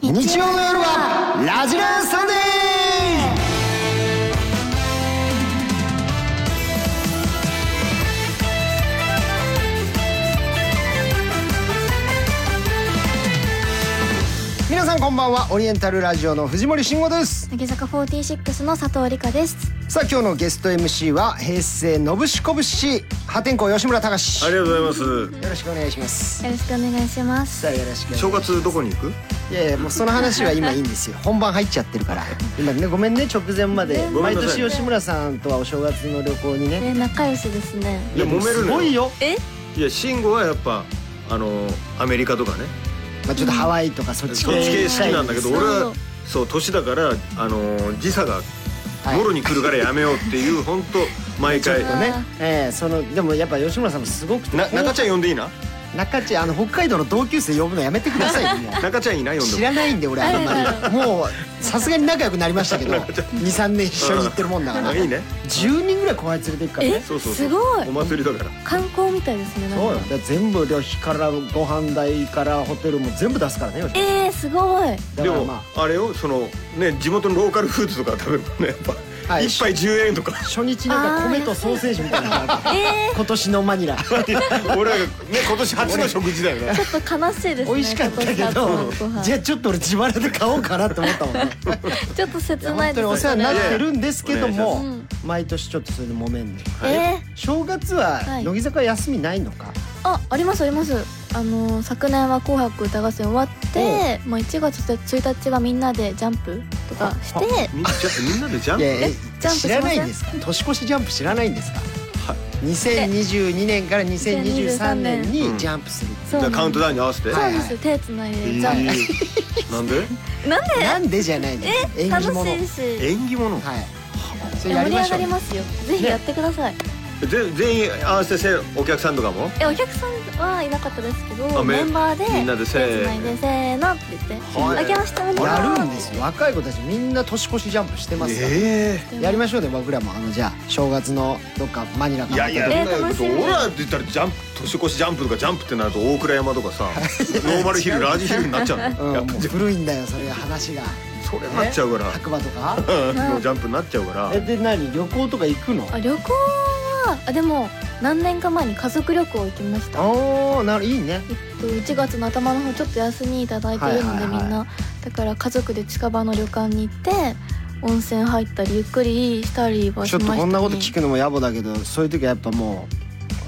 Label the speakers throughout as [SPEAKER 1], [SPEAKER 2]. [SPEAKER 1] 日曜の夜はラジラーサンデー皆さんこんばんはオリエンタルラジオの藤森慎吾です
[SPEAKER 2] 乃木坂46の佐藤理香です
[SPEAKER 1] さあ今日のゲスト MC は平成のぶしこぶし破天荒吉村隆史
[SPEAKER 3] あり
[SPEAKER 1] よ
[SPEAKER 3] がとうございま
[SPEAKER 1] ろしくお願いします
[SPEAKER 2] よろしくお願いします
[SPEAKER 1] さあよろしくお願いします
[SPEAKER 3] す。正月どこに行く？
[SPEAKER 1] いやいやもうその話は今いいんですよ本番入っちゃってるから今ねごめんね直前まで
[SPEAKER 3] ごめ
[SPEAKER 1] 毎
[SPEAKER 3] んなさい
[SPEAKER 1] 年吉村さんとはお正月の旅行にね
[SPEAKER 2] え仲良しですね
[SPEAKER 3] いや揉める
[SPEAKER 1] す
[SPEAKER 3] の
[SPEAKER 1] ごい
[SPEAKER 3] よ。
[SPEAKER 1] よ、
[SPEAKER 2] え
[SPEAKER 3] いや慎吾はやっぱあのアメリカとかね、
[SPEAKER 1] まあ、ちょっとハワイとかそっち
[SPEAKER 3] そっち系好きなんだけど、
[SPEAKER 2] そう
[SPEAKER 3] 俺はそう年だからあの時差が
[SPEAKER 1] はい
[SPEAKER 3] もろに来るからやめようっていう本当毎
[SPEAKER 1] ちょっ
[SPEAKER 3] 回
[SPEAKER 1] と。ねええそのでもやっぱ吉村さんもすごくて
[SPEAKER 3] な中ち
[SPEAKER 1] ゃ
[SPEAKER 3] ゃん呼んでいいな？
[SPEAKER 1] ん中ちゃんあの北海道の同級生呼ぶのやめてくださいよもう
[SPEAKER 3] 中ちゃんい ない呼ん
[SPEAKER 1] 知
[SPEAKER 3] で
[SPEAKER 1] らないんで俺あんまりもうさすがに仲良くなりましたけど23年 一緒に行ってるもんだか
[SPEAKER 3] も。
[SPEAKER 1] ら
[SPEAKER 3] あいいね。
[SPEAKER 1] 10人ぐらい後輩連れていくからね
[SPEAKER 3] そうそうそ
[SPEAKER 2] す
[SPEAKER 3] う。
[SPEAKER 2] ごい
[SPEAKER 3] お祭りだから。
[SPEAKER 2] 観光みたいですねなんか
[SPEAKER 1] そうよだから全部旅費からご飯代からホテルも全部出すからね吉村
[SPEAKER 2] えー、すご い
[SPEAKER 1] だ
[SPEAKER 3] で
[SPEAKER 1] から
[SPEAKER 3] も
[SPEAKER 1] まあ
[SPEAKER 3] あれよそのね地元のローカルフーズとか食べるのねやっ
[SPEAKER 1] は
[SPEAKER 3] ぱ
[SPEAKER 1] い
[SPEAKER 3] 一杯10円とか。
[SPEAKER 1] 初日なんか米とソーセージみたいなのがある
[SPEAKER 2] え
[SPEAKER 1] 今年のマニラ
[SPEAKER 3] 俺らがね今年初の食事だよ ね。
[SPEAKER 2] ー、ちょっと悲しいですね
[SPEAKER 1] 美味しかったけ
[SPEAKER 2] 今年の
[SPEAKER 1] ど
[SPEAKER 2] ご飯
[SPEAKER 1] じゃあちょっと俺自腹で買おうかなって思ったもんね
[SPEAKER 2] ちょっと切 な
[SPEAKER 1] 本当
[SPEAKER 2] いです
[SPEAKER 1] にお世話にな
[SPEAKER 3] て
[SPEAKER 1] ってるんですけど
[SPEAKER 3] お
[SPEAKER 1] も
[SPEAKER 2] 願いしま
[SPEAKER 1] 毎年ちょっとそういうの揉めんね
[SPEAKER 2] えー、
[SPEAKER 1] 正月
[SPEAKER 2] は
[SPEAKER 1] はい乃木坂休みないのか
[SPEAKER 2] あありますありますあの昨年は「紅白歌合戦」終わって、まあ、1月1日はみんなでジャンプとかして
[SPEAKER 3] みんなじゃみんなでじゃん
[SPEAKER 1] い。やいや
[SPEAKER 2] えジャンプし
[SPEAKER 1] 知
[SPEAKER 2] ませ
[SPEAKER 1] ら
[SPEAKER 2] ん
[SPEAKER 1] ないんですか年越しジャンプ知らないんですか
[SPEAKER 3] はい
[SPEAKER 1] 2022年から2023年にジャンプする
[SPEAKER 2] そうなんです
[SPEAKER 3] カウントダウンに合わせて。
[SPEAKER 2] そうで
[SPEAKER 1] はいは
[SPEAKER 2] す手つないで
[SPEAKER 3] え
[SPEAKER 2] ジャンプ、
[SPEAKER 3] ーなんで？
[SPEAKER 2] なんで
[SPEAKER 1] なんでじゃないの縁
[SPEAKER 2] 楽
[SPEAKER 1] 起物はい
[SPEAKER 2] しいし
[SPEAKER 3] 縁起物。
[SPEAKER 1] そ
[SPEAKER 2] い
[SPEAKER 1] れ
[SPEAKER 2] や
[SPEAKER 1] やり
[SPEAKER 2] 盛り
[SPEAKER 1] ま
[SPEAKER 2] 上
[SPEAKER 1] し
[SPEAKER 2] が
[SPEAKER 1] ょう
[SPEAKER 2] りますよぜひやってください、
[SPEAKER 3] ぜ全員合わせてせお客さんとかも。
[SPEAKER 2] えお客さんはいなかったですけ
[SPEAKER 3] あ
[SPEAKER 2] ど
[SPEAKER 3] め
[SPEAKER 2] メンバーで
[SPEAKER 3] みんなでせー
[SPEAKER 2] 手つないでせーのって言って「
[SPEAKER 3] は
[SPEAKER 2] あ
[SPEAKER 3] い
[SPEAKER 2] けましておめでとう」
[SPEAKER 1] やるんですよ若い子たちみんな年越しジャンプしてますから
[SPEAKER 3] え
[SPEAKER 1] やりましょうね僕らもあのじゃあ正月のどっかマニラか
[SPEAKER 3] いやいや、
[SPEAKER 2] え
[SPEAKER 3] だ
[SPEAKER 2] ー楽しみ
[SPEAKER 3] 俺らって言ったらジャンプ年越しジャンプとかジャンプってなると大倉山 とかさノーマルヒルラージヒルになっちゃう
[SPEAKER 1] う
[SPEAKER 3] の
[SPEAKER 1] ん、
[SPEAKER 3] や
[SPEAKER 1] も
[SPEAKER 3] っ
[SPEAKER 1] う
[SPEAKER 3] ぱ
[SPEAKER 1] 古いんだよそれが話が
[SPEAKER 3] それなっちゃうから
[SPEAKER 1] 白馬とか
[SPEAKER 3] のジャンプになっちゃうから
[SPEAKER 1] えで何旅行とか行くの
[SPEAKER 2] あ旅行はあでも何年か前に家族旅行行きました
[SPEAKER 1] おーなるいいね
[SPEAKER 2] えっと1月の頭の方ちょっと休みいただいてるの
[SPEAKER 1] はいは
[SPEAKER 2] で
[SPEAKER 1] い
[SPEAKER 2] み
[SPEAKER 1] はい
[SPEAKER 2] んなだから家族で近場の旅館に行って温泉入ったりゆっくりしたりはし
[SPEAKER 1] ちょ
[SPEAKER 2] ま
[SPEAKER 1] っ
[SPEAKER 2] した
[SPEAKER 1] と
[SPEAKER 2] ね
[SPEAKER 1] こんなこと聞くのも野暮だけどそういう時はやっぱもう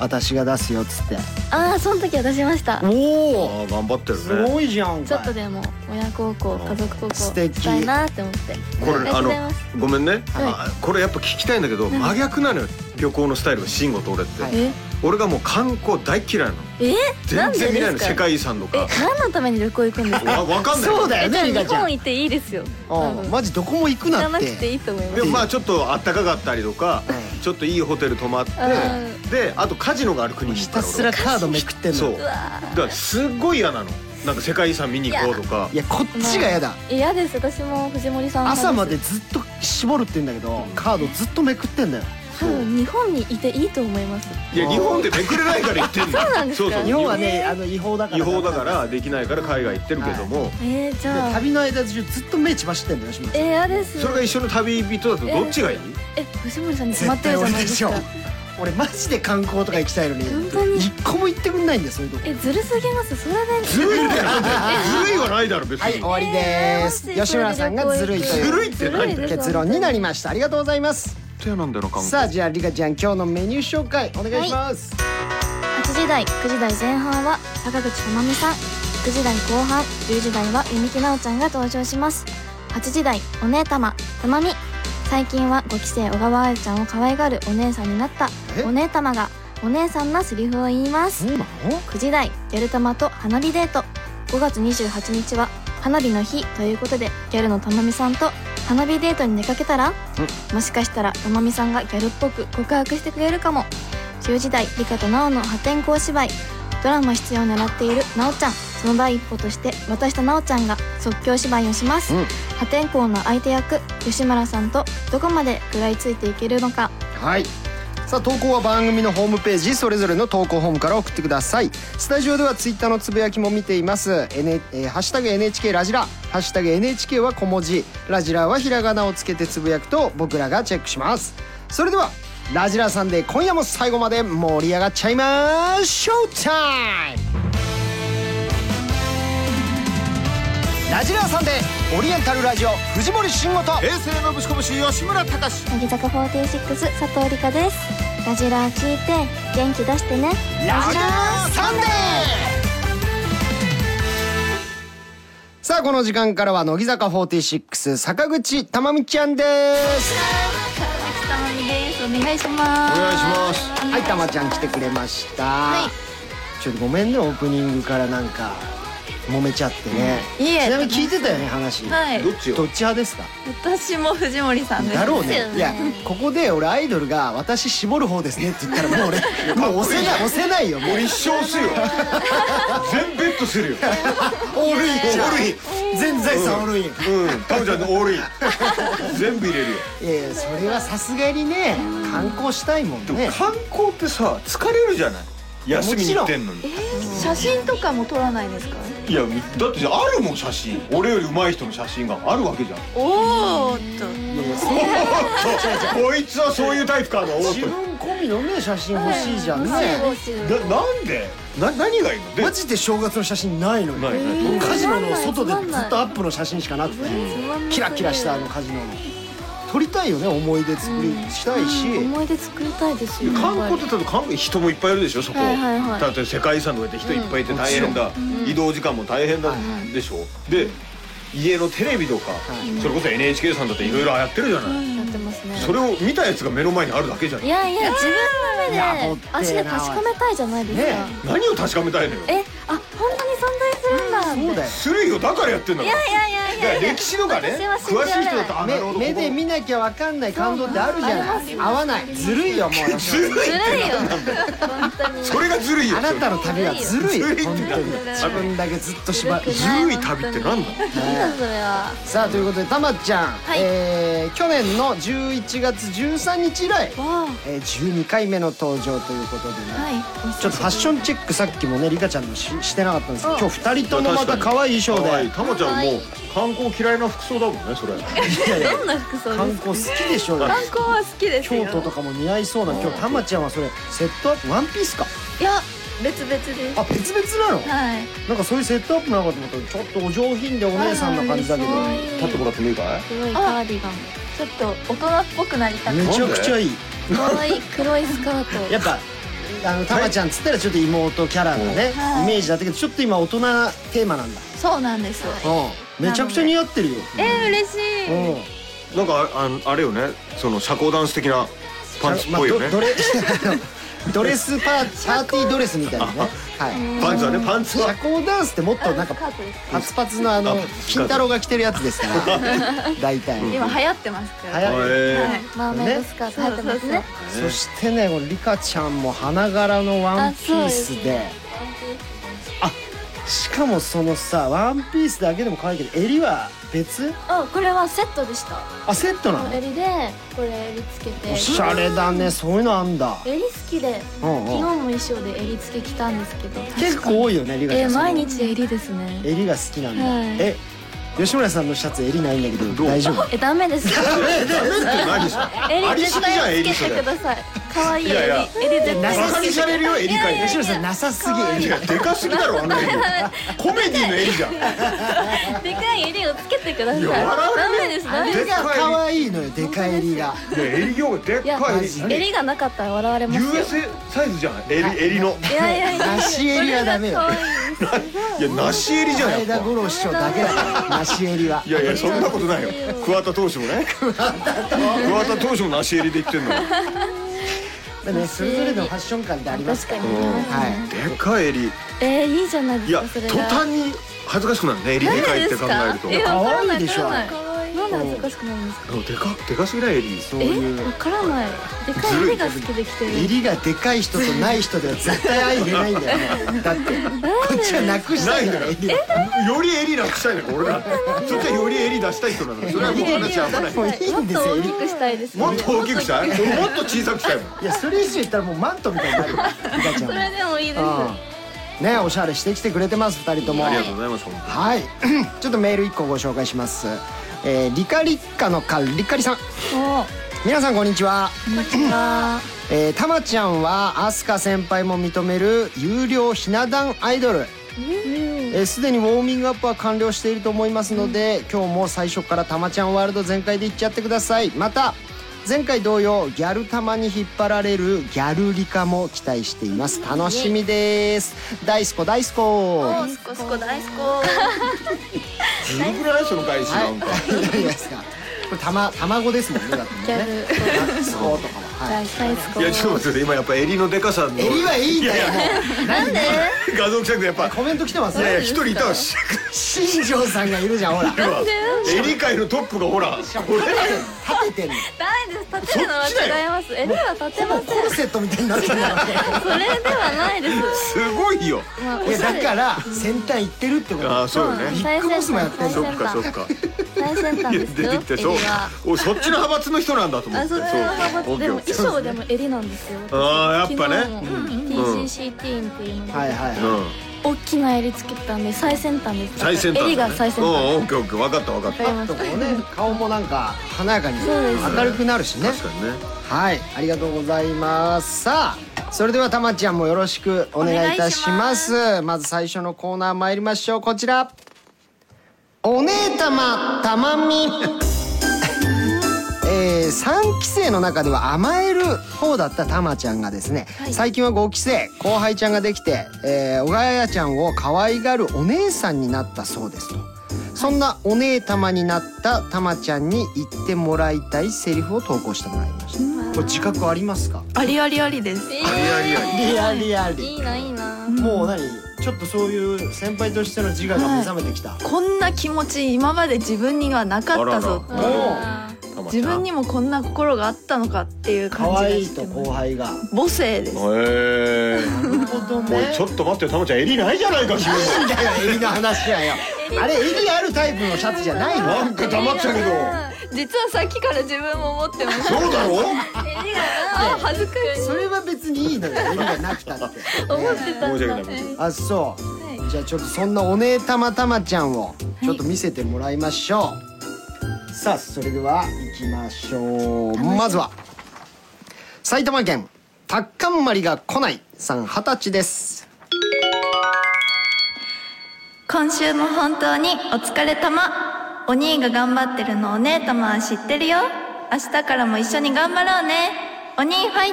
[SPEAKER 1] 私が出すよっつって
[SPEAKER 2] ああその時は出しました
[SPEAKER 3] あ
[SPEAKER 1] おお
[SPEAKER 3] ー頑張ってる
[SPEAKER 1] す
[SPEAKER 3] ね
[SPEAKER 1] ごいじゃん
[SPEAKER 2] ちょ
[SPEAKER 1] か
[SPEAKER 2] っと
[SPEAKER 1] い
[SPEAKER 2] でも親孝行家族孝行
[SPEAKER 1] 素敵
[SPEAKER 2] したいなって思って
[SPEAKER 3] こ
[SPEAKER 2] あり
[SPEAKER 3] れ
[SPEAKER 2] がと
[SPEAKER 3] あ
[SPEAKER 2] うご
[SPEAKER 3] の
[SPEAKER 2] ざいます
[SPEAKER 3] ごめんね
[SPEAKER 2] は
[SPEAKER 3] あこれやっぱ聞きたいんだけど
[SPEAKER 2] 何
[SPEAKER 3] 真逆なのよ旅行のスタイルが慎吾と俺って
[SPEAKER 1] はい
[SPEAKER 2] え
[SPEAKER 3] 俺がもう観光大嫌いなの
[SPEAKER 2] えな
[SPEAKER 3] 全
[SPEAKER 2] んで
[SPEAKER 3] 然見ない
[SPEAKER 2] で
[SPEAKER 3] の
[SPEAKER 2] すか
[SPEAKER 3] 世界遺産と
[SPEAKER 2] え
[SPEAKER 3] か
[SPEAKER 2] 何のために旅行行くんですか
[SPEAKER 3] わわかんない
[SPEAKER 1] そうだよ
[SPEAKER 2] えじ
[SPEAKER 1] ね
[SPEAKER 2] ゃあ
[SPEAKER 1] リ
[SPEAKER 2] 日
[SPEAKER 1] カちゃん
[SPEAKER 2] 本行っていいですよ多
[SPEAKER 1] うん
[SPEAKER 2] 分
[SPEAKER 1] マジどこも行く
[SPEAKER 2] 行か
[SPEAKER 1] なっ
[SPEAKER 2] なくて
[SPEAKER 1] て
[SPEAKER 2] いいと思いま
[SPEAKER 3] ですもまあちょっとあったかかったりとか
[SPEAKER 1] うん
[SPEAKER 3] ちょっといいホテル泊まって
[SPEAKER 2] うん
[SPEAKER 3] であとカジノがある国に行
[SPEAKER 1] ひ
[SPEAKER 3] った
[SPEAKER 1] た
[SPEAKER 3] の
[SPEAKER 1] すらカードめくってんの
[SPEAKER 3] そう
[SPEAKER 2] う
[SPEAKER 3] だ
[SPEAKER 2] わー
[SPEAKER 3] からすっごい嫌なのなんか世界遺産見に行こうとか
[SPEAKER 1] いやこっちがやだ
[SPEAKER 2] 嫌です私も藤森さんの話
[SPEAKER 1] 朝までずっと絞るって言うんだけどカードずっとめくってんだよ
[SPEAKER 2] 多分日本にいていいと思います
[SPEAKER 3] いや日本でめくれないから行ってんの
[SPEAKER 2] そうなんですか
[SPEAKER 3] そうそう
[SPEAKER 1] 日本はねあの違法だから
[SPEAKER 3] 違法だからできないから海外行ってるけども
[SPEAKER 2] えー、じ
[SPEAKER 1] で
[SPEAKER 2] ゃあ
[SPEAKER 1] 旅の間中ずっと目血走ってんだよ吉村
[SPEAKER 2] え
[SPEAKER 1] さん
[SPEAKER 2] ー、嫌です
[SPEAKER 3] それが一緒の旅人だとどっちがいい
[SPEAKER 2] え藤森さんに決まっ
[SPEAKER 1] 絶
[SPEAKER 2] て
[SPEAKER 1] 対
[SPEAKER 2] るじゃ
[SPEAKER 1] 俺
[SPEAKER 2] ない
[SPEAKER 1] で
[SPEAKER 2] です
[SPEAKER 1] しょ
[SPEAKER 2] か
[SPEAKER 1] 俺マジで観光とか行きたいのに
[SPEAKER 2] 本当に
[SPEAKER 1] 一個も行ってくんないんだよそういうとこ
[SPEAKER 2] えずるすぎますそれ
[SPEAKER 3] ずるいってなんだよずるいはないだろ別
[SPEAKER 1] はい終
[SPEAKER 3] に
[SPEAKER 1] わりです、
[SPEAKER 2] えー
[SPEAKER 1] 吉村さんがずるいと
[SPEAKER 3] ず
[SPEAKER 1] い
[SPEAKER 3] る
[SPEAKER 1] う
[SPEAKER 3] いってなんだよ
[SPEAKER 2] ずるいです
[SPEAKER 1] 結論になりましたありがとうございます
[SPEAKER 3] 手なんだよな観
[SPEAKER 1] さあ
[SPEAKER 3] 光
[SPEAKER 1] じゃあリカちゃん今日のメニュー紹介お願いします、
[SPEAKER 2] 8時台9時台前半は坂口智美さん9時台後半10時台は弓木奈緒ちゃんが登場します8時台お姉たまたまみ最近は5期生小川愛ちゃんを可愛がるお姉さんになった
[SPEAKER 1] え
[SPEAKER 2] お姉たまがお姉さんのセリフを言います
[SPEAKER 1] うなの
[SPEAKER 2] 9時台ギャル玉と花火デート5月28日は花火の日ということでギャルのたまみさんと花火デートに出かけたらもしかしたらたまみさんがギャルっぽく告白してくれるかも10時台理香と奈緒の破天荒芝居ドラマ出演を狙っている奈緒ちゃんその第一歩として私と奈緒ちゃんが即興芝居をします、
[SPEAKER 1] うん
[SPEAKER 2] 破天荒な相手役吉村さんとどこまで食らいついていけるのか
[SPEAKER 1] はいさあ投稿は番組のホームページそれぞれの投稿ホームから送ってくださいスタジオではツイッターのつぶやきも見ています「N えーハッシュタグ #NHK ラジラ」「ハッシュタグ #NHK は小文字」「ラジラ」はひらがなをつけてつぶやくと僕らがチェックしますそれでは「ラジラさんで今夜も最後まで盛り上がっちゃいましょうタイムラジラさんでオリエンタルラジオ藤森慎吾と
[SPEAKER 3] 平成のぶしこぶし吉村隆
[SPEAKER 2] 乃木坂46佐藤理香ですラジラー聞いて元気出してね
[SPEAKER 1] ラジラーサンデーさあこの時間からは乃木坂46坂口珠美ちゃんです
[SPEAKER 2] 川口智美ですお願いします
[SPEAKER 3] お願いします
[SPEAKER 1] はい珠ちゃん来てくれました、
[SPEAKER 2] い
[SPEAKER 1] ちょっとごめんねオープニングからなんか揉めちゃってね、
[SPEAKER 4] うんいいえ
[SPEAKER 1] ちなみに聞いてたよね話、
[SPEAKER 4] はい
[SPEAKER 3] どっち
[SPEAKER 1] ど
[SPEAKER 3] よ
[SPEAKER 1] っち派ですか
[SPEAKER 4] 私も藤森さんです
[SPEAKER 1] だろう
[SPEAKER 2] ですよ
[SPEAKER 1] ね
[SPEAKER 2] ね
[SPEAKER 1] いやここで俺アイドルが「私絞る方ですね」って言ったらもう俺もう押せない押せないよもう
[SPEAKER 3] 俺一生押するよ全ベッドするよ
[SPEAKER 1] オールイン
[SPEAKER 3] オールイン
[SPEAKER 1] 全財産オールイン
[SPEAKER 3] うんタムちゃんのオールイン全部入れるよ
[SPEAKER 1] いやいやそれはさすがにね観光したいもん
[SPEAKER 3] でも
[SPEAKER 1] ね
[SPEAKER 3] 観光ってさ疲れるじゃない休みに行ってんのに
[SPEAKER 4] 写真とかも撮らないんですか
[SPEAKER 3] いやみだってあるもん写真俺より上手い人の写真があるわけじゃん
[SPEAKER 4] おおっと
[SPEAKER 3] こいつはそういうタイプかのおっ
[SPEAKER 1] 自分込みのね写真欲しいじゃんね
[SPEAKER 3] とななんでな何がいいので
[SPEAKER 1] マジで正月の写真ないの
[SPEAKER 3] な
[SPEAKER 1] よ
[SPEAKER 3] いない
[SPEAKER 2] えー
[SPEAKER 1] カジノの外でずっとアップの写真しかなくてキラキラしたあのカジノの撮りたいよね思い出作りしたいし
[SPEAKER 2] 思い出作りたいですよ
[SPEAKER 3] 観光って多分観光人もいっぱいいるでしょそこ、
[SPEAKER 2] はいはいはい
[SPEAKER 3] だって世界遺産とかって人いっぱいいて大変だ、移動時間も大変だでしょ、で家のテレビとか、それこそ NHK さんだっていろいろやってるじゃない、
[SPEAKER 2] やってますね
[SPEAKER 3] それを見たやつが目の前にあるだけじゃん
[SPEAKER 2] いやいや自
[SPEAKER 1] いや
[SPEAKER 2] 分の
[SPEAKER 1] もって
[SPEAKER 2] 目で
[SPEAKER 1] えな
[SPEAKER 2] 足で確かめたいじゃないですか、
[SPEAKER 1] ね
[SPEAKER 3] 何を確かめたいのよ
[SPEAKER 2] えあ本当に存在するんだ
[SPEAKER 1] そう
[SPEAKER 2] って
[SPEAKER 1] だよ
[SPEAKER 3] するよだからやってんだか
[SPEAKER 2] いや
[SPEAKER 3] ら
[SPEAKER 2] いやいやいやいや
[SPEAKER 3] いや歴史とかね
[SPEAKER 2] 私は信
[SPEAKER 3] 詳
[SPEAKER 2] じ
[SPEAKER 3] しい
[SPEAKER 2] られない
[SPEAKER 3] 人だとあなるほど
[SPEAKER 1] 目目で見なきゃわかんない感動ってあるじゃ
[SPEAKER 2] そうあり
[SPEAKER 1] な
[SPEAKER 2] ます
[SPEAKER 1] い
[SPEAKER 2] よ
[SPEAKER 1] 合わないずるいよもう
[SPEAKER 3] ずるい
[SPEAKER 2] ずるいよ本当に
[SPEAKER 3] それがずるいよ
[SPEAKER 1] あなたの旅はずるい
[SPEAKER 3] ずるいって
[SPEAKER 1] 本当に自分だけずっと縛る
[SPEAKER 3] ずるい旅って何
[SPEAKER 2] な
[SPEAKER 3] なの
[SPEAKER 2] んだそれは
[SPEAKER 1] さあということでたまちゃん、
[SPEAKER 2] はい
[SPEAKER 1] えー去年の11月13日以来、
[SPEAKER 2] わあ
[SPEAKER 1] えー12回目の登場ということでね、
[SPEAKER 2] はい
[SPEAKER 1] ちょっとファッションチェックさっきもねリカちゃんのししてなかったんですけど
[SPEAKER 2] うん
[SPEAKER 1] 今日2人ともまた可愛い衣装
[SPEAKER 3] 可愛い
[SPEAKER 1] で
[SPEAKER 3] たまちゃんもう観光嫌いな服装だもんね それ
[SPEAKER 4] どんな服装
[SPEAKER 1] 観
[SPEAKER 4] です
[SPEAKER 1] 光好きでしょうよ
[SPEAKER 4] 観光は好きですよ
[SPEAKER 1] 京都とかも似合いそうな今日たまちゃんはそれセットアップワンピースか
[SPEAKER 4] いや別々です
[SPEAKER 1] あ別々なの
[SPEAKER 4] はい
[SPEAKER 1] なんかそういうセットアップなのかと思ったらちょっとお上品でお姉さんな感じだけど
[SPEAKER 2] はい
[SPEAKER 3] 立ってもらってもいいかい
[SPEAKER 2] 黒いカーディガン
[SPEAKER 4] ちょっと大人っぽくなりたくて
[SPEAKER 1] めちゃくちゃいい
[SPEAKER 2] 可愛い黒いスカート
[SPEAKER 1] やっぱあのたまちゃんっつったらちょっと妹キャラのね、
[SPEAKER 4] はい
[SPEAKER 1] イメージだったけどちょっと今大人テーマなんだ、
[SPEAKER 4] そうなんですよ
[SPEAKER 1] うんめちゃくちゃ似合ってるよ、
[SPEAKER 4] えー、嬉し
[SPEAKER 1] う
[SPEAKER 4] い
[SPEAKER 1] ん
[SPEAKER 3] なんかあああれよねその社交ダンス的なパンツっぽいよ
[SPEAKER 1] ま
[SPEAKER 3] ね
[SPEAKER 1] あドドレ ドレスパーパーティードレスみたいなねはい
[SPEAKER 3] パンツはねパンツ
[SPEAKER 1] 社
[SPEAKER 3] は
[SPEAKER 1] 交ダンスってもっとなんか
[SPEAKER 4] カートです
[SPEAKER 1] パツパツのあ
[SPEAKER 3] あ
[SPEAKER 1] の
[SPEAKER 3] パツ
[SPEAKER 1] 金太郎が着てるやつですから 大体
[SPEAKER 4] 今流行ってますか
[SPEAKER 1] 早
[SPEAKER 4] ら
[SPEAKER 1] い
[SPEAKER 3] え
[SPEAKER 4] はい
[SPEAKER 2] マーメイドスカート入ってますね
[SPEAKER 1] そしてねこのリカちゃんも花柄のワンピースであしかもそのさワンピースだけでも可愛いけど襟は別
[SPEAKER 2] あこれはセットでした
[SPEAKER 1] あセットなの
[SPEAKER 2] 襟でこれ襟つけて
[SPEAKER 1] おしゃれだねそういうのあんだ
[SPEAKER 2] 襟好きで
[SPEAKER 1] うん
[SPEAKER 2] 昨日
[SPEAKER 1] うん
[SPEAKER 2] も衣装で襟付け着たんですけど
[SPEAKER 1] 結構多いよねリカち
[SPEAKER 2] え
[SPEAKER 1] ゃん
[SPEAKER 2] ー
[SPEAKER 1] その
[SPEAKER 2] 毎日襟ですね
[SPEAKER 1] 襟が好きなんだ、
[SPEAKER 2] はい
[SPEAKER 1] え吉村さんのシャツ襟ないんだけど
[SPEAKER 3] どう
[SPEAKER 1] 大丈夫
[SPEAKER 2] えダメです
[SPEAKER 3] 何さ あ
[SPEAKER 2] 襟
[SPEAKER 3] り
[SPEAKER 2] 絶
[SPEAKER 3] すぎじゃん
[SPEAKER 2] 対
[SPEAKER 3] 襟
[SPEAKER 2] つけて
[SPEAKER 3] それ
[SPEAKER 2] ください可愛い
[SPEAKER 3] いやい
[SPEAKER 2] 襟
[SPEAKER 3] や
[SPEAKER 2] 襟絶
[SPEAKER 1] な
[SPEAKER 2] 対
[SPEAKER 1] さ
[SPEAKER 3] バ
[SPEAKER 1] す
[SPEAKER 3] カに
[SPEAKER 1] ぎ
[SPEAKER 3] されるよエリカに
[SPEAKER 1] 吉村さんなさすぎ
[SPEAKER 2] 可愛い
[SPEAKER 1] 襟
[SPEAKER 3] いやでかすぎだろあんなエリコメディのエ リじゃん
[SPEAKER 2] でかい襟をつけてください
[SPEAKER 3] いや笑うね
[SPEAKER 2] ダメですダメで
[SPEAKER 1] が可愛いのよでかい襟が
[SPEAKER 3] エリ業がでっ
[SPEAKER 2] いや
[SPEAKER 3] かい
[SPEAKER 1] マジ
[SPEAKER 2] す襟がなかったら笑われますよ
[SPEAKER 3] USA サイズじゃんエリエリの
[SPEAKER 2] いやいやいや
[SPEAKER 1] 梨襟はダメよ
[SPEAKER 2] これが可愛いです
[SPEAKER 3] いやなしエリじゃん
[SPEAKER 1] 前
[SPEAKER 3] や
[SPEAKER 1] 田
[SPEAKER 3] っぱ
[SPEAKER 1] 五郎師匠だけだからなし襟はい
[SPEAKER 3] やいやそんなことないよ桑田投手もね桑田投手もなしエリで言ってんのよ
[SPEAKER 1] でねそれぞれのファッション感ってありますから
[SPEAKER 2] 確かにね
[SPEAKER 1] は
[SPEAKER 3] でかいエリ
[SPEAKER 2] えーいいじゃないで
[SPEAKER 3] い
[SPEAKER 2] す
[SPEAKER 3] や
[SPEAKER 2] かそれ
[SPEAKER 3] 途
[SPEAKER 2] が
[SPEAKER 3] 端に恥ずかしくなるねエリでかいって考えると
[SPEAKER 4] 何ですか
[SPEAKER 1] 可愛いでしょ
[SPEAKER 4] わかんない
[SPEAKER 2] 可愛い
[SPEAKER 4] なんで恥ずかしくなるんですか
[SPEAKER 3] でかでかすぎないエリー
[SPEAKER 1] そうい
[SPEAKER 4] えわ
[SPEAKER 1] う
[SPEAKER 4] からないでかい
[SPEAKER 3] ずるい
[SPEAKER 4] 腕が好きで来てる
[SPEAKER 1] 襟がでかい人とない人では絶対相入れないんだよねだってこっちはなくしたいんだから
[SPEAKER 3] ない
[SPEAKER 1] 襟を
[SPEAKER 3] よりエリーなくしたいのか俺らそっちはよりエリー出したい人なのそれはもう話合わない
[SPEAKER 1] もういい
[SPEAKER 5] も
[SPEAKER 1] ん
[SPEAKER 5] っ
[SPEAKER 1] です
[SPEAKER 5] と
[SPEAKER 1] よ
[SPEAKER 5] 大
[SPEAKER 1] 襟
[SPEAKER 5] きくしたいですね
[SPEAKER 3] もっと大きくしたいもっと小さくしたいもん
[SPEAKER 1] いやそれ以上言ったらもうマントみたいになるよリカちゃ ん
[SPEAKER 4] それでもいいです
[SPEAKER 1] はうんねおしゃれしてきてくれてます二人とも
[SPEAKER 3] ありがとうございます本当に
[SPEAKER 1] はい ちょっとメール一個ご紹介します、えー、リカリッカのカリカリさん
[SPEAKER 5] も
[SPEAKER 1] 皆さんこんにちは
[SPEAKER 4] こんにちは
[SPEAKER 1] えー、たまちゃんはアスカ先輩も認める有料ひな壇アイドルえーすで、にウォーミングアップは完了していると思いますので、今日も最初からたまちゃんワールド全開でいっちゃってくださいまた前回同様ギャル玉に引っ張られるギャルリカも期待しています楽しみです大スコ大スコ
[SPEAKER 5] う
[SPEAKER 1] は
[SPEAKER 5] もう少しこ大好き
[SPEAKER 3] ずるくないその返しなんか
[SPEAKER 1] いいやいいですかこれたま卵ですもんねだって
[SPEAKER 4] ギャ
[SPEAKER 1] ね
[SPEAKER 4] ル
[SPEAKER 1] 大スコとかもはい
[SPEAKER 4] 大好き
[SPEAKER 3] いやちょっと待って今やっぱエリのでかさの
[SPEAKER 1] 襟はいいんだよもうなんで
[SPEAKER 3] 画像くてやっぱ
[SPEAKER 1] コメント来てます
[SPEAKER 3] いやいや
[SPEAKER 1] ね
[SPEAKER 3] 一人いたわし
[SPEAKER 1] 新庄さんがいるじゃんほら
[SPEAKER 3] エリ界のトップがほら俺
[SPEAKER 1] 立ててんの
[SPEAKER 4] ないです立てるのは違いますえでは立て
[SPEAKER 1] ほぼ
[SPEAKER 4] ま
[SPEAKER 1] コンセットみたいになってるんだから
[SPEAKER 4] せんそれではないです
[SPEAKER 3] すごいよ
[SPEAKER 4] まあ
[SPEAKER 1] い
[SPEAKER 4] お
[SPEAKER 1] や
[SPEAKER 4] し
[SPEAKER 1] だ
[SPEAKER 4] ゃれ
[SPEAKER 1] から先端行ってるってこと
[SPEAKER 3] ああそうよ
[SPEAKER 4] そうな
[SPEAKER 3] ね
[SPEAKER 4] んです
[SPEAKER 1] ビッグボスもやってん
[SPEAKER 3] そ
[SPEAKER 1] の
[SPEAKER 3] っかそっか
[SPEAKER 4] 最先端
[SPEAKER 3] いや
[SPEAKER 4] です
[SPEAKER 3] 出
[SPEAKER 4] よ
[SPEAKER 3] てきてそう
[SPEAKER 4] 襟は
[SPEAKER 3] おそっちの派閥の人なんだと思っ
[SPEAKER 4] あ
[SPEAKER 3] て
[SPEAKER 4] それはまあ
[SPEAKER 3] そう
[SPEAKER 4] でも
[SPEAKER 3] オッケーオ
[SPEAKER 4] 衣
[SPEAKER 3] ッケー
[SPEAKER 4] 装でも襟なんですよ
[SPEAKER 3] あーやっぱね
[SPEAKER 4] 昨日も
[SPEAKER 3] うん
[SPEAKER 4] TCCT っていうので
[SPEAKER 1] はいはいは
[SPEAKER 3] うん
[SPEAKER 4] 大きな襟つけてたんで最先端です
[SPEAKER 3] 最先端だね
[SPEAKER 4] 襟が最先端
[SPEAKER 3] うんオッケーオッケー分かった分かっ
[SPEAKER 1] い
[SPEAKER 3] た
[SPEAKER 1] パッとこうね顔もなんか華やかに
[SPEAKER 4] そうです
[SPEAKER 1] 明るくなるしね
[SPEAKER 3] 確かにね
[SPEAKER 1] はいありがとうございますさあそれではたまちゃんもよろしくお願いいたしますまず最初のコーナー参りましょうこちらお姉たまたまみ えー、3期生の中では甘える方だったたまちゃんがですね、
[SPEAKER 4] はい
[SPEAKER 1] 最近は5期生後輩ちゃんができて、えー、小川やちゃんを可愛がるお姉さんになったそうですとそんなお姉たまになったたまちゃんに言ってもらいたいセリフを投稿してもらいましたこれ自覚ありますか
[SPEAKER 2] ありありありです。
[SPEAKER 4] え
[SPEAKER 3] ありありあ
[SPEAKER 1] リアリア
[SPEAKER 4] ーいいないいな
[SPEAKER 1] もう何ちょっとそういう先輩としての自我が目覚めてきた、
[SPEAKER 2] こんな気持ち今まで自分にはなかったぞ
[SPEAKER 3] あ
[SPEAKER 1] らら
[SPEAKER 4] あー
[SPEAKER 3] たまちゃん
[SPEAKER 2] 自分にもこんな心があったのかっていう感じ
[SPEAKER 1] 可
[SPEAKER 2] が
[SPEAKER 1] 愛い
[SPEAKER 2] して
[SPEAKER 1] と
[SPEAKER 2] ます
[SPEAKER 1] 後輩が
[SPEAKER 2] 母性です
[SPEAKER 3] へえ
[SPEAKER 1] なるほど
[SPEAKER 3] おいちょっと待ってよたまちゃん襟ないじゃないか君
[SPEAKER 1] いいんだよ襟の話やよ あれ襟あるタイプのシャツじゃないの
[SPEAKER 3] なんか黙ってたけど
[SPEAKER 5] 実はさっきから自分も思ってます
[SPEAKER 3] そうだろ
[SPEAKER 4] 襟があー恥ずかし
[SPEAKER 1] それは別にいいのよ襟がなくた って
[SPEAKER 4] い思ってた
[SPEAKER 3] 申
[SPEAKER 4] ん
[SPEAKER 3] し
[SPEAKER 4] だ
[SPEAKER 3] 訳ない
[SPEAKER 1] あそうじゃあちょっとそんなお姉たまたまちゃんをちょっと見せてもらいましょう、さあそれでは行きましょうまずは埼玉県たっかんまりが来ないさん二十歳です
[SPEAKER 5] 今週も本当にお疲れ様お兄が頑張ってるのお姉たまは知ってるよ明日からも一緒に頑張ろうねお兄ファイ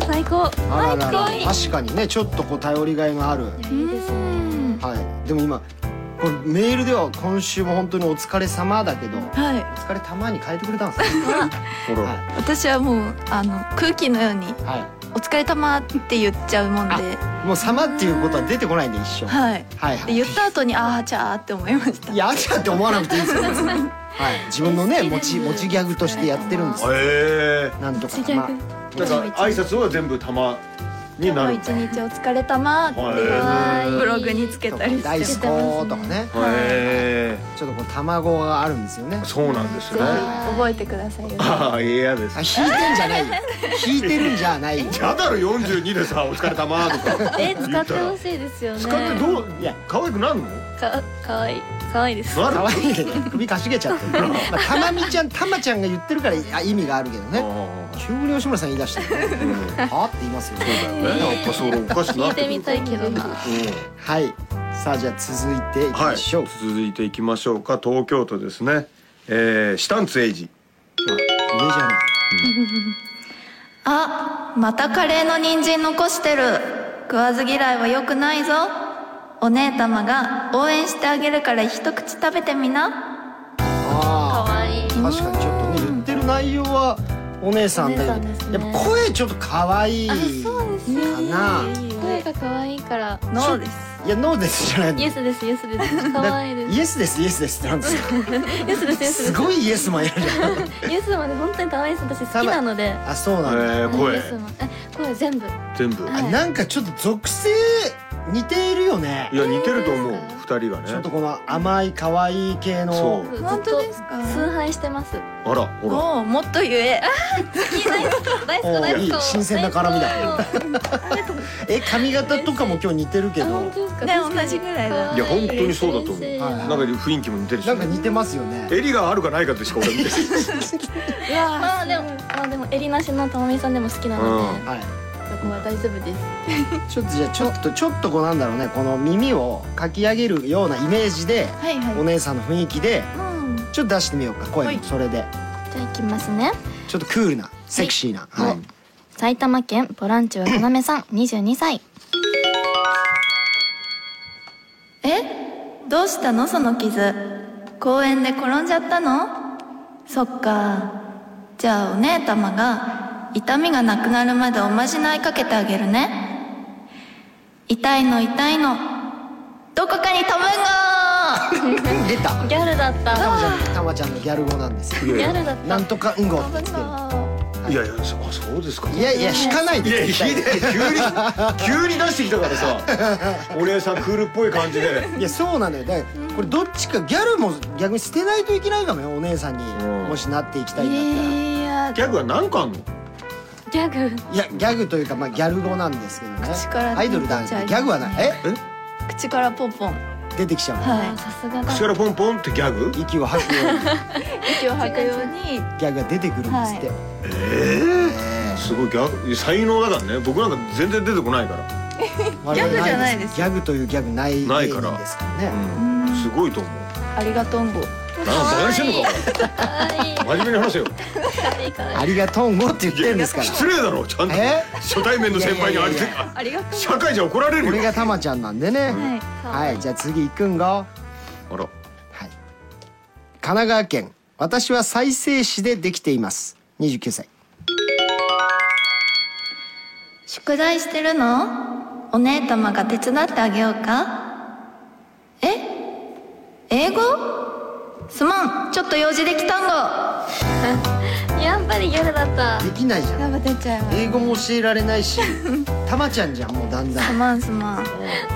[SPEAKER 5] テ
[SPEAKER 4] 最高
[SPEAKER 1] あらら
[SPEAKER 4] 最
[SPEAKER 1] ら
[SPEAKER 4] 高いい
[SPEAKER 1] 確かにねちょっとこう頼りがいのある、
[SPEAKER 4] いいですね
[SPEAKER 1] はい、でも今これメールでは今週も本当にお疲れ様だけど、お
[SPEAKER 2] はい
[SPEAKER 1] 疲れたまに変えてくれたんですね。
[SPEAKER 3] ほら
[SPEAKER 1] は
[SPEAKER 2] 私はもうあの空気のように
[SPEAKER 1] い、 は
[SPEAKER 2] 「お疲れ様って言っちゃうもんで
[SPEAKER 1] い、もう様っていうことは出てこないんで一緒。 はい、
[SPEAKER 2] はい
[SPEAKER 1] はい、
[SPEAKER 2] で言った後に「ああちゃー」って思いました
[SPEAKER 1] いや、あちゃって思わなくていいですよ。別にはい、自分のね、持ち、持ちギャグとしてやってるんですよ。
[SPEAKER 3] へ
[SPEAKER 1] なんとか
[SPEAKER 4] 持ちギ
[SPEAKER 1] たま
[SPEAKER 4] ャグ。
[SPEAKER 3] えだから挨拶は全部たまにな
[SPEAKER 2] 今日
[SPEAKER 3] る
[SPEAKER 2] 一日お疲れ様って
[SPEAKER 3] はい
[SPEAKER 2] ブログにつけ
[SPEAKER 1] と
[SPEAKER 2] た
[SPEAKER 1] か
[SPEAKER 2] りし
[SPEAKER 1] 大
[SPEAKER 2] て
[SPEAKER 1] スコとかね、
[SPEAKER 3] へえ
[SPEAKER 1] ちょっとこう卵があるんですよね。
[SPEAKER 3] そうなんですね
[SPEAKER 2] 覚えてくださいよ
[SPEAKER 3] ああ嫌で
[SPEAKER 1] あ、
[SPEAKER 3] す
[SPEAKER 1] 引いてんじゃないよ。引いてるんじゃないよ。
[SPEAKER 3] やだろ42でさ「お疲れ様とか
[SPEAKER 4] え使って
[SPEAKER 3] 言
[SPEAKER 4] ほ
[SPEAKER 3] っ
[SPEAKER 4] しいですよね
[SPEAKER 3] たら使ってどういや可愛くなんの
[SPEAKER 4] かかわいいかわいいです
[SPEAKER 3] なる
[SPEAKER 1] かわいいけど首かしげちゃってる、まあ、たまみちゃんたまちゃんが言ってるからあ意味があるけどね
[SPEAKER 3] あ
[SPEAKER 1] 急に吉村さん言い出したよね
[SPEAKER 3] あうん
[SPEAKER 1] はあって言いますよね
[SPEAKER 3] そうだよねやっぱそうおかしく
[SPEAKER 4] 聞
[SPEAKER 3] ないって
[SPEAKER 4] て
[SPEAKER 3] くる
[SPEAKER 4] みたいけどな
[SPEAKER 3] うん
[SPEAKER 1] はいさあじゃあ続いていき
[SPEAKER 3] は
[SPEAKER 1] ま
[SPEAKER 3] い
[SPEAKER 1] しょう、
[SPEAKER 3] 続いていきましょうか東京都ですねえーシタンツエイジ
[SPEAKER 1] 上じゃない
[SPEAKER 5] ィーンあまたカレーの人参残してる食わず嫌いは良くないぞお姉たまが応援してあげるから一口食べてみな
[SPEAKER 4] か
[SPEAKER 1] あ
[SPEAKER 4] わいい
[SPEAKER 1] あ確かにちょっとね言ってる内容はお姉さんだけど、
[SPEAKER 4] お姉さんですね
[SPEAKER 1] やっぱ声ちょっと可愛い
[SPEAKER 4] あそうです
[SPEAKER 1] かな
[SPEAKER 4] ね声がかわいいから
[SPEAKER 2] 脳です
[SPEAKER 1] いやノーですじゃないの
[SPEAKER 4] イエスですイエスです可愛いです
[SPEAKER 1] イエスですイエスですってなんですか
[SPEAKER 4] イエスですイエス
[SPEAKER 1] す
[SPEAKER 4] です
[SPEAKER 1] ごいイエスマンやるじゃん
[SPEAKER 4] イエスマンで本当に可愛いです私好きなので
[SPEAKER 1] あそうなんだ、
[SPEAKER 3] えー、
[SPEAKER 4] イ
[SPEAKER 3] 声
[SPEAKER 4] エスマンえ声全部
[SPEAKER 3] 全部
[SPEAKER 4] はい
[SPEAKER 1] あなんかちょっと属性似ているよね
[SPEAKER 3] いや似てると思う二人が
[SPEAKER 1] ちょっと
[SPEAKER 3] ね
[SPEAKER 1] この甘い可愛い系
[SPEAKER 3] そ
[SPEAKER 1] の
[SPEAKER 3] う
[SPEAKER 4] ずっ
[SPEAKER 5] 本
[SPEAKER 4] と
[SPEAKER 5] 当ですか
[SPEAKER 4] 崇拝してます
[SPEAKER 3] あらほら
[SPEAKER 5] もうもっと言え
[SPEAKER 4] 好き大好き大好き大好
[SPEAKER 1] おーいい
[SPEAKER 4] き
[SPEAKER 1] 新鮮な絡みだ
[SPEAKER 4] 大好き
[SPEAKER 1] え髪型とかも今日似てるけ
[SPEAKER 4] あ
[SPEAKER 1] ど
[SPEAKER 4] 本当ですか
[SPEAKER 5] ね
[SPEAKER 4] 確かに
[SPEAKER 5] 同じぐらいだ
[SPEAKER 3] いや本当にそうだと思う
[SPEAKER 4] 先生
[SPEAKER 1] はい
[SPEAKER 3] なんか雰囲気も似てるし
[SPEAKER 1] なんか似てますよね
[SPEAKER 3] 襟があるかないかとしか俺 見てない
[SPEAKER 5] うわ
[SPEAKER 4] まあでもまあでも襟なしのたまみさんでも好きなので
[SPEAKER 1] はい
[SPEAKER 5] そこは大丈夫で
[SPEAKER 1] ち
[SPEAKER 5] す
[SPEAKER 1] ょっとじゃあちょっとちょっとこうなんだろうねこの耳をかき上げるようなイメージで
[SPEAKER 5] はいはい
[SPEAKER 1] お姉さんの雰囲気で
[SPEAKER 4] うん
[SPEAKER 1] ちょっと出してみようか声
[SPEAKER 5] はい
[SPEAKER 1] もそれで
[SPEAKER 4] じゃあいきますね
[SPEAKER 1] ちょっとクールなセクシーなはい
[SPEAKER 4] お埼玉県ボランチはかなめさん22歳
[SPEAKER 2] えどうしたのその傷公園で転んじゃったのそっかじゃあお姉たまが痛みがなくなるまでおまじないかけてあげるね痛いの痛いのどこかに飛ぶんご
[SPEAKER 1] 出た
[SPEAKER 4] ギャルだった
[SPEAKER 1] たまちゃんたまちゃんのギャル語なんです
[SPEAKER 3] い
[SPEAKER 1] よ
[SPEAKER 4] ギ
[SPEAKER 3] や
[SPEAKER 4] ャ
[SPEAKER 3] いや
[SPEAKER 4] ルだった
[SPEAKER 1] なんとかうんごってつける
[SPEAKER 3] いやいやそあそうですか
[SPEAKER 1] いやいや引かない
[SPEAKER 3] いや
[SPEAKER 1] で
[SPEAKER 3] いや
[SPEAKER 1] 絶対
[SPEAKER 3] 急に急に出してきたからさお姉さんクールっぽい感じで
[SPEAKER 1] いやそうなのよだからこれどっちかギャルも逆に捨てないといけないかもよお姉さんに
[SPEAKER 3] うん
[SPEAKER 1] もしなっていきたいんだったら。
[SPEAKER 5] いや
[SPEAKER 3] ギャグは何個あんの
[SPEAKER 4] ギャグ
[SPEAKER 1] いやギャグというかまあギャル語なんですけどね
[SPEAKER 5] 口から
[SPEAKER 1] アイドルだギ
[SPEAKER 5] 出ちゃいますね
[SPEAKER 1] ャグはないえ
[SPEAKER 5] 口からポンポン
[SPEAKER 1] 出てきちゃうの
[SPEAKER 5] は
[SPEAKER 4] さすがだ
[SPEAKER 3] 口からポンポンってギャグ
[SPEAKER 1] 息を吐くように
[SPEAKER 5] い息を吐くように
[SPEAKER 1] ギャグが出てくるんですって、
[SPEAKER 3] ええすごいギャグ才能だからね僕なんか全然出てこないから
[SPEAKER 1] 我々
[SPEAKER 5] ギャグじゃないです
[SPEAKER 1] ギャグというギャグない
[SPEAKER 3] ないから
[SPEAKER 1] 芸人ですからね、
[SPEAKER 3] うんすごいと思う
[SPEAKER 5] ありがとんご
[SPEAKER 3] なんかバカにしてんのか
[SPEAKER 4] 可愛い
[SPEAKER 3] 真面目に話せよ
[SPEAKER 4] 可愛い可愛い
[SPEAKER 1] ありがとうごって言ってるんですから
[SPEAKER 3] 失礼だろちゃんと
[SPEAKER 1] え
[SPEAKER 3] 初対面の先輩にあり
[SPEAKER 1] いやいやい
[SPEAKER 5] ありがと
[SPEAKER 3] 社会じゃ怒られ
[SPEAKER 1] こ
[SPEAKER 3] る
[SPEAKER 1] れ
[SPEAKER 3] よ
[SPEAKER 1] がたまちゃんなんでね、
[SPEAKER 5] はい
[SPEAKER 1] はい、じゃあ次行くんがはい
[SPEAKER 3] あら
[SPEAKER 1] 神奈川県私は再生市でできています29歳
[SPEAKER 2] 宿題してるのお姉たまが手伝ってあげようかえ英語すまんちょっと用事できたんご
[SPEAKER 4] やっぱりギャルだった
[SPEAKER 1] できないじゃん
[SPEAKER 5] なんか出ちゃいます
[SPEAKER 1] 英語も教えられない したまちゃんじゃんもうだんだ
[SPEAKER 2] す
[SPEAKER 1] ん
[SPEAKER 2] まんすまん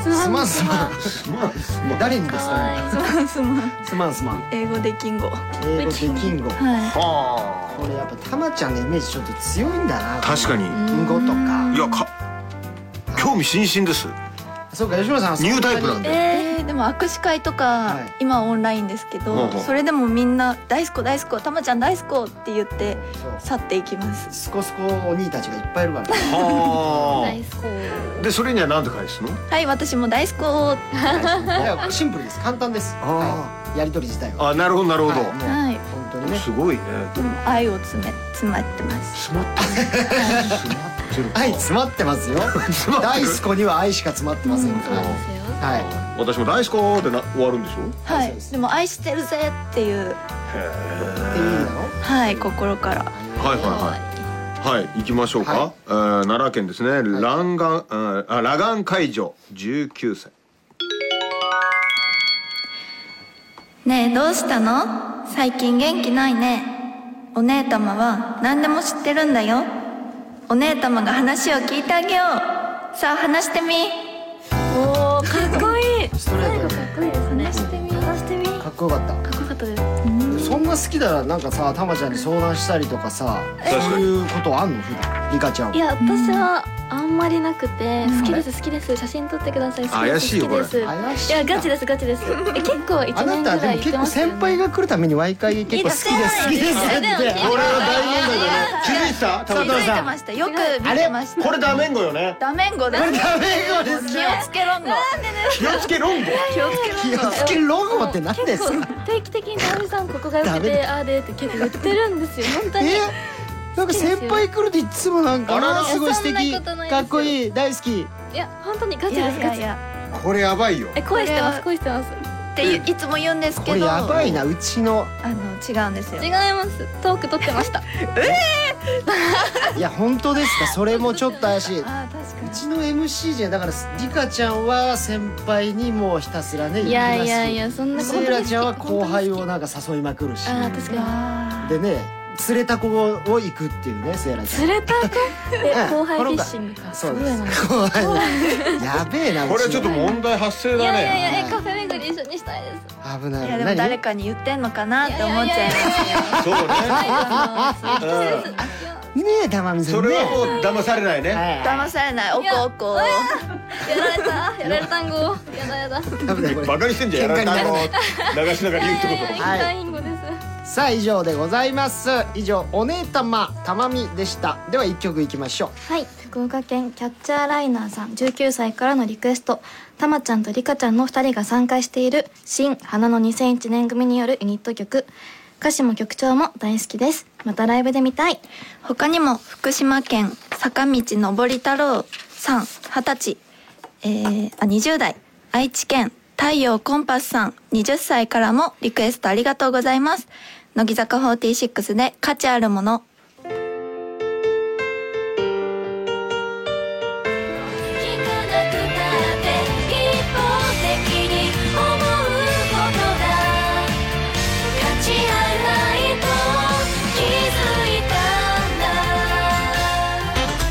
[SPEAKER 1] すまんすまん
[SPEAKER 3] まあ
[SPEAKER 1] もう誰にです
[SPEAKER 4] 可
[SPEAKER 1] かね
[SPEAKER 4] 愛い
[SPEAKER 5] すまん
[SPEAKER 1] すまんすまん
[SPEAKER 5] 英語できんご
[SPEAKER 1] 英語でキング
[SPEAKER 2] はい
[SPEAKER 3] は
[SPEAKER 1] これやっぱたまちゃんのイメージちょっと強いんだな
[SPEAKER 3] あ確かに
[SPEAKER 1] うんごとか
[SPEAKER 3] いやか興味津々です
[SPEAKER 1] そうか吉村さん
[SPEAKER 3] ニュータイプなん
[SPEAKER 1] で
[SPEAKER 3] で
[SPEAKER 5] えーでも握手会とか、
[SPEAKER 1] はい
[SPEAKER 5] 今オンラインですけ
[SPEAKER 3] ほう
[SPEAKER 5] ど
[SPEAKER 3] ほう
[SPEAKER 5] それでもみんな「大好こ大好こたまちゃん大好こ」って言って去っていきます
[SPEAKER 1] すこすこお兄たちがいっぱいいるからね
[SPEAKER 3] は
[SPEAKER 4] 大好き
[SPEAKER 3] あでそれには何て返すの
[SPEAKER 5] はい私も大好こ
[SPEAKER 1] い やシンプルです簡単です
[SPEAKER 3] あー
[SPEAKER 1] はいやり取り自体は
[SPEAKER 3] あなるほどなるほど
[SPEAKER 1] はいもう
[SPEAKER 5] はい
[SPEAKER 1] 本当にね
[SPEAKER 3] すごいね
[SPEAKER 5] でも愛を詰め詰まってます
[SPEAKER 3] 詰まってる詰まってる
[SPEAKER 1] 愛詰まってますよ
[SPEAKER 3] 詰まって
[SPEAKER 1] 大
[SPEAKER 3] る
[SPEAKER 1] スコには愛しか詰まってませんか
[SPEAKER 4] そう
[SPEAKER 1] ら
[SPEAKER 4] なんですよ
[SPEAKER 1] はい
[SPEAKER 3] 私も大好きーってな終わるんでしょ
[SPEAKER 5] は
[SPEAKER 1] そう
[SPEAKER 5] い
[SPEAKER 1] です
[SPEAKER 5] でも愛してるぜっていう
[SPEAKER 1] っていいなの
[SPEAKER 5] はい心から
[SPEAKER 3] はいはいはいはい行きましょうか、
[SPEAKER 1] はい
[SPEAKER 3] えー奈良県ですね、ランガンあーあラガン解除19歳
[SPEAKER 2] ねえどうしたの最近元気ないねお姉たまは何でも知ってるんだよお姉たまが話を聞いてあげようさあ話してみ
[SPEAKER 4] おーかっこいい
[SPEAKER 1] ストレ
[SPEAKER 4] 最
[SPEAKER 1] ー
[SPEAKER 4] 後
[SPEAKER 1] ト
[SPEAKER 4] か
[SPEAKER 1] で
[SPEAKER 4] っこいいですね話して
[SPEAKER 5] み
[SPEAKER 4] 話してみか
[SPEAKER 1] かっこよかっ
[SPEAKER 4] っこよかったです
[SPEAKER 1] たそんな好きだらなんかさたまちゃんに相談したりとかさ
[SPEAKER 3] 確かに
[SPEAKER 1] そういうことあんの普段リカちゃんはい
[SPEAKER 4] や私はあんまりなくて好きです好きです写真撮ってください好きで
[SPEAKER 3] 怪
[SPEAKER 4] す
[SPEAKER 3] しいよ
[SPEAKER 4] 好きです
[SPEAKER 1] 怪しい
[SPEAKER 4] い
[SPEAKER 1] な
[SPEAKER 4] やガチですガチですえ結構一
[SPEAKER 1] あな
[SPEAKER 4] 年ぐ
[SPEAKER 1] た
[SPEAKER 4] ら
[SPEAKER 1] で
[SPEAKER 4] い
[SPEAKER 1] も
[SPEAKER 4] 行っ
[SPEAKER 1] 結
[SPEAKER 4] てま
[SPEAKER 1] 構
[SPEAKER 4] すよ
[SPEAKER 1] 先輩
[SPEAKER 4] ね
[SPEAKER 1] が来るために毎回結構好きです好きですって
[SPEAKER 3] これは大問題だね気づいてた
[SPEAKER 5] 気
[SPEAKER 3] 高
[SPEAKER 5] づ
[SPEAKER 3] 田
[SPEAKER 5] いて
[SPEAKER 3] さん
[SPEAKER 5] ましたよく見てました
[SPEAKER 3] これダメんごよね
[SPEAKER 5] ダメンゴで
[SPEAKER 1] こ
[SPEAKER 5] す
[SPEAKER 1] れダメよです
[SPEAKER 5] 気を
[SPEAKER 1] ね
[SPEAKER 5] つけろんご
[SPEAKER 3] 気をつけ論語
[SPEAKER 5] 気をつけろん
[SPEAKER 1] 気をつけロゴって何ですか
[SPEAKER 4] 結構定期的に直美さんここが良く
[SPEAKER 1] ダメ
[SPEAKER 4] てああでって結構言ってるんですよ本当に
[SPEAKER 1] えなんか先輩来るといつもなんか
[SPEAKER 3] あらら
[SPEAKER 1] あーすごい素
[SPEAKER 4] そん
[SPEAKER 1] 敵
[SPEAKER 4] なことないですよ
[SPEAKER 1] かっこいい大好き
[SPEAKER 4] いや本当にガチ
[SPEAKER 5] い
[SPEAKER 4] で
[SPEAKER 5] や
[SPEAKER 4] す
[SPEAKER 5] い
[SPEAKER 4] ガ
[SPEAKER 5] や
[SPEAKER 4] チ
[SPEAKER 5] いや
[SPEAKER 3] これやばいよ
[SPEAKER 4] え恋してま
[SPEAKER 5] こ
[SPEAKER 4] す恋
[SPEAKER 5] れは
[SPEAKER 4] してます
[SPEAKER 5] っていいつも言うんですけ
[SPEAKER 1] こ
[SPEAKER 5] ど
[SPEAKER 1] れやばいなうちの
[SPEAKER 5] あの違うんですよ
[SPEAKER 4] 違いますトーク撮ってました
[SPEAKER 1] いや本当ですかそれもちょっと怪しい
[SPEAKER 5] あー確かに
[SPEAKER 1] ちの MC じゃだからリカちゃんは先輩にもうひたすらね
[SPEAKER 2] いやいやい
[SPEAKER 1] や
[SPEAKER 2] やそんな
[SPEAKER 1] セイラちゃんは後輩を
[SPEAKER 2] 本
[SPEAKER 1] なんか誘いまくるし
[SPEAKER 2] 当に好きあー確か
[SPEAKER 4] わ
[SPEAKER 1] でね連れた子を行くっていうねセイラちゃ
[SPEAKER 2] に
[SPEAKER 1] ん
[SPEAKER 2] 連れた子って
[SPEAKER 1] うん
[SPEAKER 2] 後輩フィッシングか
[SPEAKER 1] そうで
[SPEAKER 2] すごい
[SPEAKER 1] す
[SPEAKER 2] な
[SPEAKER 1] 後輩やべえな
[SPEAKER 3] これはちょっと
[SPEAKER 1] う
[SPEAKER 3] 問題発生
[SPEAKER 2] い
[SPEAKER 3] だ
[SPEAKER 2] やい
[SPEAKER 3] ね
[SPEAKER 2] やいやえカフェ巡り一緒にしたいです
[SPEAKER 1] 危ない
[SPEAKER 4] ーいやでも誰
[SPEAKER 1] 何
[SPEAKER 4] かに言ってんのかなって思っちゃいます
[SPEAKER 3] そうね
[SPEAKER 2] あ
[SPEAKER 3] う
[SPEAKER 2] の
[SPEAKER 3] ん
[SPEAKER 1] ねえ玉美さん
[SPEAKER 3] そ
[SPEAKER 1] ね
[SPEAKER 3] れはもう騙されないね
[SPEAKER 1] は
[SPEAKER 4] 騙されないおこおこ
[SPEAKER 2] やられたやられたんごやだやだ
[SPEAKER 1] い危ないこれ
[SPEAKER 3] バカにしてんじゃんやられたの流しながら言うって
[SPEAKER 2] いやいやい
[SPEAKER 3] こ
[SPEAKER 2] や
[SPEAKER 1] はい
[SPEAKER 2] 一回インゴです
[SPEAKER 1] さあ以上でございます以上お姉たまたまみでしたでは一曲いきましょう
[SPEAKER 2] はい福岡県キャッチャーライナーさん19歳からのリクエストたまちゃんとりかちゃんの2人が参加している新花の2001年組によるユニット曲歌詞も曲調も大好きですまたライブで見たい
[SPEAKER 5] 他にも福島県坂道上り太郎さん二十歳、えー、あ20代愛知県太陽コンパスさん20歳からもリクエストありがとうございます乃木坂46で価値あるもの
[SPEAKER 6] 聞かなくたって一方的に思うことだ価値ある愛と気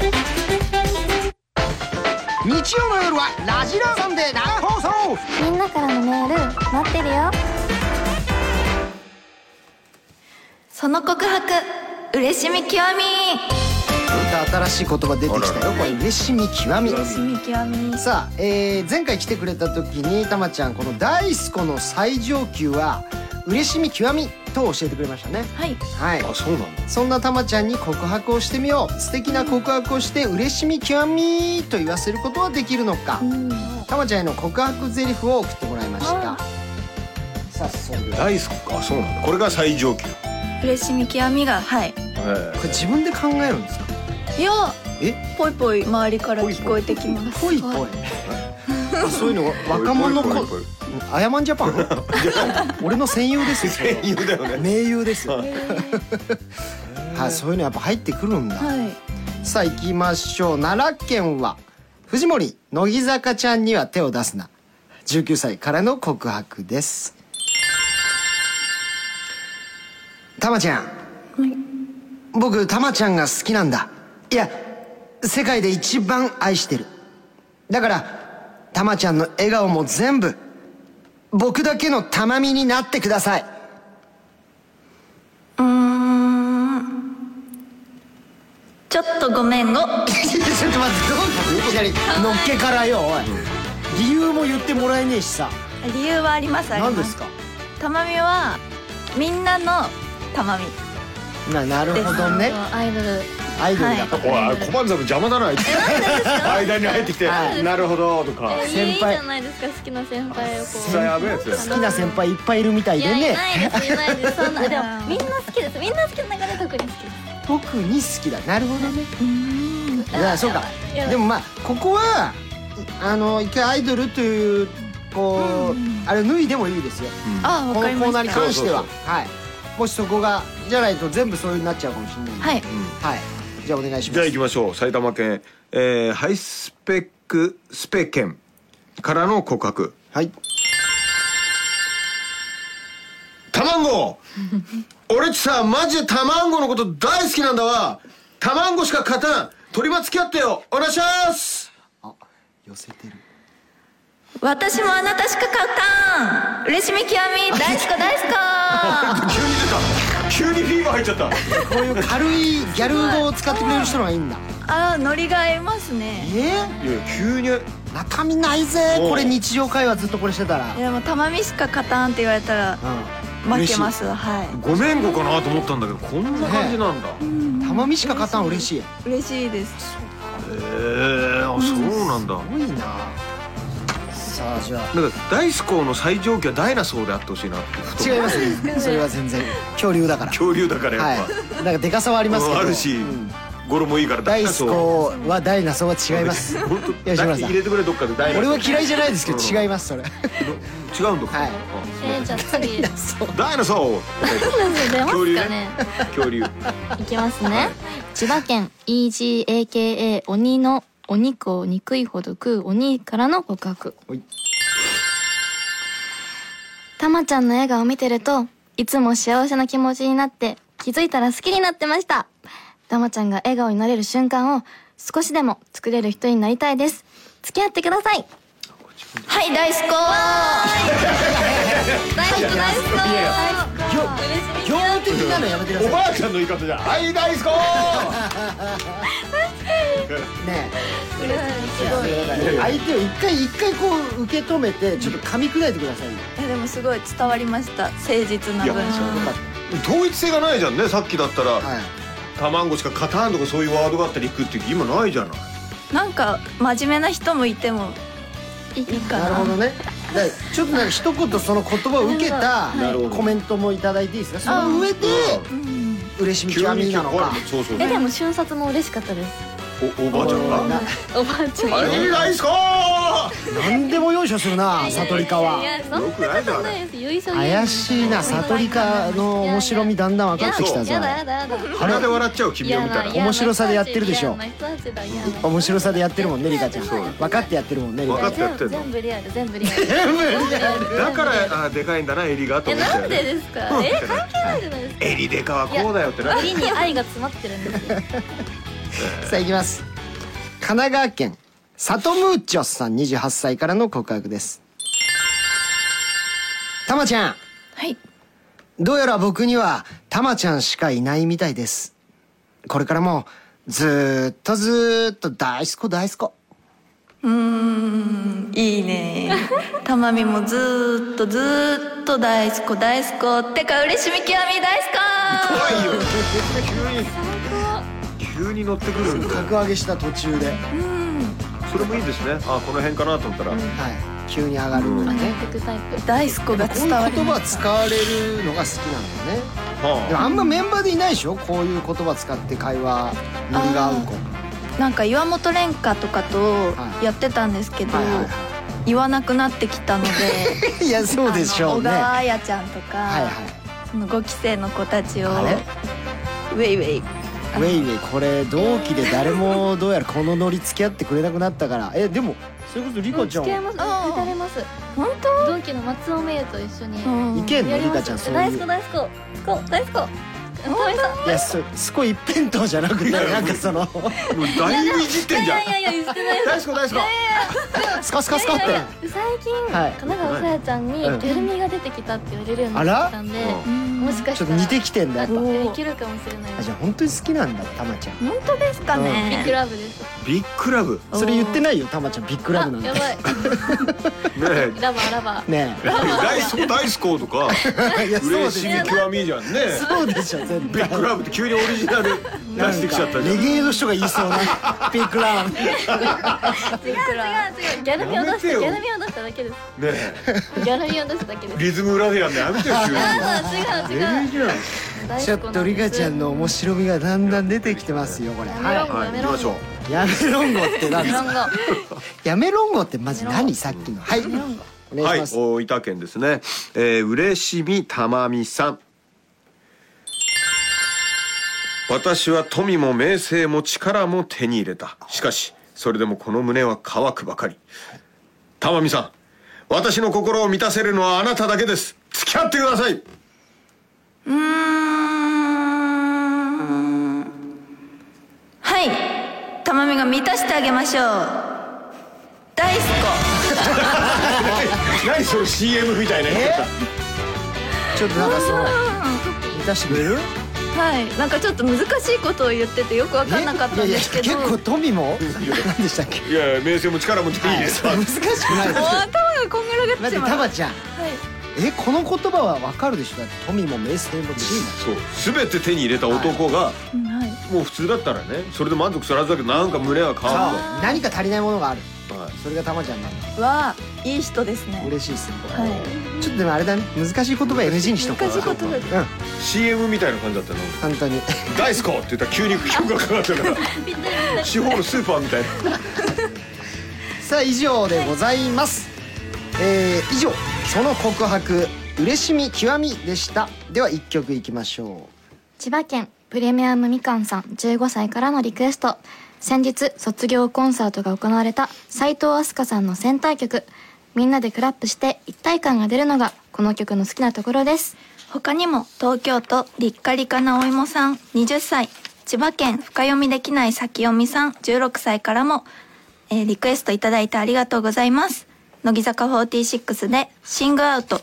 [SPEAKER 6] づいたんだ
[SPEAKER 1] 日曜の夜はラジラサンデー生放送
[SPEAKER 2] みんなからのメール待ってるよ
[SPEAKER 5] その告白嬉しみ極み
[SPEAKER 1] また新しい言葉出てきたよこれ嬉しみ極み
[SPEAKER 4] しみきわみ
[SPEAKER 1] さあ、えー前回来てくれた時にたまちゃんこのダイスコの最上級は嬉しみ極みと教えてくれましたね
[SPEAKER 5] はい
[SPEAKER 1] はい
[SPEAKER 3] とあそうなんだ
[SPEAKER 1] そんなたまちゃんに告白をしてみよう素敵な告白をして嬉しみ極みと言わせることはできるのかたまちゃんへの告白ゼリフを送ってもらいましたさあそうこ
[SPEAKER 3] 大好きかそうなんだこれが最上級
[SPEAKER 5] 嬉しみ極みがはい
[SPEAKER 1] れ自分で考えるんですか
[SPEAKER 4] いや
[SPEAKER 1] え
[SPEAKER 4] ぽいぽい周りから聞こえてきます
[SPEAKER 1] ぽいぽいあそういうの若者の子アヤマンジャパン俺の戦友ですよそれ
[SPEAKER 3] 言うだよ ね
[SPEAKER 1] 名優ですよ、 はい、そういうのやっぱ入ってくるんだ、
[SPEAKER 4] はい
[SPEAKER 1] さあ行きましょう奈良県は藤森乃木坂ちゃんには手を出すな19歳からの告白ですたまちゃん、僕たまちゃんが好きなんだいや世界で一番愛してるだからたまちゃんの笑顔も全部僕だけのたまみになってくださいう
[SPEAKER 5] ーんちょっとごめんご
[SPEAKER 1] ちょっと待ってどういきなりのっけからよおい理由も言ってもらえねえしさ
[SPEAKER 5] 理由はありますあります
[SPEAKER 1] 何ですか
[SPEAKER 5] たまみはみんなのたまみ
[SPEAKER 1] ななるほどね
[SPEAKER 2] アイドル
[SPEAKER 1] アイドルだから、
[SPEAKER 3] おい小判座の邪魔だなあい つ間に入ってきて
[SPEAKER 1] はい
[SPEAKER 3] なるほどとか
[SPEAKER 2] えーい
[SPEAKER 1] 先
[SPEAKER 2] いじ
[SPEAKER 1] 輩
[SPEAKER 2] ゃないですか好きな先輩をこ
[SPEAKER 3] さやべえやつだよ
[SPEAKER 1] 好きな先輩いっぱいいるみた
[SPEAKER 2] う
[SPEAKER 1] い
[SPEAKER 2] い
[SPEAKER 1] で
[SPEAKER 2] やい
[SPEAKER 1] ね
[SPEAKER 2] ないですいないですそんなでもみんな好きですみんな好きな中で特に好きです
[SPEAKER 1] 特に好きだなるほどねいやそうか
[SPEAKER 2] やばい
[SPEAKER 1] でもまあここはいあの一回アイドルというこう、あれ脱いでもいいですよ
[SPEAKER 5] あ
[SPEAKER 1] こ
[SPEAKER 5] わ
[SPEAKER 1] のコ
[SPEAKER 5] かりま
[SPEAKER 1] ーナ
[SPEAKER 5] した
[SPEAKER 1] ーに関しては
[SPEAKER 3] そうそ
[SPEAKER 1] はいもしそこがじゃないと全部そういうになっちゃうかもしれないんで
[SPEAKER 5] はい
[SPEAKER 1] はいじゃあお願いします
[SPEAKER 3] じゃあ行きましょう埼玉県、えーハイスペックスペ県からの告白
[SPEAKER 1] はい
[SPEAKER 3] 卵 俺っちさマジで卵のこと大好きなんだわ卵しか勝たん鳥間付き合ってよお願いします
[SPEAKER 1] あ寄せてる
[SPEAKER 5] 私もあなたしか買ったん嬉しみ極み大好き大 好き
[SPEAKER 3] 急にフィーバー入っちゃった
[SPEAKER 1] こういう軽いギャル語を使ってくれる人のがいいんだ
[SPEAKER 4] あーノリが合いますね
[SPEAKER 1] え
[SPEAKER 3] いや急に
[SPEAKER 1] ー、中身ないぜ
[SPEAKER 3] おう
[SPEAKER 1] これ日常会話ずっとこれしてたら
[SPEAKER 4] いやでもたまみしか勝たんって言われたら
[SPEAKER 1] うん
[SPEAKER 4] 負けま
[SPEAKER 1] 嬉し
[SPEAKER 4] すはい
[SPEAKER 3] ごめんごかなと思ったんだけどこんな感じなんだ、
[SPEAKER 1] い玉美しか勝たん嬉しいす
[SPEAKER 4] 嬉しいです
[SPEAKER 3] へえー、あそうなんだ
[SPEAKER 1] ごいなさあじゃあ
[SPEAKER 3] なんか大スコの最上級はダイナソーであってほしいなってふと
[SPEAKER 1] 違います ねそれは全然恐竜だから
[SPEAKER 3] 恐竜だからやっぱ、
[SPEAKER 1] はいなんかでかさはありますけど
[SPEAKER 3] あるし、
[SPEAKER 1] うん
[SPEAKER 3] 語呂もいいから
[SPEAKER 1] ダ
[SPEAKER 3] 大
[SPEAKER 1] イ
[SPEAKER 3] ナ
[SPEAKER 1] ス
[SPEAKER 3] ソー
[SPEAKER 1] コはダイナソーは違います
[SPEAKER 3] 本当
[SPEAKER 1] 吉村さん
[SPEAKER 3] 入れてくれどっかでダイナ
[SPEAKER 1] 俺
[SPEAKER 3] ソ
[SPEAKER 1] は
[SPEAKER 3] ー
[SPEAKER 1] 嫌いじゃないですけ
[SPEAKER 3] うん
[SPEAKER 1] ど違いますそれ
[SPEAKER 3] 違うんだか、
[SPEAKER 1] はい
[SPEAKER 2] えー、じゃあ次
[SPEAKER 3] あダイナソー
[SPEAKER 2] 出ます
[SPEAKER 3] 恐
[SPEAKER 2] か
[SPEAKER 3] 竜
[SPEAKER 2] ね
[SPEAKER 3] ね恐竜
[SPEAKER 2] いきますね。千葉県 EGAKA 鬼のお肉を憎いほど食う鬼からの告白
[SPEAKER 1] ほい
[SPEAKER 2] たまちゃんの笑顔を見てるといつも幸せな気持ちになって気づいたら好きになってましたたまちゃんが笑顔になれる瞬間を少しでも作れる人になりたいです付き合ってください
[SPEAKER 5] はい大スコ
[SPEAKER 2] 大好き大好き
[SPEAKER 1] 強的なのやめてくだ
[SPEAKER 3] お
[SPEAKER 1] さ
[SPEAKER 3] ばあちゃんの言い方じゃんはい大好き
[SPEAKER 1] いねえ相手を一回一回こう受け止めてちょっと噛み砕いてくださいよ
[SPEAKER 7] えでもすごい伝わりました誠実ない
[SPEAKER 3] や
[SPEAKER 7] 文
[SPEAKER 1] よかっ
[SPEAKER 3] 統一性がないじゃんねさっきだったら
[SPEAKER 1] たはい
[SPEAKER 3] 卵しか勝たんとかそういうワードがあったりいくっていう今ないじゃない
[SPEAKER 7] なんか真面目な人もいてもいいか
[SPEAKER 1] なる
[SPEAKER 7] な
[SPEAKER 1] ほどねだからちょっとなんか一言その言葉を受けた
[SPEAKER 3] なるほど
[SPEAKER 1] コメントもいただいていいですかその上で嬉しみ極みなのか
[SPEAKER 3] そうそう
[SPEAKER 2] えでも瞬殺も嬉しかったです
[SPEAKER 3] おおばあちゃんが
[SPEAKER 1] な
[SPEAKER 2] おばあちゃん
[SPEAKER 3] はい大好
[SPEAKER 1] 何でも容赦するな悟りかはい
[SPEAKER 2] やいやそんなことないですよいしょ
[SPEAKER 1] 怪しいな悟りかの面白みだんだん分かってきたぞ
[SPEAKER 2] やだやだやだ
[SPEAKER 3] き鼻で笑っちゃう君を見た
[SPEAKER 2] 嫌な
[SPEAKER 3] ら
[SPEAKER 1] 面白さでやってるでしょ
[SPEAKER 2] 嫌な人たちだ嫌な人たちだ
[SPEAKER 1] 面白さでやってるもんねリカちゃん
[SPEAKER 3] そう
[SPEAKER 1] 分かってやってるもんねリ
[SPEAKER 3] 分か
[SPEAKER 1] カ
[SPEAKER 3] っ
[SPEAKER 1] ち
[SPEAKER 3] て
[SPEAKER 1] ゃん
[SPEAKER 3] やってんの
[SPEAKER 2] 全部リアル全部リアル
[SPEAKER 1] 全部リアル
[SPEAKER 3] だからあーでかいんだな襟がと
[SPEAKER 2] え
[SPEAKER 3] 思って
[SPEAKER 2] なんでですかえ関係ないじゃないですか
[SPEAKER 3] 襟でかはこうだよってな
[SPEAKER 2] 襟に愛が詰まってるんですよ
[SPEAKER 1] さあいきます神奈川県サトムーチョスさん28歳からの告白ですたまちゃん
[SPEAKER 5] はい
[SPEAKER 1] どうやら僕にはたまちゃんしかいないみたいですこれからもずーっとずーっと大好き大好き
[SPEAKER 7] いいねたまみもずーっとずーっと大スコ大スコってか嬉しみ極み大スコ
[SPEAKER 3] 怖いよ急に急に乗ってくるんだ
[SPEAKER 1] 格上げした途中で、は
[SPEAKER 3] それもいいですねあこの辺かなと思ったら
[SPEAKER 1] い、急に上がるのがね、
[SPEAKER 2] テクタイプ
[SPEAKER 7] 大スコが
[SPEAKER 1] こういう
[SPEAKER 7] 伝
[SPEAKER 1] 言
[SPEAKER 7] わる
[SPEAKER 1] 葉使われるのが好きなんだねでも
[SPEAKER 3] は
[SPEAKER 1] あんまメンバーでいないでしょこういう言葉使って会話ノリが合う子
[SPEAKER 7] なんか岩本蓮香とかと
[SPEAKER 1] はい
[SPEAKER 7] やってたんですけど、
[SPEAKER 1] はいはいは
[SPEAKER 7] 言わなくなってきたので
[SPEAKER 1] いいや そうでし
[SPEAKER 7] あの
[SPEAKER 1] ょう
[SPEAKER 7] 小
[SPEAKER 1] ね
[SPEAKER 7] 川
[SPEAKER 1] は
[SPEAKER 7] 彩ちゃんとか、
[SPEAKER 1] いはい
[SPEAKER 7] その5期生の子たちをウ
[SPEAKER 1] あれ
[SPEAKER 7] ェイウェイ
[SPEAKER 1] ウェイウェイこれ同期で誰もどうやらこのノリ付き合ってくれなくなったからえでもそれこそリカちゃ
[SPEAKER 2] 付
[SPEAKER 1] ん
[SPEAKER 2] き合います打たれます
[SPEAKER 7] 本
[SPEAKER 2] 同期の松尾芽衣と一緒に
[SPEAKER 1] いけんのリカちゃんそう
[SPEAKER 2] 大
[SPEAKER 1] いう
[SPEAKER 2] 好き大好きこう大好きこう
[SPEAKER 1] いやそすごい一辺倒じゃなくてなんか その
[SPEAKER 3] あもうだいぶいじってんじゃ
[SPEAKER 2] い
[SPEAKER 3] ん
[SPEAKER 2] やいやいや言ってない
[SPEAKER 3] 大好き大好き
[SPEAKER 1] スカスカスカって
[SPEAKER 2] いやいや最近、
[SPEAKER 1] はい
[SPEAKER 2] 神奈川さやちゃんにギ
[SPEAKER 1] うん
[SPEAKER 2] ャルミが出てきたって言われるように
[SPEAKER 1] あ
[SPEAKER 2] な
[SPEAKER 1] ら
[SPEAKER 2] ってきたんで、
[SPEAKER 3] う
[SPEAKER 2] もしか
[SPEAKER 1] ち
[SPEAKER 2] し
[SPEAKER 1] ょっと
[SPEAKER 2] たら
[SPEAKER 1] 似てきてんだやっぱ
[SPEAKER 2] いけるかもしれない
[SPEAKER 1] あじゃあ本当に好きなんだたまちゃん
[SPEAKER 7] 本当ですか
[SPEAKER 2] ビッ
[SPEAKER 7] ね
[SPEAKER 2] グラブです
[SPEAKER 3] ビッグラブ
[SPEAKER 1] それ言ってないよたまちゃんビッグラブなん
[SPEAKER 2] あ
[SPEAKER 1] だ
[SPEAKER 2] や
[SPEAKER 1] ね
[SPEAKER 2] ばい
[SPEAKER 3] ねえ
[SPEAKER 2] ラバーラ バー
[SPEAKER 1] ね
[SPEAKER 3] 大好き大好きとか
[SPEAKER 1] え いやそうで
[SPEAKER 3] 嬉
[SPEAKER 1] し
[SPEAKER 3] し
[SPEAKER 1] ょ
[SPEAKER 3] み極みじゃんね
[SPEAKER 1] そうでしょ絶
[SPEAKER 3] ビッ
[SPEAKER 1] 対
[SPEAKER 3] グラブって急にオリジナル出してきちゃったじゃ
[SPEAKER 1] レ
[SPEAKER 3] ん
[SPEAKER 1] ゲエの人が言い そうなビッグラブ
[SPEAKER 2] 違う違う違うギャルミを出してギ
[SPEAKER 3] や
[SPEAKER 2] ャル
[SPEAKER 3] めてよ
[SPEAKER 2] ミを出しただ けです
[SPEAKER 3] ねえ
[SPEAKER 2] ギャルミを出しただけです
[SPEAKER 3] リズム裏でやんのやめてよ急に
[SPEAKER 2] あ違う違う
[SPEAKER 3] じゃん
[SPEAKER 2] 大
[SPEAKER 1] ちょ
[SPEAKER 2] 好
[SPEAKER 1] っ
[SPEAKER 2] きなんです
[SPEAKER 1] とリカちゃんの面白みがだんだん出てきてますよこれ
[SPEAKER 2] や
[SPEAKER 1] は
[SPEAKER 2] めろんご
[SPEAKER 3] はい
[SPEAKER 2] や
[SPEAKER 3] 行
[SPEAKER 2] め
[SPEAKER 3] き
[SPEAKER 2] ろん
[SPEAKER 3] ま
[SPEAKER 2] ご
[SPEAKER 1] いやめろん
[SPEAKER 3] しょう
[SPEAKER 1] ごって何ですか
[SPEAKER 2] 今後
[SPEAKER 1] やめろんごってまず何さっきのはいお願
[SPEAKER 3] はい
[SPEAKER 1] しま
[SPEAKER 3] い
[SPEAKER 1] す
[SPEAKER 3] 大分県ですねえー嬉しみたまみさん私は富も名声も力も手に入れたしかしそれでもこの胸は乾くばかりたまみさん私の心を満たせるのはあなただけです付き合ってくださいう
[SPEAKER 5] ーんはいたまみが満たしてあげましょう大ス
[SPEAKER 3] 何その CM みたいなやつ
[SPEAKER 1] ちょっとなんかその満たしてくれる
[SPEAKER 7] はいなんかちょっと難しいことを言っててよく分かんなかったんですけ
[SPEAKER 1] いや
[SPEAKER 7] ど
[SPEAKER 1] いや結構富も何でしたっけ
[SPEAKER 3] いやいや名声も力も手に入れ
[SPEAKER 1] 難
[SPEAKER 3] た
[SPEAKER 1] しくないです
[SPEAKER 7] もう頭がこんがらが
[SPEAKER 1] だ
[SPEAKER 7] っ
[SPEAKER 1] ってて
[SPEAKER 7] しま
[SPEAKER 1] タ
[SPEAKER 7] う
[SPEAKER 1] バちゃん、えこの言葉はわかるでしょだって富も名声も地位も
[SPEAKER 3] そう全て手に入れた男が、もう普通だったらねそれで満足されたけどなんか胸は変わ
[SPEAKER 1] さあ何か足りないものがある
[SPEAKER 3] ると、はい、
[SPEAKER 1] それがタマちゃんなんだ
[SPEAKER 7] はいい人ですね
[SPEAKER 1] 嬉しいですね
[SPEAKER 7] はい
[SPEAKER 1] ちょっとでもあれだね難しい言葉 NG にしとこう
[SPEAKER 7] 難しいこと
[SPEAKER 1] う
[SPEAKER 7] で
[SPEAKER 1] ん
[SPEAKER 3] CM みたいな感じだったの
[SPEAKER 1] 本当に
[SPEAKER 3] 「大好き!」って言ったら急に曲がかかった から地方のスーパーみたいな
[SPEAKER 1] さあ以上でございます、えー以上その告白嬉しみ極みでしたでは一曲いきましょう
[SPEAKER 2] 千葉県プレミアムみかんさん15歳からのリクエスト先日卒業コンサートが行われた斉藤飛鳥さんのセンター曲みんなでクラップして一体感が出るのがこの曲の好きなところです
[SPEAKER 5] 他にも東京都リッカリカなお芋さん20歳千葉県深読みできない先読みさん16歳からも、えーリクエストいただいてありがとうございます乃木坂46で「シングアウト」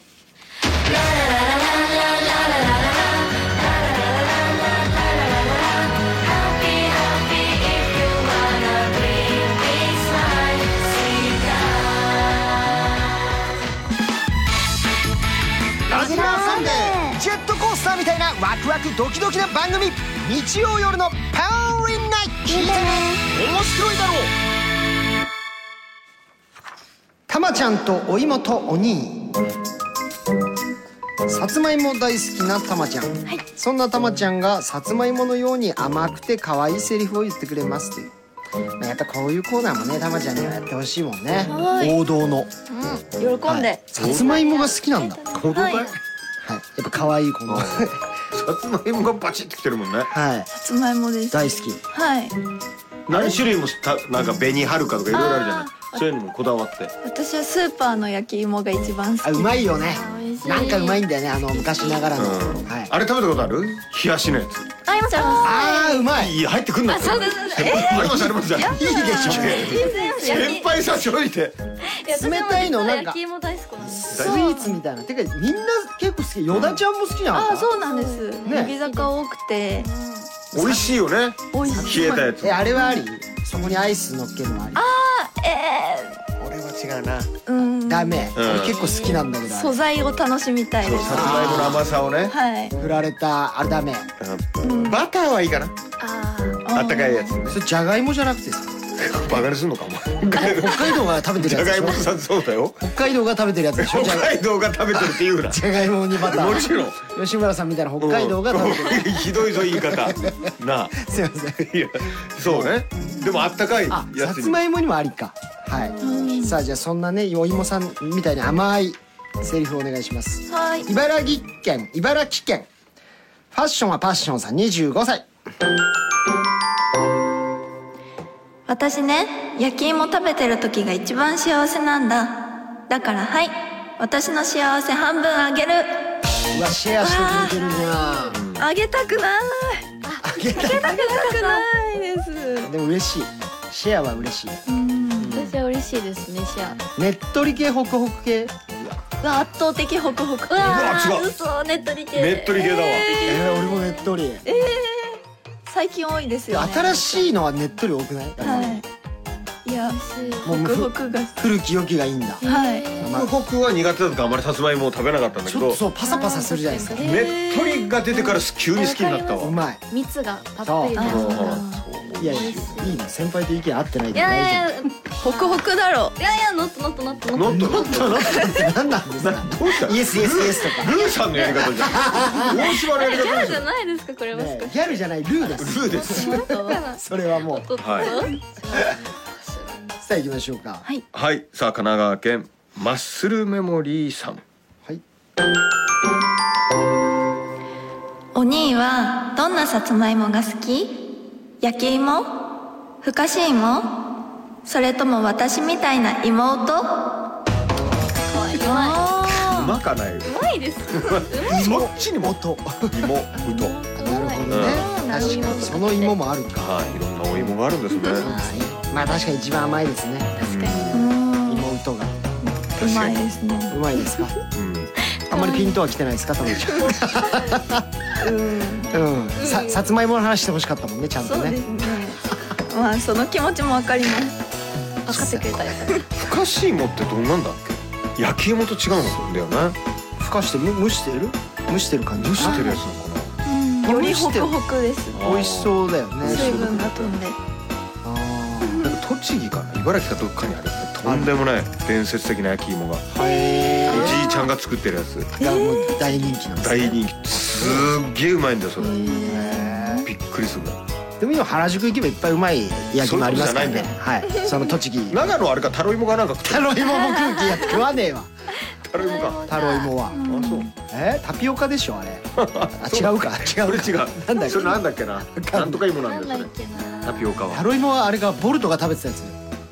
[SPEAKER 1] ラジラーサンデージェットコースターみたいなワクワクドキドキな番組日曜夜のパワーリンナイト聞いてね面白いだろうたまちゃんとお芋とお兄さつまいも大好きなたまちゃん、そんなたまちゃんがさつまいものように甘くて可愛いセリフを言ってくれますという、まあやっぱこういうコーナーもねたまちゃんにはやってほしいもんね王道の
[SPEAKER 7] 喜んで、
[SPEAKER 1] さつまいもが好きなんだ、はい、
[SPEAKER 3] 本当かい
[SPEAKER 1] やっぱ可愛いこの
[SPEAKER 3] さつまいもがバチッてきてるもんね
[SPEAKER 1] はい
[SPEAKER 7] さつまいもです
[SPEAKER 1] 大好き
[SPEAKER 7] はい
[SPEAKER 3] 何種類もたなんか紅はるかとかいろいろあるじゃないそういうのもこだわって
[SPEAKER 7] 私はスーパーの焼き芋が一番好
[SPEAKER 1] あ
[SPEAKER 7] き
[SPEAKER 1] うまいよね
[SPEAKER 2] 美味しい
[SPEAKER 1] なんかうまいんだよねあの昔ながらの、
[SPEAKER 3] うん、
[SPEAKER 1] はい
[SPEAKER 3] あれ食べたことある冷やしのや
[SPEAKER 7] あいもちゃん
[SPEAKER 1] あーうま
[SPEAKER 3] つ
[SPEAKER 1] い
[SPEAKER 3] いや入ってくんなそうですありましたありました
[SPEAKER 1] いいでしょ
[SPEAKER 3] 先輩差し置いて
[SPEAKER 1] 冷たいのなんか
[SPEAKER 2] 焼き芋大好きなんです
[SPEAKER 1] スイーツみたいなてかみんな結構好きよだちゃんも好きじゃん
[SPEAKER 7] あそうなんです、
[SPEAKER 1] ね
[SPEAKER 7] 乃木坂多くて
[SPEAKER 3] 美味しいよね
[SPEAKER 7] 美味しい
[SPEAKER 3] 冷えたやつ
[SPEAKER 1] えあれはありそこにアイス乗っけるのあり
[SPEAKER 3] 俺は違うなさ
[SPEAKER 7] うん
[SPEAKER 1] ダメ、
[SPEAKER 3] うん
[SPEAKER 1] 俺結構好きなんだけどあ
[SPEAKER 7] 素材を楽しみたいです
[SPEAKER 3] つまいもの甘さをね
[SPEAKER 7] はい
[SPEAKER 1] れ振られたあれダメ
[SPEAKER 3] バターはいいかな
[SPEAKER 2] あ
[SPEAKER 3] あったかいやつね
[SPEAKER 1] それじゃがいもじゃなくてさ
[SPEAKER 3] バカにすんのかお前
[SPEAKER 1] 北海道が食べてる
[SPEAKER 3] じゃ
[SPEAKER 1] やつで
[SPEAKER 3] が
[SPEAKER 1] し
[SPEAKER 3] い
[SPEAKER 1] ょ
[SPEAKER 3] もさんそうだよ
[SPEAKER 1] 北海道が食べてるやつでしょじゃ
[SPEAKER 3] 北
[SPEAKER 1] が
[SPEAKER 3] 海道が食べてるって言うな
[SPEAKER 1] じゃがいもにバタ
[SPEAKER 3] もちろん
[SPEAKER 1] ー吉村さんみたいな北海道が食べてる
[SPEAKER 3] うんひどいぞ言 い方なあ
[SPEAKER 1] すいません
[SPEAKER 3] いやそうねでもあったかい
[SPEAKER 1] あ、
[SPEAKER 3] や
[SPEAKER 1] さ
[SPEAKER 3] つ
[SPEAKER 1] つ
[SPEAKER 3] に
[SPEAKER 1] まいもにもありか。はい。さあじゃあそんなね、お芋さんみたいに甘いセリフをお願いします。
[SPEAKER 7] はい
[SPEAKER 1] 茨城県、茨城県。ファッションはパッションさん、25歳。
[SPEAKER 5] 私ね焼き芋食べてる時が一番幸せなんだだからはい私の幸せ半分あげる
[SPEAKER 1] うわ、シェアしてくれてるな。
[SPEAKER 7] あげたくない
[SPEAKER 1] あげた
[SPEAKER 7] あげたくないです
[SPEAKER 1] でも嬉しい。シェアは嬉しい。
[SPEAKER 2] 私は嬉しいですねシェア
[SPEAKER 1] ねっとり系、ホクホク系。
[SPEAKER 7] うわ圧倒的ホクホクう
[SPEAKER 3] わ違う
[SPEAKER 7] 嘘ねっとり系
[SPEAKER 3] ねっとり系だわ
[SPEAKER 1] えー、俺もねっとり。
[SPEAKER 7] 最近多いですよね
[SPEAKER 1] 新しいのはねっとり多くない。
[SPEAKER 7] はいいや
[SPEAKER 1] もう
[SPEAKER 7] ホ
[SPEAKER 1] む
[SPEAKER 7] ク
[SPEAKER 1] ふ
[SPEAKER 7] ホクが
[SPEAKER 1] 古き良きがいいんだ。
[SPEAKER 7] はい
[SPEAKER 1] まあ
[SPEAKER 3] ホクホクは苦手だとかあまりさつまいもを食べなかったんだ
[SPEAKER 1] ち
[SPEAKER 3] け
[SPEAKER 1] ょっと
[SPEAKER 3] ど
[SPEAKER 1] そうパサパサするじゃないですか。
[SPEAKER 3] ねっとりが出てから急に好きになった
[SPEAKER 1] う
[SPEAKER 3] わ
[SPEAKER 1] まい。
[SPEAKER 2] 蜜がたっぷりな
[SPEAKER 3] そう
[SPEAKER 1] いやいやいいの先輩と意見合ってない
[SPEAKER 2] い
[SPEAKER 1] けど
[SPEAKER 2] や
[SPEAKER 1] 大
[SPEAKER 2] い
[SPEAKER 1] 丈夫。
[SPEAKER 2] や
[SPEAKER 7] ホクホクだろ
[SPEAKER 2] いやいやノットノットノットノッ
[SPEAKER 3] ノッ トノットノッ
[SPEAKER 1] 何なんです
[SPEAKER 3] ト
[SPEAKER 1] か
[SPEAKER 3] どうした
[SPEAKER 1] イエスイエスイエスとか、
[SPEAKER 3] ルーさんのやり方じゃ ん大島のやり
[SPEAKER 2] トギャ
[SPEAKER 3] 方
[SPEAKER 2] ル
[SPEAKER 3] じ
[SPEAKER 2] じ
[SPEAKER 3] ゃ
[SPEAKER 2] ゃ
[SPEAKER 3] ん
[SPEAKER 2] ないですかこれは
[SPEAKER 1] ね、ギャルじゃないルーで
[SPEAKER 3] ル
[SPEAKER 1] す
[SPEAKER 3] ーです
[SPEAKER 1] それはもう
[SPEAKER 3] はい
[SPEAKER 1] さあ行きましょうかはい、
[SPEAKER 3] はいさあ神奈川県マッスルメモリーさん
[SPEAKER 5] お兄はどんなさつまいもが好き焼き芋ふかし芋それとも私みたいな妹
[SPEAKER 3] うまかないよ
[SPEAKER 2] ないです
[SPEAKER 3] そっちにも
[SPEAKER 1] 元
[SPEAKER 3] 芋う
[SPEAKER 1] な
[SPEAKER 3] と
[SPEAKER 1] るほどね確かにその芋もあるか
[SPEAKER 3] はいいろんなお芋があるんですね
[SPEAKER 1] まあ確かに一番甘いですね
[SPEAKER 2] 確かに
[SPEAKER 1] 芋うとが
[SPEAKER 7] ううまいですね
[SPEAKER 1] うまいですか
[SPEAKER 3] うん
[SPEAKER 1] あんまりピンとは来てないですかたぶんうんささつまいもの話してほしかったもんねちゃんと
[SPEAKER 7] そうで
[SPEAKER 1] ね
[SPEAKER 7] すねまあその気持ちもわかります
[SPEAKER 2] 分かってくれたよ
[SPEAKER 3] ふかし芋ってどんなんだっけ焼き芋と違うんだよね
[SPEAKER 1] ふかしてむ蒸してる蒸してる感じ
[SPEAKER 3] 蒸してるやつなのか
[SPEAKER 1] こ
[SPEAKER 7] よ
[SPEAKER 1] れ
[SPEAKER 7] り
[SPEAKER 1] 蒸
[SPEAKER 7] ホ
[SPEAKER 1] してる
[SPEAKER 7] クホクです
[SPEAKER 3] な
[SPEAKER 1] 美味しそうだよね
[SPEAKER 7] 水分が飛んで
[SPEAKER 1] あ
[SPEAKER 3] なんか栃木かな茨城かどっかにあるとんでもない伝説的な焼き芋が
[SPEAKER 1] ーへ
[SPEAKER 3] おじいちゃんが作ってるやつ
[SPEAKER 1] えがもう大人気なんですね
[SPEAKER 3] 大人気すっげえうまいんだよそれびっくりするぐらい
[SPEAKER 1] でも今原宿行けばいっぱいうまい焼きもありますからね
[SPEAKER 3] そういうこ
[SPEAKER 1] はいその栃木
[SPEAKER 3] 長野あれかタロイモがなんか食って
[SPEAKER 1] タ
[SPEAKER 3] る
[SPEAKER 1] ロイモも空気やって食わねえわ
[SPEAKER 3] タロイモか
[SPEAKER 1] タロイモは
[SPEAKER 3] あそう
[SPEAKER 1] えタピオカでしょあれあ違うか違
[SPEAKER 3] こ
[SPEAKER 1] う
[SPEAKER 3] れ
[SPEAKER 1] か
[SPEAKER 3] 違う
[SPEAKER 1] なんだっけ
[SPEAKER 3] それなんだっけななんとか芋なんだよ
[SPEAKER 2] なんだっ
[SPEAKER 3] そ
[SPEAKER 2] け
[SPEAKER 3] れ
[SPEAKER 2] な
[SPEAKER 3] タピオカ
[SPEAKER 1] タ
[SPEAKER 3] は
[SPEAKER 1] ロイモはあれがボルトが食べてたやつ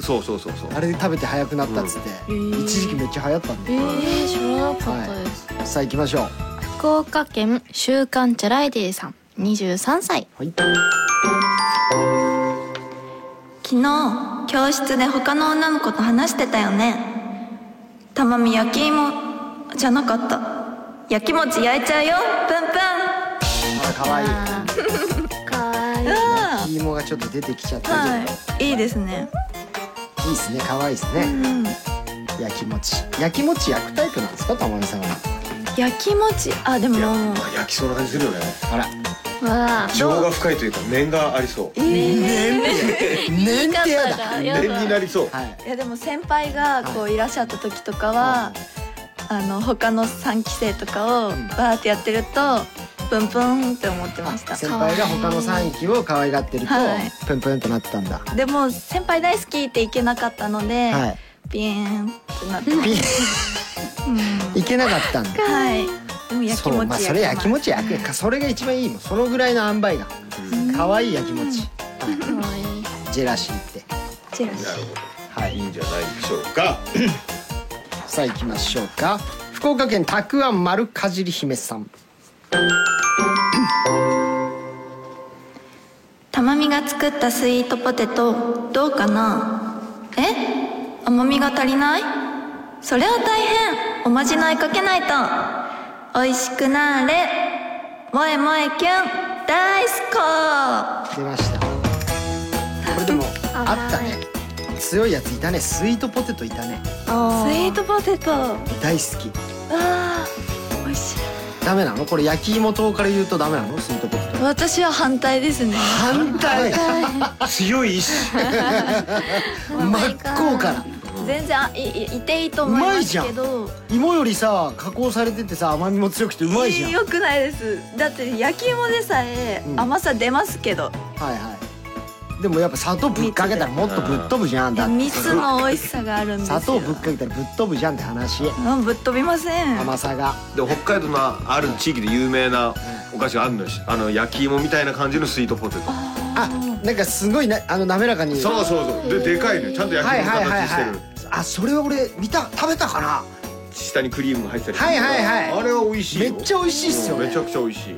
[SPEAKER 3] そうそうそうそう
[SPEAKER 1] あれで食べて早くなったっつって、
[SPEAKER 2] うん
[SPEAKER 1] 一時期めっちゃ流行ったんで、
[SPEAKER 2] えー、知らなかったです、
[SPEAKER 1] さあ行きましょう
[SPEAKER 2] 福岡県週刊チャライデーさん23歳
[SPEAKER 1] はい
[SPEAKER 5] 昨日教室で他の女の子と話してたよねたまみ焼き芋じゃなかった焼き餅焼いちゃうよプンプン
[SPEAKER 1] あかわいい
[SPEAKER 2] かわいい
[SPEAKER 5] あ
[SPEAKER 1] 芋がちょっと出てきちゃっ
[SPEAKER 5] ー
[SPEAKER 1] たけど、
[SPEAKER 5] はいいいですね
[SPEAKER 1] い、いですねかわいいですね、焼き餅焼き餅焼くタイプなんですかたまみさんは
[SPEAKER 5] 焼き餅あでも
[SPEAKER 3] まあ焼きそうな感じするよね
[SPEAKER 1] あら
[SPEAKER 2] わあ
[SPEAKER 3] 情が深いというか面がありそう
[SPEAKER 1] ねんてやだ
[SPEAKER 3] 面になりそう
[SPEAKER 1] はい
[SPEAKER 5] いやでも先輩がこういらっしゃった時とかは、あの他の3期生とかをバーってやってるとプンプンって思ってました
[SPEAKER 1] 先輩が他の三匹を可愛がってると
[SPEAKER 5] はい
[SPEAKER 1] プンプンとなってたんだは
[SPEAKER 5] でも先輩大好きっていけなかったので、
[SPEAKER 1] い
[SPEAKER 5] ピーンってなってま
[SPEAKER 1] ピ
[SPEAKER 5] し
[SPEAKER 1] ン
[SPEAKER 5] た
[SPEAKER 1] いけなかったんだ
[SPEAKER 5] はいでも焼き
[SPEAKER 1] そ
[SPEAKER 5] 餅
[SPEAKER 1] うまあそれ焼き餅焼くかそれが一番いいもんそのぐらいの塩梅が可愛い焼き餅はい
[SPEAKER 2] かわいい
[SPEAKER 1] ジェラシーって
[SPEAKER 5] チラシ
[SPEAKER 3] なるほど
[SPEAKER 1] はい
[SPEAKER 3] いいんじゃないでしょうか
[SPEAKER 1] さあ行きましょうか福岡県たくあん丸かじり姫さん
[SPEAKER 5] たまみが作ったスイートポテトどうかなえ甘みが足りないそれは大変おまじないかけないと美味しくなれ萌え萌えキュン大好
[SPEAKER 1] 出ましたこれでもあったね強いやついたねスイートポテトいたね
[SPEAKER 5] きスイートポテト
[SPEAKER 1] 大好き
[SPEAKER 5] あー美味しい
[SPEAKER 1] ダメなのこれ焼き芋糖から言うとダメなのスイートポテト
[SPEAKER 5] 私は反対ですね
[SPEAKER 1] 反対
[SPEAKER 3] 強い意志
[SPEAKER 1] 真っ向から
[SPEAKER 5] 全然あいいいていいと思いう
[SPEAKER 1] ま
[SPEAKER 5] ま
[SPEAKER 1] いじ
[SPEAKER 5] す
[SPEAKER 1] ゃん
[SPEAKER 5] けど
[SPEAKER 1] 芋よりさ加工されててさ甘みも強くてうまいじゃんはい
[SPEAKER 5] よくないですだって焼き芋でさえ
[SPEAKER 1] うん
[SPEAKER 5] 甘さ出ますけど、
[SPEAKER 1] はいでもやっぱ砂糖ぶっかけたらもっとぶっ飛ぶじゃん
[SPEAKER 5] いや
[SPEAKER 1] だって
[SPEAKER 5] 蜜の美味しさがあるんです
[SPEAKER 1] 砂
[SPEAKER 5] よ
[SPEAKER 1] 糖ぶっかけたらぶっ飛ぶじゃんって話
[SPEAKER 5] うんぶっ飛びません
[SPEAKER 1] 甘さが
[SPEAKER 3] で北海道のある地域で有名なお菓子があるのよあの焼き芋みたいな感じのスイートポテト
[SPEAKER 1] あなんかすごいなあの滑らかに
[SPEAKER 3] そうそうそうででかいのよちゃんと焼き
[SPEAKER 1] はい
[SPEAKER 3] 芋の
[SPEAKER 1] はいはい
[SPEAKER 3] 形してる、
[SPEAKER 1] はいあそれは俺見た食べたかな
[SPEAKER 3] 下にクリームが入ってたり
[SPEAKER 1] はいはいはい
[SPEAKER 3] あれは美味しい
[SPEAKER 1] め
[SPEAKER 3] よ
[SPEAKER 1] っちゃ美味しいっすよ
[SPEAKER 3] め
[SPEAKER 1] ね
[SPEAKER 3] ちゃくちゃ美味しい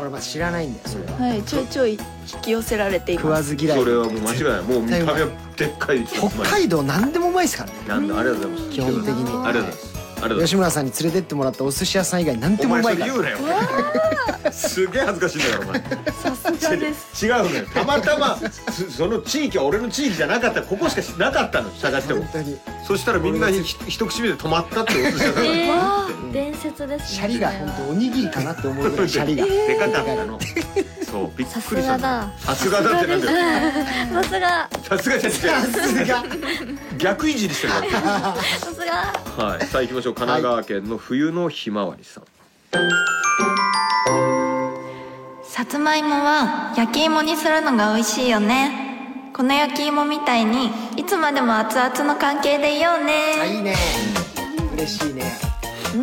[SPEAKER 1] 俺まだ知らないんだよそれは
[SPEAKER 5] はい、ちょいちょい引き寄せられてい
[SPEAKER 1] 食
[SPEAKER 5] ま
[SPEAKER 1] わ
[SPEAKER 5] す。
[SPEAKER 1] ず嫌い
[SPEAKER 3] それはもう間違いないもう見
[SPEAKER 1] 絶
[SPEAKER 3] た目
[SPEAKER 1] 対う
[SPEAKER 3] はでっかいです
[SPEAKER 1] 北海道何でもうまいですからね
[SPEAKER 3] なんだありがとうございます
[SPEAKER 1] 基本的に
[SPEAKER 3] ありがとうございますありがとうございます
[SPEAKER 1] 吉村さんに連れてってもらったお寿司屋さん以外何で
[SPEAKER 3] お
[SPEAKER 1] もう
[SPEAKER 3] 前そ
[SPEAKER 1] ま
[SPEAKER 3] れ
[SPEAKER 1] いか
[SPEAKER 3] 言
[SPEAKER 1] ら
[SPEAKER 3] うなよすげえ恥ずかしいんだからお前
[SPEAKER 5] さすがです。
[SPEAKER 3] 違うのよたまたまそその地域は俺の地域じゃなかったここしかしなかったの探しても
[SPEAKER 1] 本当に
[SPEAKER 3] そしたらみんなひ一口目で止まったってことじゃな
[SPEAKER 2] え
[SPEAKER 3] い
[SPEAKER 2] ー、伝説ですね
[SPEAKER 1] シャリが
[SPEAKER 2] それ
[SPEAKER 1] 本
[SPEAKER 2] は
[SPEAKER 1] 当おにぎりかなって思うぐらいシャリが
[SPEAKER 3] でかかったのそうびっ
[SPEAKER 2] さ
[SPEAKER 3] く
[SPEAKER 2] す
[SPEAKER 3] りした
[SPEAKER 2] が
[SPEAKER 3] の
[SPEAKER 2] だ
[SPEAKER 3] さすがだってなんだよ
[SPEAKER 2] さすが
[SPEAKER 3] さすがじゃなくて
[SPEAKER 1] さすが
[SPEAKER 3] 逆いじりしてるだ
[SPEAKER 2] さすが
[SPEAKER 3] けはいさあ行きましょう神奈川県の冬のひまわりさん
[SPEAKER 5] さつまいもは焼き芋にするのが美味しいよね。この焼き芋みたいにいつまでも熱々の関係でいよう
[SPEAKER 1] あ
[SPEAKER 5] ね。
[SPEAKER 1] いいね嬉しいねうん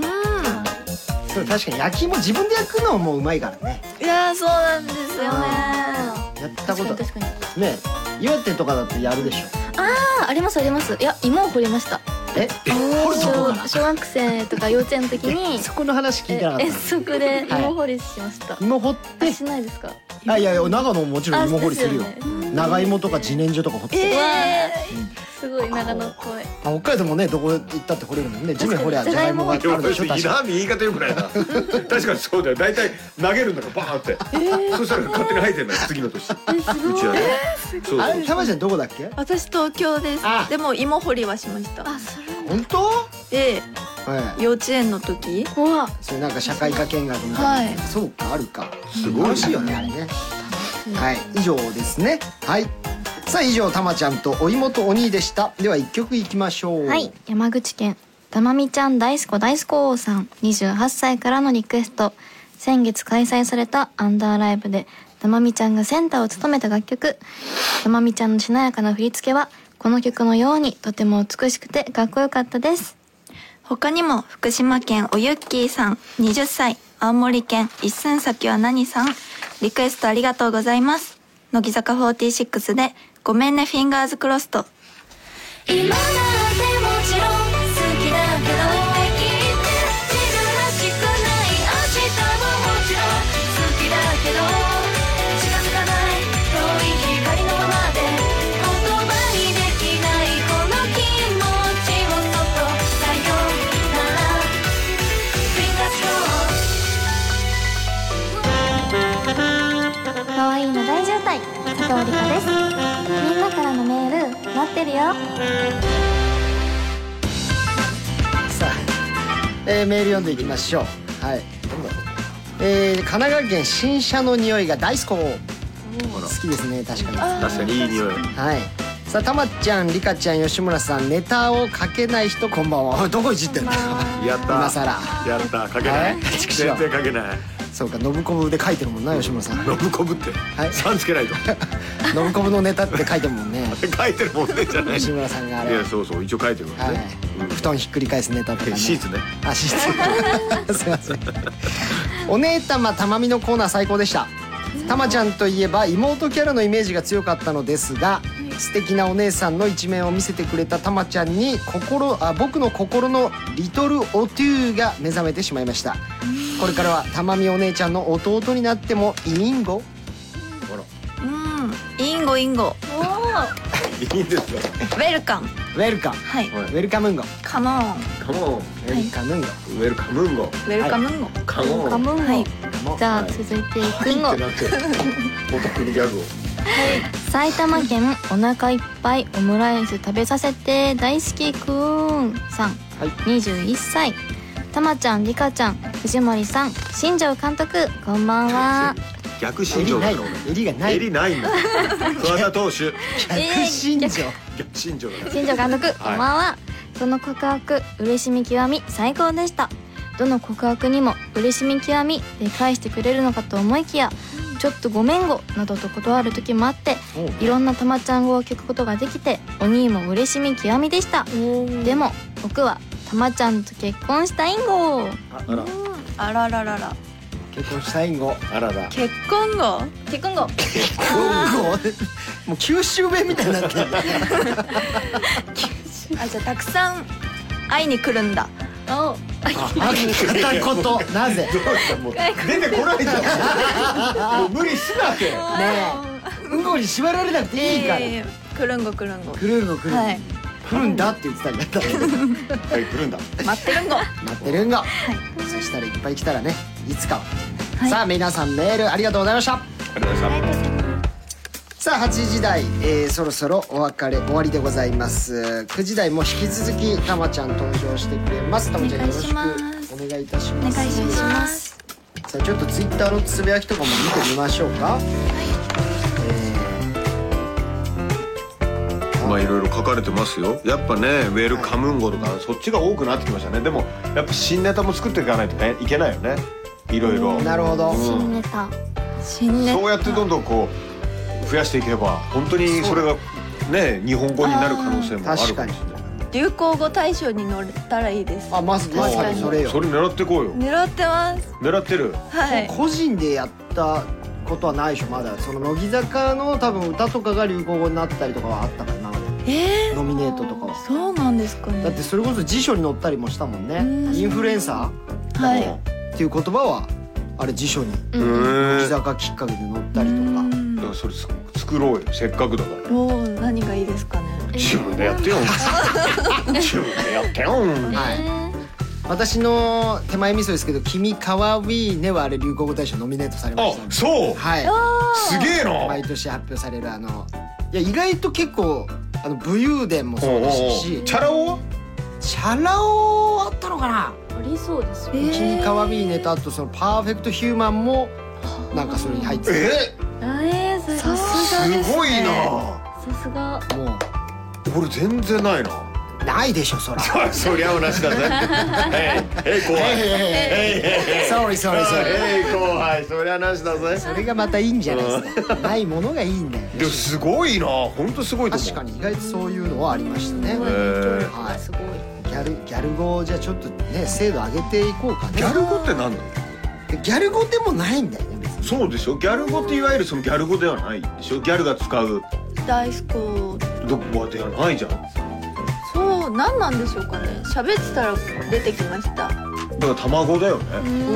[SPEAKER 1] そう確かに焼き芋自分で焼くのもうまいからね
[SPEAKER 5] いやーそうなんですよね。
[SPEAKER 1] やったこと
[SPEAKER 2] 確かに確かに
[SPEAKER 1] ね岩手とかだってやるでしょ
[SPEAKER 2] あありますありますいや芋を掘りました
[SPEAKER 1] え掘るとこかな
[SPEAKER 2] 小小学生とか幼稚園の時に
[SPEAKER 1] えそこの話聞いてなかっ
[SPEAKER 2] 遠足で芋掘りしました、
[SPEAKER 1] た芋掘っ
[SPEAKER 2] あ
[SPEAKER 1] て
[SPEAKER 2] しないですか
[SPEAKER 1] あいやいや長野ももちろん芋掘りするよ
[SPEAKER 2] あですよ
[SPEAKER 1] 長芋とか自然薯とか掘って
[SPEAKER 5] え
[SPEAKER 1] たよ
[SPEAKER 2] わ
[SPEAKER 5] ー
[SPEAKER 2] すごい長野っぽい
[SPEAKER 1] あ北海道もねどこ行ったって掘れるもんね地面掘りゃじ
[SPEAKER 2] 確かに
[SPEAKER 1] ゃがいもがあ
[SPEAKER 3] でも
[SPEAKER 1] るでしょ
[SPEAKER 3] 私
[SPEAKER 1] 確
[SPEAKER 3] い
[SPEAKER 1] から
[SPEAKER 3] ん言い方よくな いな確かにそうだよ大体投げるんだからバーンって、そしたら勝手に生えてんだよ次の年うちはね、そう
[SPEAKER 1] にあ
[SPEAKER 3] そう
[SPEAKER 1] れたまちゃんどこだっけ
[SPEAKER 5] 私東京です
[SPEAKER 1] あ。
[SPEAKER 5] でも芋掘りはしました。
[SPEAKER 1] 本当
[SPEAKER 5] で
[SPEAKER 1] ええ
[SPEAKER 5] 幼稚園の時。
[SPEAKER 2] うわ
[SPEAKER 1] それなんか社会科見学みたいな、
[SPEAKER 5] はい
[SPEAKER 1] そうかあるか
[SPEAKER 3] すごいね
[SPEAKER 1] 楽しいよねあれねはい以上ですねはいさあ以上たまちゃんとお妹お兄でしたでは一曲いきましょう
[SPEAKER 2] はい山口県たまみちゃん大好こ大好こさん28歳からのリクエスト先月開催されたアンダーライブでたまみちゃんがセンターを務めた楽曲たまみちゃんのしなやかな振り付けはこの曲のようにとても美しくてかっこよかったです
[SPEAKER 5] 他にも福島県おゆっきーさん20歳青森県一寸先は何さんリクエストありがとうございます乃木坂46で「ごめんねフィンガーズクロスト」
[SPEAKER 8] 今なんてもちろん好きだけど生きて自分らしくない明日ももちろん好きだけど近づかない遠い光のままで言葉にできないこの気持ちをそっとさよならフィンガースロー
[SPEAKER 2] 可愛いの大渋滞佐藤理香ですみんなからのメール待ってるよ
[SPEAKER 1] さあ、えーメール読んでいきましょうはいえー神奈川県新車の匂いが大好き好きですね確かに
[SPEAKER 3] 確かにいい匂い
[SPEAKER 1] はいさあたまちゃんりかちゃん吉村さんネタを書けない人こんばんはおいどこいじってんだよ
[SPEAKER 3] やった
[SPEAKER 1] 今更
[SPEAKER 3] やったかけな
[SPEAKER 1] はいい
[SPEAKER 3] 全然かけない
[SPEAKER 1] そうかノブコブで書いてるもんな吉村さん
[SPEAKER 3] ノブコブって
[SPEAKER 1] はい
[SPEAKER 3] さんつけないと
[SPEAKER 1] ノブコブのネタって書いてるもんね
[SPEAKER 3] 書いてるもんねじゃない
[SPEAKER 1] 吉村さんがあ
[SPEAKER 3] い
[SPEAKER 1] れ
[SPEAKER 3] やそうそう一応書いてるもんね
[SPEAKER 1] はい、
[SPEAKER 3] うん
[SPEAKER 1] 布団ひっくり返すネタとか、ね、
[SPEAKER 3] シーツね
[SPEAKER 1] あシーツ すいませんお姉たまたまみのコーナー最高でしたたまちゃんといえば妹キャラのイメージが強かったのですが素敵なお姉さんの一面を見せてくれたたまちゃんに心あ僕の心のリトルオトゥーが目覚めてしまいましたこれからはたまみお姉ちゃんの弟になってもいいんご
[SPEAKER 5] うんインゴインゴ
[SPEAKER 3] いいですよ
[SPEAKER 5] ウェルカム
[SPEAKER 1] ウェルカム
[SPEAKER 5] はい
[SPEAKER 1] ウェルカムンゴウ
[SPEAKER 5] カモン
[SPEAKER 3] カモン
[SPEAKER 1] ェルカムンゴ
[SPEAKER 3] ウェルカムンゴ
[SPEAKER 5] ウェルカムンゴ、
[SPEAKER 3] カモン
[SPEAKER 2] カムンゴ、
[SPEAKER 5] はい
[SPEAKER 2] じゃあ続いていくんご
[SPEAKER 3] ってなってお得にギャグを
[SPEAKER 2] 埼玉県お腹いっぱいオムライス食べさせて大好きくーんさん、
[SPEAKER 1] はい
[SPEAKER 2] 21歳たまちゃんりかちゃん藤森さん新庄監督こんばんは
[SPEAKER 3] 逆
[SPEAKER 1] 襟
[SPEAKER 3] 心情
[SPEAKER 1] な
[SPEAKER 3] だ
[SPEAKER 1] い
[SPEAKER 3] ろ
[SPEAKER 1] 襟がない
[SPEAKER 3] 襟ないんだ桑田投手
[SPEAKER 1] 逆心情
[SPEAKER 3] 逆心情だから
[SPEAKER 2] 新庄監督こんばんは、その告白嬉しみ極み最高でしたどの告白にも嬉しみ極みで返してくれるのかと思いきやちょっとごめんごなどと断る時もあって
[SPEAKER 1] そうね
[SPEAKER 2] いろんなたまちゃん語を聞くことができてお兄も嬉しみ極みでしたでも僕はたまちゃんと結婚したいんご
[SPEAKER 3] あら
[SPEAKER 5] あらららら
[SPEAKER 1] 結婚したいんご
[SPEAKER 3] あらら
[SPEAKER 5] 結婚後
[SPEAKER 2] 結婚後
[SPEAKER 1] もう九州弁みたいになってる
[SPEAKER 5] あじゃあたくさん会いに来るんだ
[SPEAKER 1] 片言なぜ
[SPEAKER 3] どうしたもう出てこないじゃんもう無理すなけ
[SPEAKER 1] ねえうんこに縛られなくていいから、
[SPEAKER 5] えーくるんごくるんご
[SPEAKER 1] 来るんご来るんご、
[SPEAKER 5] はい
[SPEAKER 1] 来るんだって言ってたんだったら
[SPEAKER 3] はい来るんだ
[SPEAKER 5] 待ってるんご
[SPEAKER 1] 待ってるんご、そしたらいっぱい来たらねいつかは、さあ皆さんメールありがとうございました
[SPEAKER 3] ありがとうございました
[SPEAKER 1] さあ8時台、えーそろそろお別れ終わりでございます9時台も引き続きたまちゃん登場してくれますたまちゃんよろしくお願いいたしますお願いしますさあちょっとツイッターのつぶやきとかも見てみましょうか、
[SPEAKER 3] まあいろいろ書かれてますよやっぱねウェルカムンゴとかそっちが多くなってきましたねでもやっぱ新ネタも作っていかないとねいけないよねいろいろ
[SPEAKER 1] えーなるほど、
[SPEAKER 2] 新ネタ
[SPEAKER 5] 新年
[SPEAKER 3] そうやってどんどんこう増やしていけば本当にそれがね日本語になる可能性もあるかもしれない
[SPEAKER 5] 流行語大賞に乗れたらいいです
[SPEAKER 1] あまずま
[SPEAKER 5] 確か
[SPEAKER 1] さ
[SPEAKER 5] に
[SPEAKER 1] にそれよ
[SPEAKER 3] それ狙ってこうよ
[SPEAKER 5] 狙ってます
[SPEAKER 3] 狙ってる
[SPEAKER 5] はい
[SPEAKER 1] 個人でやったことはないでしょまだその乃木坂の多分歌とかが流行語になったりとかはあったかな
[SPEAKER 5] え
[SPEAKER 1] ノミネートとかは
[SPEAKER 5] ー、そうなんですか
[SPEAKER 1] だって
[SPEAKER 5] ね
[SPEAKER 1] それこそ辞書に載ったりもしたもんね
[SPEAKER 5] うん
[SPEAKER 1] インフルエンサ
[SPEAKER 5] はい
[SPEAKER 1] ーっていう言葉はあれ辞書に
[SPEAKER 3] うー
[SPEAKER 1] 乃木
[SPEAKER 3] んだか
[SPEAKER 1] 坂きっかけで載ったりと
[SPEAKER 5] う
[SPEAKER 1] か
[SPEAKER 5] ん
[SPEAKER 3] らそれ作ろうよせっかくだから
[SPEAKER 5] おー何がいいですかね
[SPEAKER 3] 自分でや ってよ自分でやってよ
[SPEAKER 1] はい私の手前味噌ですけど「君かわいいね」はあれ流行語大賞ノミネートされま
[SPEAKER 3] あ
[SPEAKER 1] したね
[SPEAKER 3] そう
[SPEAKER 1] はい
[SPEAKER 3] すげえな
[SPEAKER 1] 毎年発表されるあのいや意外と結構あの武勇伝も
[SPEAKER 3] おうお
[SPEAKER 1] そう
[SPEAKER 3] う
[SPEAKER 1] で
[SPEAKER 3] お
[SPEAKER 1] す
[SPEAKER 3] う
[SPEAKER 1] し
[SPEAKER 3] チャラ男は
[SPEAKER 1] チャラ男あったのかな
[SPEAKER 2] ありそうですよ
[SPEAKER 1] 「君かわいいね」とあとその「パーフェクトヒューマン」もなんかそれに入って
[SPEAKER 3] え
[SPEAKER 2] えー、す
[SPEAKER 5] さすがですす
[SPEAKER 3] ごいな
[SPEAKER 2] さすが
[SPEAKER 1] たも
[SPEAKER 3] 俺全然ないな
[SPEAKER 1] うないでしょそら
[SPEAKER 3] そりゃ同 じだぜえいえい後輩えいえい
[SPEAKER 1] ソーリーソーリーソーリー
[SPEAKER 3] えい後輩そりゃなしだぜ
[SPEAKER 1] それがまたいいんじゃないですかないものがいいんだよ
[SPEAKER 3] でもすごいな本当すごいと思う
[SPEAKER 1] 確かに意外とそういうのはありましたね
[SPEAKER 3] えー
[SPEAKER 1] はい
[SPEAKER 2] すごい
[SPEAKER 1] ギャャルギャル語をじゃあちょっとね精度上げていこうかね
[SPEAKER 3] ギャル語って何なの
[SPEAKER 1] ギャル語でもないんだよね別に
[SPEAKER 3] そうでしょギャル語っていわゆるそのギャル語ではないでしょギャルが使う
[SPEAKER 7] 大スコ
[SPEAKER 3] どこではないじゃんだか
[SPEAKER 7] そう何なんでしょうかね喋ってたら出てきました
[SPEAKER 3] ら卵だよね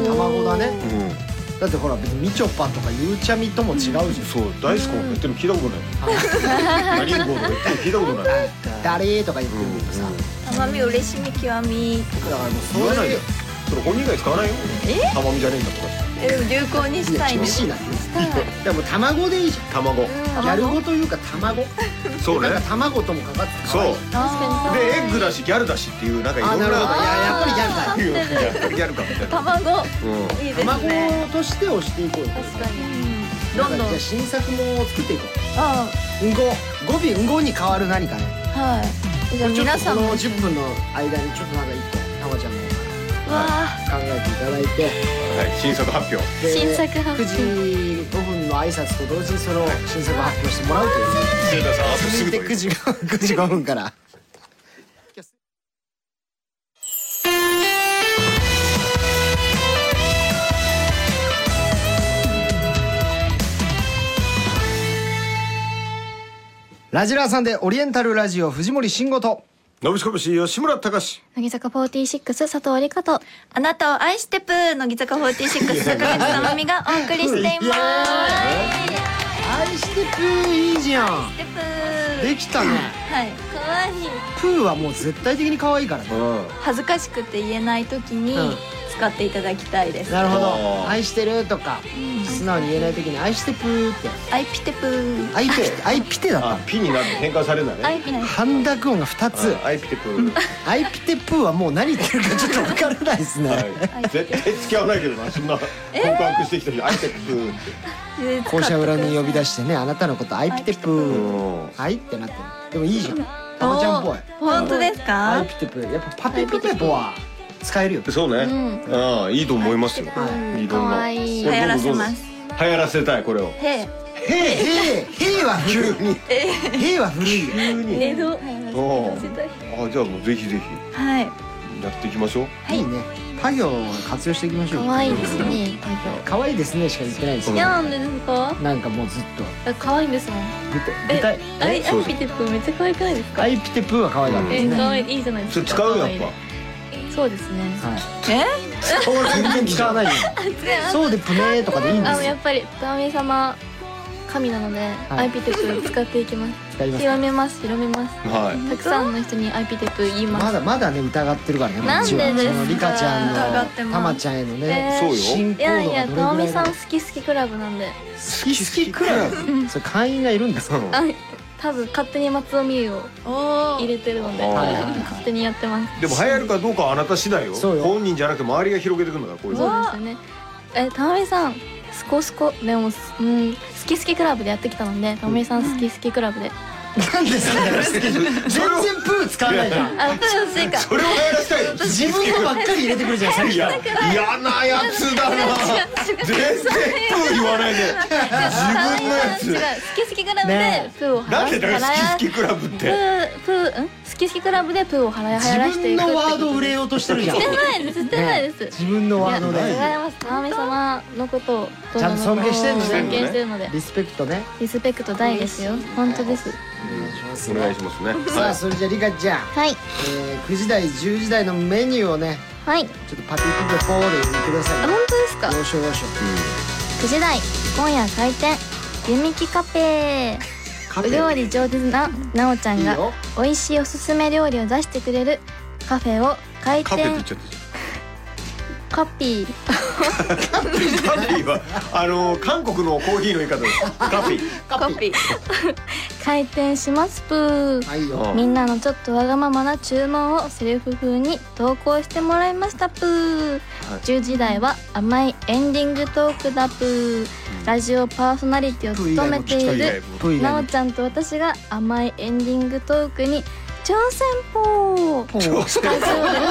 [SPEAKER 1] 卵だね
[SPEAKER 3] うん
[SPEAKER 1] だってほら別にみちょぱとかゆうちゃみとも違うじゃん、
[SPEAKER 3] そう大好きも言ってるの聞いたことないマリンゴーとか言ってるの聞いたことない
[SPEAKER 1] 誰とか言ってるけどさ、
[SPEAKER 7] 甘み嬉しみ極み
[SPEAKER 1] だからもうそう
[SPEAKER 3] 言わない
[SPEAKER 1] い
[SPEAKER 3] よ
[SPEAKER 1] う
[SPEAKER 3] それ本人以外使わないよえ甘みじゃねえんだとか
[SPEAKER 7] えでも流行に
[SPEAKER 1] い
[SPEAKER 7] した
[SPEAKER 1] や
[SPEAKER 7] いん
[SPEAKER 1] 厳
[SPEAKER 7] です
[SPEAKER 1] しいな でも卵でいいじ
[SPEAKER 3] 卵
[SPEAKER 1] ゃんギャル語というか卵
[SPEAKER 3] そうね
[SPEAKER 1] なんか卵ともかかってて可
[SPEAKER 3] そ
[SPEAKER 1] 愛
[SPEAKER 3] う
[SPEAKER 1] い
[SPEAKER 7] あ
[SPEAKER 3] でエッグだしギャルだしっていうなんかいろ
[SPEAKER 1] あ
[SPEAKER 3] んな
[SPEAKER 1] なるほどいややっぱりギャルだよ
[SPEAKER 3] いややっぱりギャルかみたい
[SPEAKER 7] ー
[SPEAKER 3] な
[SPEAKER 7] 卵
[SPEAKER 3] うん
[SPEAKER 7] いいですね
[SPEAKER 1] 卵として押していこうよ
[SPEAKER 7] 確かに
[SPEAKER 1] な
[SPEAKER 7] ど
[SPEAKER 1] んか
[SPEAKER 7] んどん
[SPEAKER 1] じゃあ新作も作っていこ
[SPEAKER 7] あ
[SPEAKER 1] ううんご語尾うんごに変わる何かね
[SPEAKER 7] あはいじゃあ皆さん
[SPEAKER 1] こ
[SPEAKER 7] も
[SPEAKER 1] の10分の間にちょっとなんか一個たまちゃんも
[SPEAKER 7] わ
[SPEAKER 1] 考えていただいて
[SPEAKER 3] はい新作発表
[SPEAKER 1] で
[SPEAKER 2] 新作発表
[SPEAKER 1] 9時5分の挨拶と同時にその新作を発表してもらうという
[SPEAKER 3] セイタさんあとす
[SPEAKER 1] 続
[SPEAKER 3] ぐ
[SPEAKER 1] い
[SPEAKER 3] と
[SPEAKER 1] て9
[SPEAKER 3] いう
[SPEAKER 1] 時 ,9 時5分からラジラーさんでオリエンタルラジオ藤森慎吾と
[SPEAKER 3] のぶしこぶし吉村隆
[SPEAKER 2] 乃木坂46佐藤理香と
[SPEAKER 7] あなたを愛してプー乃木坂46坂口たまみがお送りしてい ます
[SPEAKER 1] 愛してプーいいじゃん
[SPEAKER 7] でプ
[SPEAKER 1] できたね
[SPEAKER 7] ーはい可愛い
[SPEAKER 1] プーはもう絶対的に可愛いからね
[SPEAKER 3] うん
[SPEAKER 7] 恥ずかしくて言えない時に
[SPEAKER 1] うん
[SPEAKER 7] 使っていただきたいです
[SPEAKER 1] なるほ
[SPEAKER 3] お
[SPEAKER 1] ど
[SPEAKER 3] ー
[SPEAKER 1] 愛してるとか素直に言えない時に愛してプーって
[SPEAKER 7] 愛ピテプー
[SPEAKER 1] 愛ピテ愛ピテだった
[SPEAKER 3] あピになる変換されるんだね
[SPEAKER 7] 愛ピテ
[SPEAKER 1] 半濁音が2つ
[SPEAKER 3] あアイピテプー
[SPEAKER 1] アイピテプーはもう何言ってるかちょっと分からないですね、
[SPEAKER 3] はい絶対付き合わないけどなそんな本格してきた人にアイテプーって
[SPEAKER 1] 校舎裏に呼び出してねあなたのことアイピテプーはいってなってるでもいいじゃんたまちゃんっぽい
[SPEAKER 7] 本当です
[SPEAKER 1] アイ
[SPEAKER 7] か
[SPEAKER 1] ピテプーやっぱパペプペポは使えるよ
[SPEAKER 3] そうね、うん、いいと思いますよ、、
[SPEAKER 1] はい
[SPEAKER 3] ろん
[SPEAKER 2] か
[SPEAKER 3] な
[SPEAKER 2] わいい
[SPEAKER 7] 流行らせます
[SPEAKER 3] 流行らせたいこれを
[SPEAKER 7] へ
[SPEAKER 1] へえへえへえは古いへえは古いよ
[SPEAKER 3] 急に、
[SPEAKER 7] え江戸
[SPEAKER 3] うんあじゃあもうぜひぜ
[SPEAKER 7] はい
[SPEAKER 3] ひやっていきましょう
[SPEAKER 1] いいねパ行を活用していきましょう
[SPEAKER 2] 可愛いですね
[SPEAKER 1] 可愛いですねしか言ってないですね
[SPEAKER 2] んですか
[SPEAKER 1] なんかもうずっと
[SPEAKER 2] 可愛いんですもん
[SPEAKER 1] 出て出たい
[SPEAKER 2] え
[SPEAKER 3] そうそう
[SPEAKER 2] ピテプめっちゃ可愛くないです
[SPEAKER 1] アイピテプーは可愛かったですね、
[SPEAKER 2] 可愛いいいじゃないで
[SPEAKER 3] それ使うやっぱ
[SPEAKER 2] そうですね
[SPEAKER 1] はい
[SPEAKER 7] え
[SPEAKER 1] 全然使 わないよそうでプねーとかでいいんで
[SPEAKER 2] あの
[SPEAKER 1] す
[SPEAKER 2] や
[SPEAKER 1] よ
[SPEAKER 2] っぱり神様神なので、
[SPEAKER 1] はい
[SPEAKER 2] アイピテプ使っていきます
[SPEAKER 1] 使います
[SPEAKER 2] 広めます広めます
[SPEAKER 3] はい
[SPEAKER 2] たくさんの人にアイピテプ言います
[SPEAKER 1] まだまだね疑ってるからね
[SPEAKER 2] なんで
[SPEAKER 1] こっちは
[SPEAKER 2] ですか
[SPEAKER 1] そのリカち
[SPEAKER 7] 疑
[SPEAKER 1] ゃ
[SPEAKER 7] って
[SPEAKER 1] んの
[SPEAKER 7] ます
[SPEAKER 1] たまちゃんへのね、
[SPEAKER 2] えー
[SPEAKER 3] そうよ
[SPEAKER 1] 進行
[SPEAKER 2] いやいや、
[SPEAKER 1] 度が
[SPEAKER 2] と
[SPEAKER 1] どれ
[SPEAKER 2] もみ
[SPEAKER 1] ぐ
[SPEAKER 2] さ
[SPEAKER 1] ら
[SPEAKER 2] ん
[SPEAKER 1] い
[SPEAKER 2] 好き好きクラブなんで。
[SPEAKER 1] 好き好きクラブそれ会員がいるんですか
[SPEAKER 2] あ、多分勝手に松尾美優を
[SPEAKER 7] お
[SPEAKER 2] 入れてるので、
[SPEAKER 3] あー
[SPEAKER 1] はいはいはい
[SPEAKER 2] 勝手にやってます。
[SPEAKER 3] でも流行るかどうかはあなた次第よ
[SPEAKER 1] そうよ
[SPEAKER 3] 本人じゃなくて周りが広げてくんだからこういう
[SPEAKER 2] そ
[SPEAKER 3] の
[SPEAKER 2] うですよね。え、たまみさん、すこすこ、でも、うん、好き好きクラブでやってきたので、たまみさん好き好きクラブで。
[SPEAKER 1] なんでそれ全然プー使わないじゃ ん
[SPEAKER 7] あ私欲しいか
[SPEAKER 3] それを流行らせたいよ
[SPEAKER 1] 自分のばっかり入れてく るじゃんさっ
[SPEAKER 3] い
[SPEAKER 1] きか
[SPEAKER 3] や
[SPEAKER 1] ら
[SPEAKER 3] 嫌なやつだな全然プー言わないで自分のや
[SPEAKER 7] 違う
[SPEAKER 3] つ
[SPEAKER 7] 好き好きグラムで
[SPEAKER 1] ね
[SPEAKER 2] プーを払
[SPEAKER 3] なんで
[SPEAKER 2] い、
[SPEAKER 3] だから好き好きクラブっ
[SPEAKER 2] プ
[SPEAKER 3] て
[SPEAKER 2] ー、プー、ん、好き好きクラブでプーを払い、払ら
[SPEAKER 1] 自
[SPEAKER 2] し
[SPEAKER 1] 分
[SPEAKER 2] てい
[SPEAKER 1] の
[SPEAKER 2] くってこと
[SPEAKER 1] ワードを売れようとしてるじゃん
[SPEAKER 2] 捨てないです、捨てないです。
[SPEAKER 1] ね自分の
[SPEAKER 2] い
[SPEAKER 1] ワ
[SPEAKER 2] や、
[SPEAKER 1] ー
[SPEAKER 2] 違
[SPEAKER 1] ド
[SPEAKER 2] い
[SPEAKER 1] で
[SPEAKER 2] ます。たまみ様のことをど
[SPEAKER 1] ちゃんと尊敬してんのね
[SPEAKER 2] 尊敬してるので、
[SPEAKER 1] リスペクトね
[SPEAKER 2] リスペクト大ですよ。本当です。
[SPEAKER 3] お願いしますね
[SPEAKER 1] さ
[SPEAKER 3] は
[SPEAKER 1] あ
[SPEAKER 3] い
[SPEAKER 1] それじゃあリカちゃん、
[SPEAKER 2] はい。
[SPEAKER 1] えー、9時台10時台のメニューをね
[SPEAKER 2] はい。
[SPEAKER 1] ちょっとパピプペポーで言ってくだ
[SPEAKER 2] あ
[SPEAKER 1] さい
[SPEAKER 2] 本当ですか。
[SPEAKER 1] 要所要所
[SPEAKER 2] 9時台今夜開店ゆみきカフェ
[SPEAKER 1] カ
[SPEAKER 2] お料理上手ななおちゃん
[SPEAKER 1] いい
[SPEAKER 2] が
[SPEAKER 1] よ
[SPEAKER 2] 美味しいおすすめ料理を出してくれるカフェを開
[SPEAKER 3] カフェって言
[SPEAKER 2] 店
[SPEAKER 3] っちゃったじゃん
[SPEAKER 2] カピー
[SPEAKER 3] カフィはあの韓国のコーヒーの言い方です。カフィ。
[SPEAKER 7] コピー
[SPEAKER 2] 開店しますぷー
[SPEAKER 1] はいよ
[SPEAKER 2] みんなのちょっとわがままな注文をセルフ風に投稿してもらいましたぷー
[SPEAKER 3] はい
[SPEAKER 2] 10時台は甘いエンディングトークだぷーラジオパーソナリティを務めている
[SPEAKER 1] プー以
[SPEAKER 2] な
[SPEAKER 1] 外
[SPEAKER 2] お
[SPEAKER 1] の
[SPEAKER 2] ちゃんと私が甘いエンディングトークに挑戦ぽー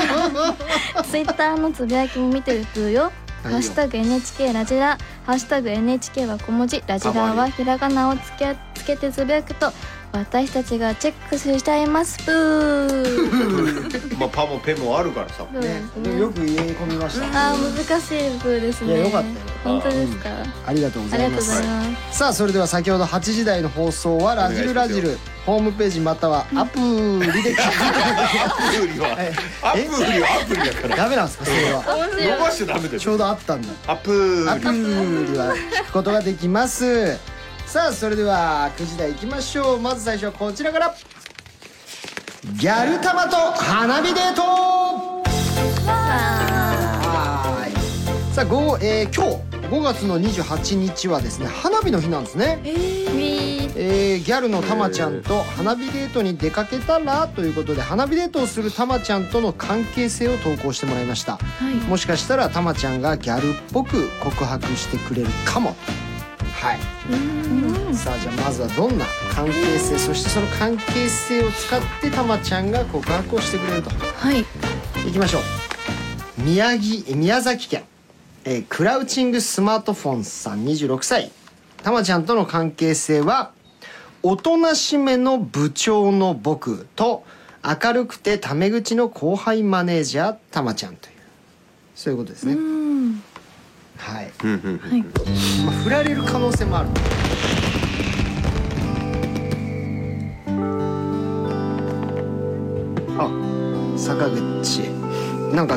[SPEAKER 2] ツイッターのつぶやきも見てるぷーよ
[SPEAKER 1] は
[SPEAKER 2] 「ハ
[SPEAKER 1] いよ
[SPEAKER 2] ッシュタグ #NHK ラジラ」「ハッシュタグ #NHK は小文字」「ラジラ」はひらがなをつけつけてつぶやくと私たちがチェックしちゃいますぷー
[SPEAKER 3] まあパもペもあるからさ
[SPEAKER 2] そうです
[SPEAKER 1] ね
[SPEAKER 2] ね
[SPEAKER 1] よく言い込みました、
[SPEAKER 2] あー難しいプーですね
[SPEAKER 1] いやよかったよ
[SPEAKER 2] 本当ですかあ
[SPEAKER 1] ありがとうご
[SPEAKER 2] り
[SPEAKER 1] ざいう
[SPEAKER 2] がと
[SPEAKER 1] ま
[SPEAKER 2] ご
[SPEAKER 1] す
[SPEAKER 2] ざいます
[SPEAKER 1] さあそれでは先ほど8時台の放送は「ラジルラジル」ホームページまたはアプリで聞
[SPEAKER 3] アプリはアプリはアプリだ
[SPEAKER 1] く
[SPEAKER 3] か
[SPEAKER 1] ダメなんですかそれ は
[SPEAKER 3] ら伸ばしちゃダメだ
[SPEAKER 1] ちょ
[SPEAKER 3] よ
[SPEAKER 1] うどあったんだ
[SPEAKER 3] アプ
[SPEAKER 1] ア
[SPEAKER 3] リ
[SPEAKER 1] プリは聞くことができますさあそれでは9時台いきましょうまず最初はこちらからギャル玉と花火デートはーいさあご、えー今日5月の28日はですね花火の日なんですねえーギャルのたまちゃんと花火デートに出かけたらということで花火デートをするたまちゃんとの関係性を投稿してもらいました、もしかしたらたまちゃんがギャルっぽく告白してくれるかもはいさあじゃあまずはどんな関係性そしてその関係性を使ってたまちゃんが告白をしてくれると
[SPEAKER 5] はい
[SPEAKER 1] いきましょう宮城宮崎県、えークラウチングスマートフォンさん26歳たまちゃんとの関係性はおとなしめの部長の僕と明るくてタメ口の後輩マネージャーたまちゃんというそういうことですねはい、まあ、振られる可能性もあるあ坂口なんか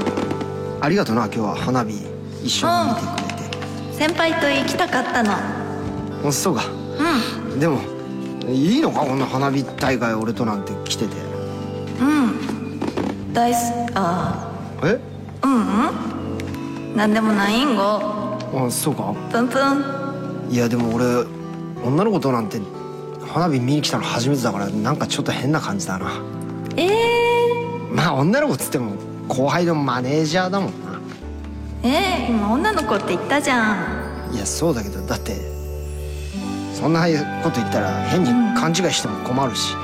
[SPEAKER 1] ありがとうな今日は花火一緒に見てくれて
[SPEAKER 5] 先輩と行きたかったの
[SPEAKER 1] あそうかでもいいのかこんな花火大会俺となんて来てて
[SPEAKER 5] 大すあ
[SPEAKER 1] え
[SPEAKER 5] ーなんでもないんご
[SPEAKER 1] あそうか
[SPEAKER 5] プンプン
[SPEAKER 1] いやでも俺女の子となんて花火見に来たの初めてだからなんかちょっと変な感じだな
[SPEAKER 5] え
[SPEAKER 1] まあ女の子っつっても後輩のマネージャーだもんな
[SPEAKER 5] ー、えー、今女の子って言ったじゃん
[SPEAKER 1] いやそうだけどだってそんなこと言ったら変に勘違いしても困るし、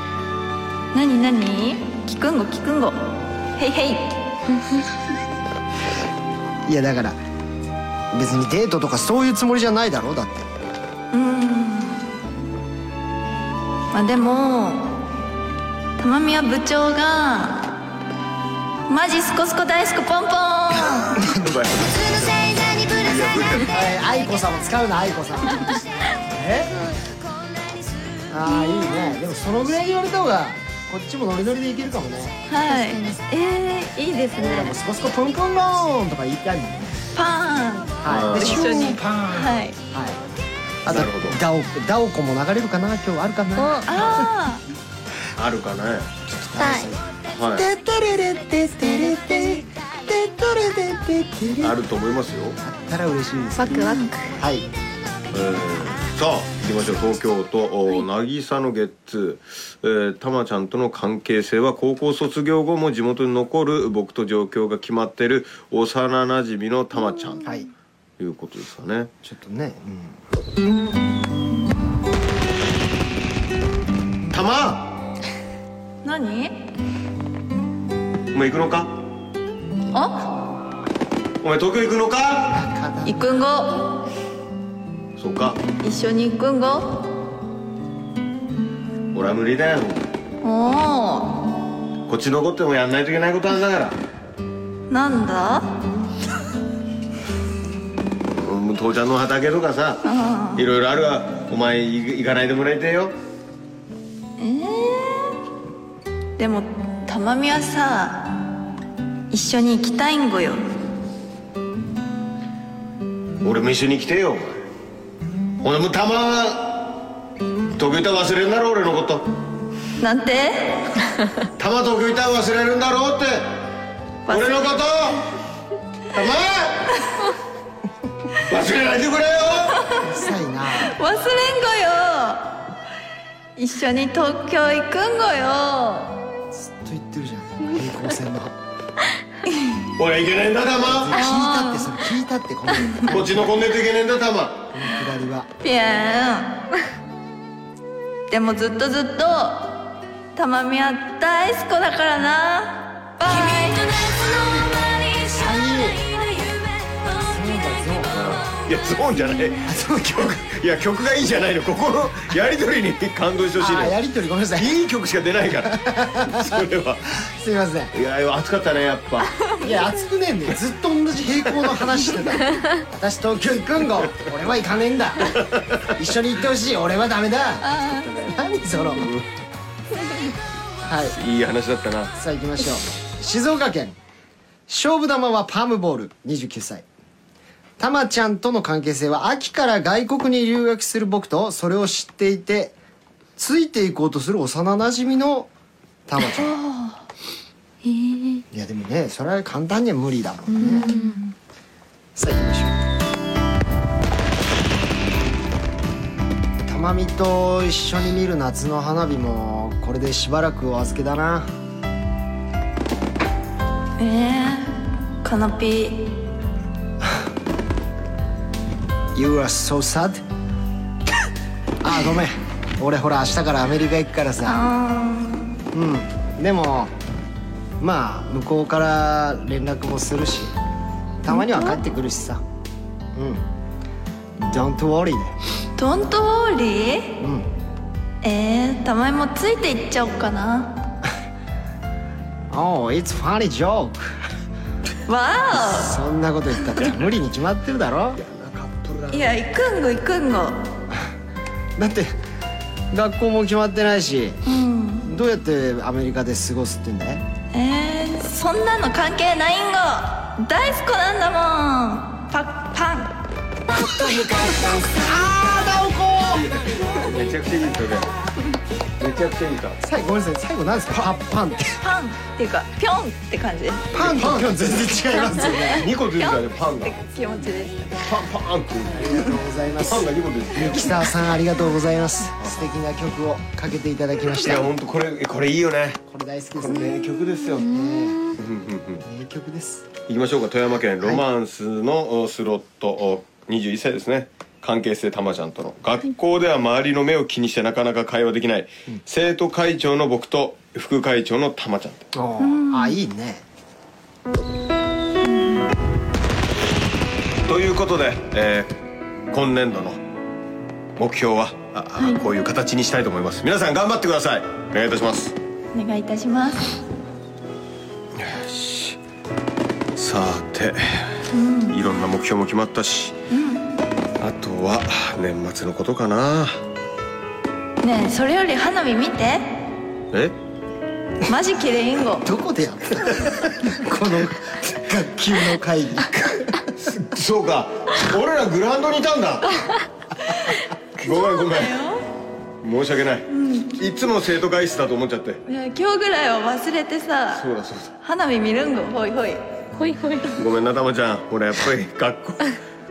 [SPEAKER 5] なになに聞くんご聞くんごへいへい
[SPEAKER 1] いやだから別にデートとかそういうつもりじゃないだろだって
[SPEAKER 5] まあでもたまみは部長がマジスコスコ大スコポンポン
[SPEAKER 9] 普通の星座にぶら下がって
[SPEAKER 1] えー、愛子さんも使うな愛子さんえああいいねでもそのぐらい言われた方がこっちもノリノリでいけるかもね
[SPEAKER 5] はいえー、いいです
[SPEAKER 1] 俺ら
[SPEAKER 5] ね
[SPEAKER 1] もスコスコポンポンローンとか言いたいもんね
[SPEAKER 5] パーン
[SPEAKER 1] はいで
[SPEAKER 5] 一緒に
[SPEAKER 1] ヒューパーンはい
[SPEAKER 5] はい
[SPEAKER 1] あと
[SPEAKER 3] なるほど
[SPEAKER 1] ダオダオコも流れるかな今日あるかな
[SPEAKER 5] あ
[SPEAKER 3] あるかねはい
[SPEAKER 1] テテレレテテレテテテレレテテレ
[SPEAKER 3] あ
[SPEAKER 1] あ
[SPEAKER 3] ると思いますよ、
[SPEAKER 1] ったら嬉しいです
[SPEAKER 2] ワクワク
[SPEAKER 1] はい
[SPEAKER 3] えーさあ行きましょう東京都お渚のゲッツー、えー、たまちゃんとの関係性は高校卒業後も地元に残る僕と状況が決まってる幼なじみのたまちゃん
[SPEAKER 1] はい
[SPEAKER 3] ということですかね
[SPEAKER 1] ちょっとねうん
[SPEAKER 3] たま
[SPEAKER 5] ー何
[SPEAKER 3] もう行くのか
[SPEAKER 5] あ
[SPEAKER 3] お前東京行くのか
[SPEAKER 5] 行くんご
[SPEAKER 3] そうか
[SPEAKER 5] 一緒に行くんご
[SPEAKER 3] 俺は無理だよ
[SPEAKER 5] お
[SPEAKER 3] こっち残ってもやんないといけないことあんだから
[SPEAKER 5] おなんだ
[SPEAKER 3] うん父ちゃんの畑とかさいろいろあるわお前い行かないでもらいてえよ
[SPEAKER 5] でもたまみはさ一緒に行きたいんごよ
[SPEAKER 3] 俺も一緒に来てよお前俺もたま東京行ったら忘れるんだろ俺のこと
[SPEAKER 5] なんて
[SPEAKER 3] たま東京行ったら忘れるんだろうって
[SPEAKER 5] 忘れ
[SPEAKER 3] 俺のことたま 忘れないでくれよ
[SPEAKER 1] うるさいな
[SPEAKER 5] 忘れんごよ一緒に東京行くんごよ
[SPEAKER 1] ずっと言ってるじゃ ん平行線の聞
[SPEAKER 3] 俺行けないんだたま
[SPEAKER 1] いたってそれ聞いたってこのこ
[SPEAKER 3] こっち残んねえといけねえんだたま
[SPEAKER 1] の下りは
[SPEAKER 5] ぴゃーんでもずっとずっとたまみは大好きだからなバイ
[SPEAKER 9] 夏の終わり将来の夢大きな希望
[SPEAKER 3] いやそうじゃないそう曲いや曲がいいじゃないのここのやり取りに感動してほし
[SPEAKER 1] あ
[SPEAKER 3] いの
[SPEAKER 1] ー
[SPEAKER 3] よ
[SPEAKER 1] やりとりごめんなさい
[SPEAKER 3] いい曲しか出ないから それは
[SPEAKER 1] すいません
[SPEAKER 3] いや暑かったねやっぱ
[SPEAKER 1] いや熱くねえんだよずっと同じ平行の話して た私東京行くんご俺は行かねえんだ一緒に行ってほしい俺はダメだ何そのはい
[SPEAKER 3] いい話だったな
[SPEAKER 1] さあ行きましょう静岡県勝負玉はパームボール29歳たまちゃんとの関係性は秋から外国に留学する僕とそれを知っていてついていこうとする幼なじみのたまちゃんいやでもねそれは簡単には無理だもんねさあ行きましょうたまみと一緒に見る夏の花火もこれでしばらくお預けだな
[SPEAKER 5] えー、カナピー
[SPEAKER 1] You are so sad あーごめん俺ほら明日からアメリカ行くからさうんでもまあ向こうから連絡もするしたまには帰ってくるしさうん Don't worry ね
[SPEAKER 5] ドントウォーリー
[SPEAKER 1] うん
[SPEAKER 5] えー、たまにもついていっちゃおうかな
[SPEAKER 1] Oh it's funny joke
[SPEAKER 5] わ
[SPEAKER 1] そんなこと言ったって 無理に決まってるだろ
[SPEAKER 5] おいや行くんご行くんご
[SPEAKER 1] だって学校も決まってないし、どうやってアメリカで過ごすって言うんだい
[SPEAKER 5] えー、そんなの関係ないんご大好きなんだもんパッパン
[SPEAKER 3] めちゃくちゃいい曲めちゃくちゃいいか
[SPEAKER 1] 最後ごめんなさい最後なんですかパッパンって
[SPEAKER 5] パンっていうかピョンって感じです
[SPEAKER 1] パンと今日全然違いますよね。
[SPEAKER 3] 2個出て
[SPEAKER 5] ピ
[SPEAKER 3] た
[SPEAKER 5] ョン
[SPEAKER 3] ねパンが
[SPEAKER 5] って気持ちです
[SPEAKER 3] パンパンって
[SPEAKER 1] ありがとうございま
[SPEAKER 3] パン
[SPEAKER 1] す。
[SPEAKER 3] が2個出てた
[SPEAKER 1] ミキサーさんありがとうございます。素敵な曲をかけていただきまし
[SPEAKER 3] い
[SPEAKER 1] た。
[SPEAKER 3] や
[SPEAKER 1] こ
[SPEAKER 3] 本当これこれいいよね
[SPEAKER 1] れ大好きです
[SPEAKER 3] 名
[SPEAKER 1] ね。
[SPEAKER 3] 曲ですよ
[SPEAKER 1] 名曲です。
[SPEAKER 3] 行きましょうか富山県ロマンスのおスロットお21歳ですね関係性たまちゃんとの学校では周りの目を気にしてなかなか会話できない、生徒会長の僕と副会長のたまちゃん
[SPEAKER 1] あーあいいね。
[SPEAKER 3] ということで、えー今年度の目標はあ、あこういう形にしたいと思います皆さん頑張ってくださいお願いいたします
[SPEAKER 5] お願いいたします
[SPEAKER 3] さて、いろんな目標も決まったし、あとは年末のことかな
[SPEAKER 5] ねえそれより花火見て
[SPEAKER 3] え
[SPEAKER 5] マジ綺麗インゴ
[SPEAKER 1] どこでやったのこの学級の会議。
[SPEAKER 3] そうか俺らグラウンドにいたんだ ごめんごめん申し訳ない、いつも生徒会室だと思っちゃって
[SPEAKER 5] いや今日ぐらいは忘れてさ
[SPEAKER 3] そうだそうだ
[SPEAKER 5] 花火見るんごほいほい
[SPEAKER 4] ほいほい
[SPEAKER 3] ごめんなたまちゃん俺やっ ぱり学校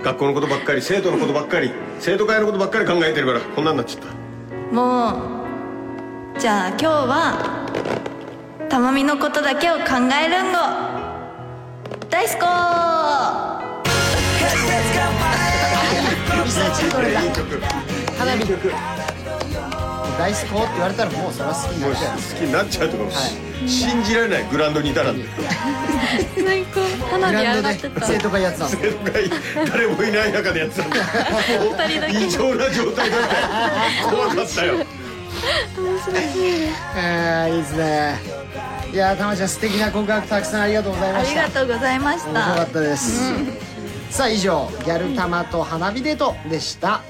[SPEAKER 3] 学校のことばっかり生徒のことばっかり生徒会のことばっかり考えてるからこんなんなっちゃった
[SPEAKER 5] もうじゃあ今日はたまみのことだけを考えるんご大好き
[SPEAKER 1] ミキサーチルドレンだ
[SPEAKER 3] いい。曲
[SPEAKER 1] 花火曲。大好きって言われたらもうそれは好きに
[SPEAKER 3] も
[SPEAKER 1] な
[SPEAKER 3] う
[SPEAKER 1] っちゃう。
[SPEAKER 3] 好きになっちゃうとかもし、信じられないグラウンドにいたなんて
[SPEAKER 4] 最高花
[SPEAKER 1] グ
[SPEAKER 4] 火
[SPEAKER 1] ラウン
[SPEAKER 4] 上
[SPEAKER 1] ド
[SPEAKER 4] が
[SPEAKER 1] で
[SPEAKER 4] ってた
[SPEAKER 1] 生徒会やってたの。
[SPEAKER 3] 生徒会誰もいない中でやってたんだ
[SPEAKER 4] 人だけ
[SPEAKER 3] 異常な状態だったよ怖かったよ
[SPEAKER 1] ああいいですね。いやーたまちゃん素敵な告白たくさんありがとうございま
[SPEAKER 5] あ
[SPEAKER 1] し
[SPEAKER 5] り
[SPEAKER 1] た
[SPEAKER 5] が。とうございまし
[SPEAKER 1] 面白か
[SPEAKER 5] た
[SPEAKER 1] ったです、さあ以上ギャル玉と花火デートでした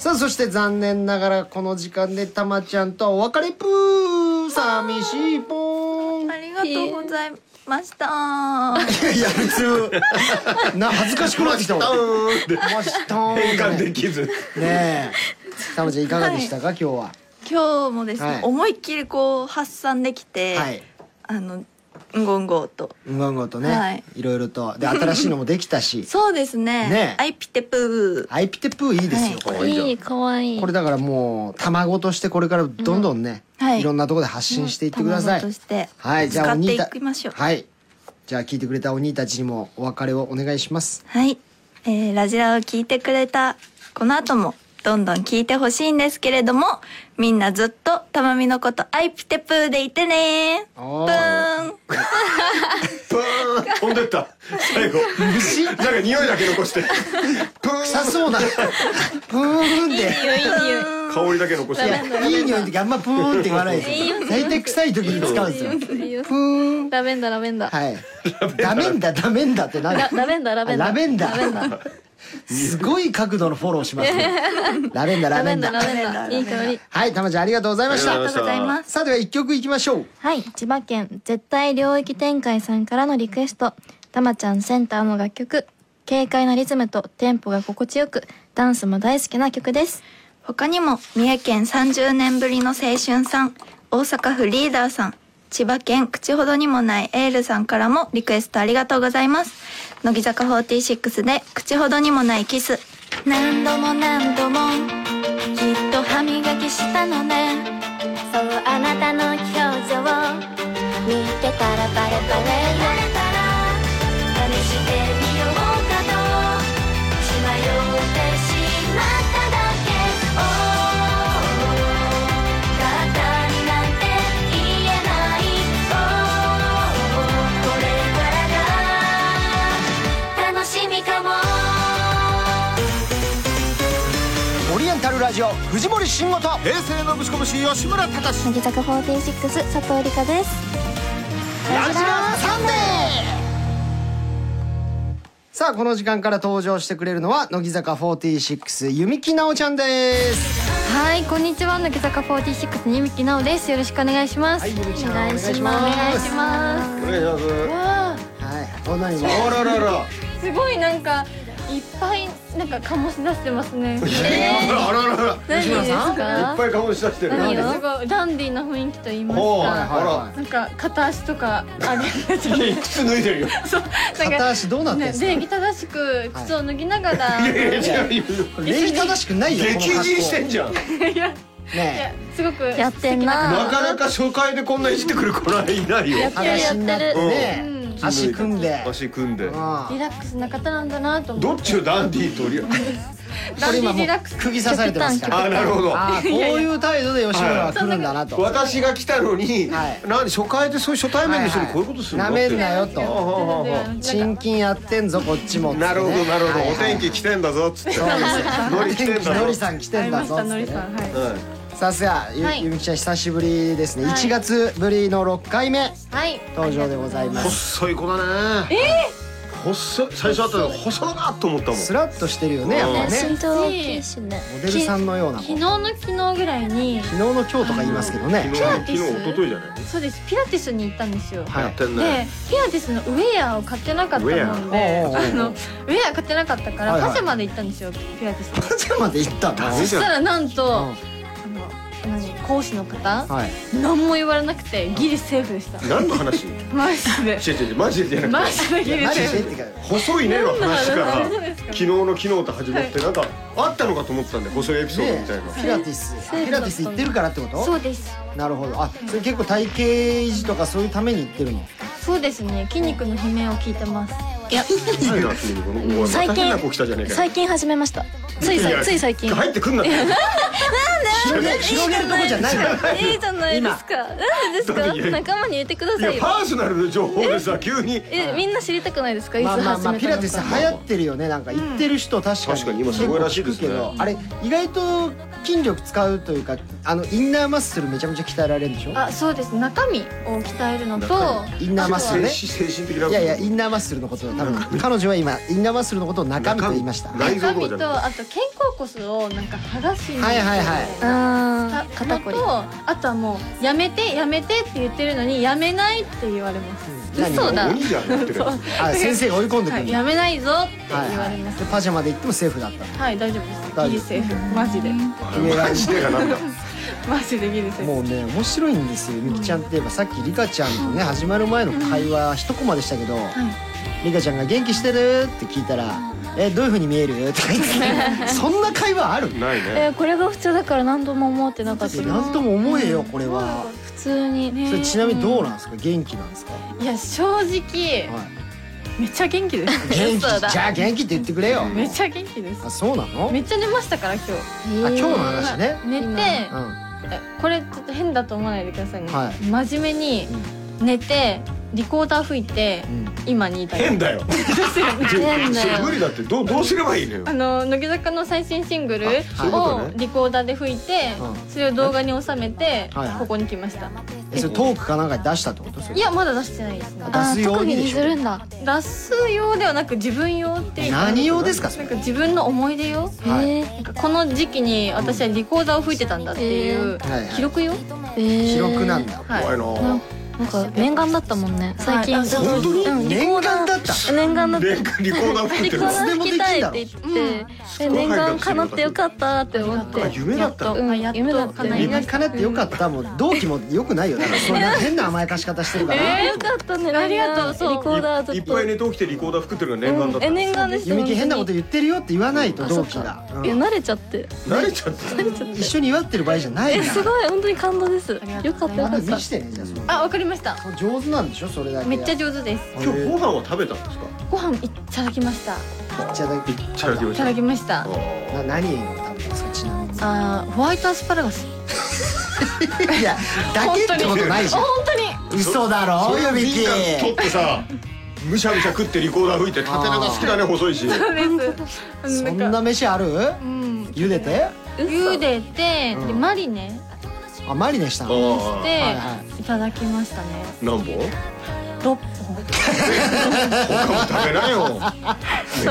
[SPEAKER 1] さあそして残念ながらこの時間でたまちゃんとはお別れぷー寂しいぽーん
[SPEAKER 5] ありがとうございました
[SPEAKER 1] いや普通な恥ずかしくなってきたもんマジトーン
[SPEAKER 3] 変
[SPEAKER 1] だ
[SPEAKER 3] 換で
[SPEAKER 1] ね
[SPEAKER 3] きず
[SPEAKER 1] ねえたまちゃんいかがでしたか、今日は
[SPEAKER 5] 今日もですね、
[SPEAKER 1] はい
[SPEAKER 5] 思いっきりこう発散できて、
[SPEAKER 1] はい
[SPEAKER 5] あのうんごうんごと
[SPEAKER 1] うんごうんごとね、
[SPEAKER 5] はいい、
[SPEAKER 1] ろいろとで新しいのもできたし
[SPEAKER 5] そうですね
[SPEAKER 1] ねえ
[SPEAKER 5] アイピテプ
[SPEAKER 1] アイピテプーいいですよ、
[SPEAKER 5] はい
[SPEAKER 1] これ
[SPEAKER 4] いいかわいい
[SPEAKER 1] これだからもう卵としてこれからどんどんね、
[SPEAKER 5] うんはい
[SPEAKER 1] いろんなところで発信していってください、
[SPEAKER 5] うん卵として
[SPEAKER 1] はいじゃあお
[SPEAKER 5] 使って
[SPEAKER 1] 兄
[SPEAKER 5] い
[SPEAKER 1] た
[SPEAKER 5] きましょう
[SPEAKER 1] はいじゃあ聞いてくれたお兄たちにもお別れをお願いします
[SPEAKER 5] はい、えーラジラを聞いてくれたこの後もどんどん聞いてほしいんですけれどもみんなずっとたまみのことアイピテプーでいてねー
[SPEAKER 1] おー
[SPEAKER 5] ぷーん
[SPEAKER 3] パーン飛んでった最後
[SPEAKER 1] 虫
[SPEAKER 3] なんか匂いだけ残して
[SPEAKER 1] 臭そうな。 プーンで。
[SPEAKER 3] 香りだけ残し
[SPEAKER 1] い
[SPEAKER 3] て
[SPEAKER 1] やいい匂いの時あんまプーンって言わないですよ。大体臭い時に使うんですよ。プーン。
[SPEAKER 2] ラベンダーラベンダー
[SPEAKER 1] はい。ダメんだダメんだって何
[SPEAKER 2] ララベンダーラベンダー
[SPEAKER 1] ラベンダーすごい角度のフォローしますね。ラベンダーラ
[SPEAKER 2] ラ
[SPEAKER 1] ベ
[SPEAKER 2] ベ
[SPEAKER 1] ン
[SPEAKER 2] ンダ
[SPEAKER 1] ダー
[SPEAKER 2] ーラ。ベンダーいい香り
[SPEAKER 1] はい、たまちゃんありがとうございまし
[SPEAKER 3] ありが
[SPEAKER 1] た。
[SPEAKER 3] とうございま
[SPEAKER 1] さあでは一曲いきましょう。
[SPEAKER 2] はい千葉県絶対領域展開さんからのリクエストたまちゃんセンターの楽曲軽快なリズムとテンポが心地よくダンスも大好きな曲です
[SPEAKER 5] 他にも三重県30年ぶりの青春さん大阪府リーダーさん千葉県口ほどにもないエールさんからもリクエストありがとうございます乃木坂46で口ほどにもないキス
[SPEAKER 8] 何度も何度もきっと歯磨きしたのねそうあなたの表情見てたらバレバレバレたら試してみようかと迷ってしまっただけお簡単になんて言えないおこれからが楽しみかも
[SPEAKER 1] オリエンタルラジオ藤森慎吾と
[SPEAKER 3] 平成のぶちこむし吉村隆
[SPEAKER 2] 乃木坂46佐藤理香です
[SPEAKER 1] ラジラサンデーさあこの時間から登場してくれるのは乃木坂46弓木奈緒ちゃんです。
[SPEAKER 2] はいこんにちは乃木坂46にみきなおですよろしくお願いします、
[SPEAKER 1] はいゆみき
[SPEAKER 2] お
[SPEAKER 1] なお
[SPEAKER 2] 願いします
[SPEAKER 1] お願いし
[SPEAKER 2] ます
[SPEAKER 3] お願いしま
[SPEAKER 1] はい。おなにも。
[SPEAKER 3] すあららら
[SPEAKER 4] すごいなんかいっぱいなんか醸し出してますね。
[SPEAKER 3] あらららら
[SPEAKER 4] 何です
[SPEAKER 3] いっ
[SPEAKER 4] か？
[SPEAKER 3] ぱい顔し出してる
[SPEAKER 4] 何をすごいダンディーな雰囲気と言います
[SPEAKER 3] おー
[SPEAKER 4] か。
[SPEAKER 3] あ
[SPEAKER 4] なんか片足とかあれちょっ
[SPEAKER 3] らいや靴脱いでるよ
[SPEAKER 4] となん
[SPEAKER 1] 片
[SPEAKER 4] か
[SPEAKER 1] 足どうなってん
[SPEAKER 4] ね
[SPEAKER 1] す
[SPEAKER 4] 礼儀正しく靴を脱ぎながら、
[SPEAKER 3] いやいやいや
[SPEAKER 1] か。礼儀正しくないよこの
[SPEAKER 3] 激
[SPEAKER 1] 格好。
[SPEAKER 3] 甚してんじゃん
[SPEAKER 1] ね
[SPEAKER 4] すごく
[SPEAKER 2] やってんな
[SPEAKER 3] なかなか初回でこんないじってくる子はいないよ
[SPEAKER 1] え。
[SPEAKER 4] やってるやってる。
[SPEAKER 1] る
[SPEAKER 4] うん
[SPEAKER 1] ねえ。足組んで。
[SPEAKER 3] 足組んで
[SPEAKER 1] あ
[SPEAKER 4] リラックスな方なんだなと思
[SPEAKER 3] ど
[SPEAKER 4] っ。
[SPEAKER 3] ってちゅうダンディーとリア
[SPEAKER 4] ダンディ
[SPEAKER 1] 今
[SPEAKER 4] ー
[SPEAKER 1] も
[SPEAKER 4] リ
[SPEAKER 1] う
[SPEAKER 4] ラックス。
[SPEAKER 1] 釘刺されてますから。
[SPEAKER 3] あーなるほど
[SPEAKER 1] あーこういう態度で吉村は来るんだなと。
[SPEAKER 3] 私が来たのに、
[SPEAKER 1] はい
[SPEAKER 3] なんで初回でそういう初対面の人にこういうことするの
[SPEAKER 1] なめんなよ
[SPEAKER 3] ああ
[SPEAKER 1] と。
[SPEAKER 3] あああ
[SPEAKER 4] な
[SPEAKER 1] チ
[SPEAKER 4] ん
[SPEAKER 1] ン
[SPEAKER 4] か
[SPEAKER 1] キンやってんぞこっちもっ
[SPEAKER 3] あ
[SPEAKER 1] つってね。
[SPEAKER 3] なるほどなるほど、
[SPEAKER 1] はいはい
[SPEAKER 3] お天気来てんだぞっつって
[SPEAKER 1] そうです
[SPEAKER 3] ノリ来てんだぞ
[SPEAKER 1] ノリさん来て
[SPEAKER 4] 会
[SPEAKER 1] ん
[SPEAKER 4] いま
[SPEAKER 1] だ
[SPEAKER 4] し
[SPEAKER 1] ぞ
[SPEAKER 4] た
[SPEAKER 1] っつっ
[SPEAKER 4] の
[SPEAKER 1] て
[SPEAKER 4] り
[SPEAKER 1] ね
[SPEAKER 4] さんはい。
[SPEAKER 3] はい
[SPEAKER 1] さすがゆ,、
[SPEAKER 4] はい
[SPEAKER 1] ゆみきちゃん久しぶりですね、1月ぶりの6回目
[SPEAKER 4] はい。
[SPEAKER 1] 登場でございます
[SPEAKER 3] 細い子だねえ細い最初会った時細いなと思ったもん
[SPEAKER 1] スラッとしてるよねやっぱね
[SPEAKER 2] 身長大きいしね
[SPEAKER 1] モデルさんのような子
[SPEAKER 4] 昨日
[SPEAKER 1] 昨
[SPEAKER 4] の昨日ぐらいに
[SPEAKER 1] 日の今日とか言いますけどね
[SPEAKER 3] 昨日昨日一昨日じゃない、
[SPEAKER 4] そうですピラティスに行ったんですよ。
[SPEAKER 1] は
[SPEAKER 3] や
[SPEAKER 1] い
[SPEAKER 3] ってん
[SPEAKER 4] で
[SPEAKER 3] ね
[SPEAKER 4] ピラティスのウェアを買ってなかったもんで
[SPEAKER 3] ウ
[SPEAKER 4] あ
[SPEAKER 3] ェア
[SPEAKER 1] おうおうおう
[SPEAKER 4] のウェア買ってなかったか
[SPEAKER 1] はい
[SPEAKER 4] ら
[SPEAKER 1] はい
[SPEAKER 4] パジャマで行ったんですよピラティスに
[SPEAKER 1] パジャマで行ったんだ
[SPEAKER 3] ダ
[SPEAKER 1] う
[SPEAKER 3] メ
[SPEAKER 4] そ
[SPEAKER 3] じ
[SPEAKER 4] し
[SPEAKER 3] ゃん
[SPEAKER 4] たらなんとあの
[SPEAKER 1] ん
[SPEAKER 4] 何講師の方
[SPEAKER 1] はい
[SPEAKER 4] 何も言われなくてギリセーフでした
[SPEAKER 3] 何の話違
[SPEAKER 4] マジで
[SPEAKER 3] う違うマジでじゃなくて
[SPEAKER 4] マジでギ
[SPEAKER 1] い
[SPEAKER 4] リ
[SPEAKER 1] や
[SPEAKER 4] セ
[SPEAKER 1] 何し
[SPEAKER 4] ー
[SPEAKER 1] てっ
[SPEAKER 4] フ
[SPEAKER 1] てか
[SPEAKER 3] 細いねの話から
[SPEAKER 4] 何の話ですか
[SPEAKER 3] 昨日の昨日と始まってなんかあったのかと思ってたんで細いエピソードみ
[SPEAKER 1] ね
[SPEAKER 3] たいな、
[SPEAKER 1] ピラティスピラティス行ってるからってこと
[SPEAKER 4] そうです
[SPEAKER 1] なるほどあそれ結構体型維持とかそういうために行ってる の
[SPEAKER 4] そうですね筋肉の悲鳴を聞いてます
[SPEAKER 3] 何が君このお前ま
[SPEAKER 2] 最
[SPEAKER 3] た
[SPEAKER 2] 近
[SPEAKER 3] 変な子来たじゃねえか
[SPEAKER 2] 最近始めましたつい
[SPEAKER 3] いや
[SPEAKER 2] さつい最近
[SPEAKER 3] 入ってくんなって
[SPEAKER 1] 広げ広げるとこじゃないの
[SPEAKER 2] いいじゃないですかなんでです
[SPEAKER 3] だっ
[SPEAKER 2] か
[SPEAKER 3] ていや
[SPEAKER 2] 仲間に入れてくだ
[SPEAKER 3] い
[SPEAKER 2] さ
[SPEAKER 3] や
[SPEAKER 2] いよ
[SPEAKER 3] パーソナルの情報でさ急に
[SPEAKER 2] えみんな知りたくないですかいつ
[SPEAKER 1] まあ
[SPEAKER 2] 始め
[SPEAKER 1] ま
[SPEAKER 2] た
[SPEAKER 1] あま
[SPEAKER 2] のか
[SPEAKER 1] あピラティス流行ってるよねなんか行ってる人確かに
[SPEAKER 3] 確かに今すごいらしいですね
[SPEAKER 1] 結構聞くけどあれ意外と筋力使うというかあのインナーマッスルめちゃめちゃ鍛えられるんでしょ
[SPEAKER 4] あそうです中身を鍛えるのと
[SPEAKER 3] 中
[SPEAKER 1] インナーマッスルね
[SPEAKER 3] 精神精神的ない
[SPEAKER 1] やいやインナーマッスルのことを多分彼女は今インナーマッスルのことを中身と言いましたは
[SPEAKER 3] 中
[SPEAKER 1] い
[SPEAKER 4] 中身とあと肩甲骨をなんか剥がしに
[SPEAKER 1] はいはい
[SPEAKER 2] あ
[SPEAKER 4] た
[SPEAKER 2] ー肩こり
[SPEAKER 4] のとあとはもうやめてやめてって言ってるのにやめないって言われます
[SPEAKER 1] 何
[SPEAKER 4] 嘘だ
[SPEAKER 3] 鬼じゃんやってるやつ
[SPEAKER 1] あ先生が追い込んでく
[SPEAKER 4] は
[SPEAKER 1] るん
[SPEAKER 4] い、
[SPEAKER 1] だ
[SPEAKER 4] やめないぞって
[SPEAKER 1] はい
[SPEAKER 4] 言わ
[SPEAKER 1] は
[SPEAKER 4] れ
[SPEAKER 1] い
[SPEAKER 4] ます。
[SPEAKER 1] でパジャマで行ってもセーフだった
[SPEAKER 4] はい、大丈夫
[SPEAKER 1] 大丈夫
[SPEAKER 4] です。ギリセーフ、マジで、
[SPEAKER 3] マジでがなんだ
[SPEAKER 4] マジでギリセーフ。
[SPEAKER 1] もうね面白いんですよみきちゃんって言えばさっきリカちゃんとね始まる前の会話一コマでしたけど、リカちゃんが「元気してる?」って聞いたら「えどういうふうに見える?」とか言って そんな会話ある
[SPEAKER 3] ない
[SPEAKER 2] え
[SPEAKER 3] ね
[SPEAKER 2] ーこれが普通だから何度も思ってなかったです
[SPEAKER 1] 何とも思えよこれは、
[SPEAKER 2] 普通に
[SPEAKER 1] それちなみにどうなんですか元気なんですか、
[SPEAKER 4] いや、正直、
[SPEAKER 1] は
[SPEAKER 4] めっちゃ元気 です。
[SPEAKER 1] い、元気
[SPEAKER 4] 嘘だ
[SPEAKER 1] じゃあ元気って言ってくれよ
[SPEAKER 4] めっちゃ元気です
[SPEAKER 1] あ。そうなの
[SPEAKER 4] めっちゃ寝ましたから、今日。
[SPEAKER 1] あ今日の
[SPEAKER 4] まあ
[SPEAKER 1] 話ね、
[SPEAKER 4] 寝て、
[SPEAKER 1] うん、
[SPEAKER 4] これちょっと変だと思わないでくださいね。
[SPEAKER 1] はい
[SPEAKER 4] 真面目に寝て、
[SPEAKER 7] リコーダー吹いて、今に至る
[SPEAKER 3] 変だよ
[SPEAKER 7] ですよね
[SPEAKER 4] 変だよ
[SPEAKER 3] 無理だってどうどうすればいいのよ
[SPEAKER 7] あの乃木坂の最新シングル
[SPEAKER 1] そういう
[SPEAKER 3] こと
[SPEAKER 7] を
[SPEAKER 3] ね
[SPEAKER 7] リコーダーで吹いて、
[SPEAKER 1] うん
[SPEAKER 7] それを動画に収めて、
[SPEAKER 1] はいはい
[SPEAKER 7] ここに来ました
[SPEAKER 1] えそれトークかなんかに出したってことそれ
[SPEAKER 7] いやまだ出してないですね
[SPEAKER 4] あ
[SPEAKER 1] 出すよ
[SPEAKER 4] ー
[SPEAKER 1] う
[SPEAKER 4] 特
[SPEAKER 1] に
[SPEAKER 4] 技
[SPEAKER 1] で
[SPEAKER 4] に
[SPEAKER 1] し
[SPEAKER 4] する
[SPEAKER 1] ょ
[SPEAKER 4] んだ
[SPEAKER 7] 出す用ではなく自分用っていう
[SPEAKER 1] 何用ですかそ
[SPEAKER 7] な
[SPEAKER 1] れ
[SPEAKER 7] んか自分の思い出用
[SPEAKER 1] はい
[SPEAKER 4] え
[SPEAKER 7] なんかこの時期に私はリコーダーを吹いてたんだっていう
[SPEAKER 1] えーはいはい
[SPEAKER 7] 記録用
[SPEAKER 4] えー
[SPEAKER 1] 記録なんだ
[SPEAKER 7] はい
[SPEAKER 3] 怖いな
[SPEAKER 4] なんか念願だったもんね最近、
[SPEAKER 7] はいあそうそうそう
[SPEAKER 4] うん
[SPEAKER 1] 念願だった
[SPEAKER 4] 念願だった
[SPEAKER 3] 連歌リコーダー吹いてる
[SPEAKER 4] コ
[SPEAKER 3] の
[SPEAKER 4] ーダー弾きたいって言って、え念願叶ってよかったって思って
[SPEAKER 3] あ夢だったの
[SPEAKER 4] うん
[SPEAKER 7] やっと
[SPEAKER 4] 夢だった
[SPEAKER 7] 叶
[SPEAKER 4] ね
[SPEAKER 7] い
[SPEAKER 1] 夢叶ってよかったもう同期もよくないよだからそんな変な甘やかし方してるから
[SPEAKER 4] よかったね
[SPEAKER 7] ありがとうそう
[SPEAKER 4] リコーダーず
[SPEAKER 3] いっ
[SPEAKER 4] っと
[SPEAKER 3] ぱい寝て起きてリコーダー吹くってるのが念願だった
[SPEAKER 4] え念願でした
[SPEAKER 1] 弓木変なこと
[SPEAKER 4] 言
[SPEAKER 1] 言ってるよって言わないと同期がうん
[SPEAKER 4] いや慣れちゃって
[SPEAKER 3] 慣れちゃった
[SPEAKER 1] 一緒に祝ってる場合じゃない
[SPEAKER 4] え
[SPEAKER 1] か
[SPEAKER 4] すごい本当に感動ですよ
[SPEAKER 7] りがと
[SPEAKER 4] か
[SPEAKER 7] うご
[SPEAKER 4] っ
[SPEAKER 7] ざ
[SPEAKER 4] た
[SPEAKER 1] あ
[SPEAKER 4] よか
[SPEAKER 7] いま
[SPEAKER 4] っ
[SPEAKER 1] 見
[SPEAKER 4] た
[SPEAKER 1] してねじゃあそ
[SPEAKER 7] あわかりました
[SPEAKER 1] の上手なんでしょそれだけ
[SPEAKER 7] めっちゃ上手です
[SPEAKER 3] 今日ご飯は食べたんですか
[SPEAKER 7] ご飯いただきましたい
[SPEAKER 1] めっちゃだけ
[SPEAKER 3] いっちゃうよ
[SPEAKER 7] ただきました
[SPEAKER 1] な何を食べたんですかちなみに
[SPEAKER 7] あーホワイトアスパラガス
[SPEAKER 1] いやだけってことないじゃん
[SPEAKER 7] 本当に
[SPEAKER 1] 嘘だろ
[SPEAKER 3] そういう
[SPEAKER 1] 弓木
[SPEAKER 3] 瓶から取ってさむしゃむしゃ食ってリコーダー吹いて縦長好きだね細いし
[SPEAKER 7] です
[SPEAKER 1] そんな飯ある
[SPEAKER 7] うん
[SPEAKER 1] 茹でて
[SPEAKER 7] 茹でて、
[SPEAKER 1] うん
[SPEAKER 7] でマリネ
[SPEAKER 1] あマリネしたの
[SPEAKER 3] あ
[SPEAKER 7] で、
[SPEAKER 1] はい
[SPEAKER 7] い
[SPEAKER 1] は
[SPEAKER 7] ただきましたね
[SPEAKER 3] あ何本
[SPEAKER 7] 六本
[SPEAKER 3] 他も食べなよ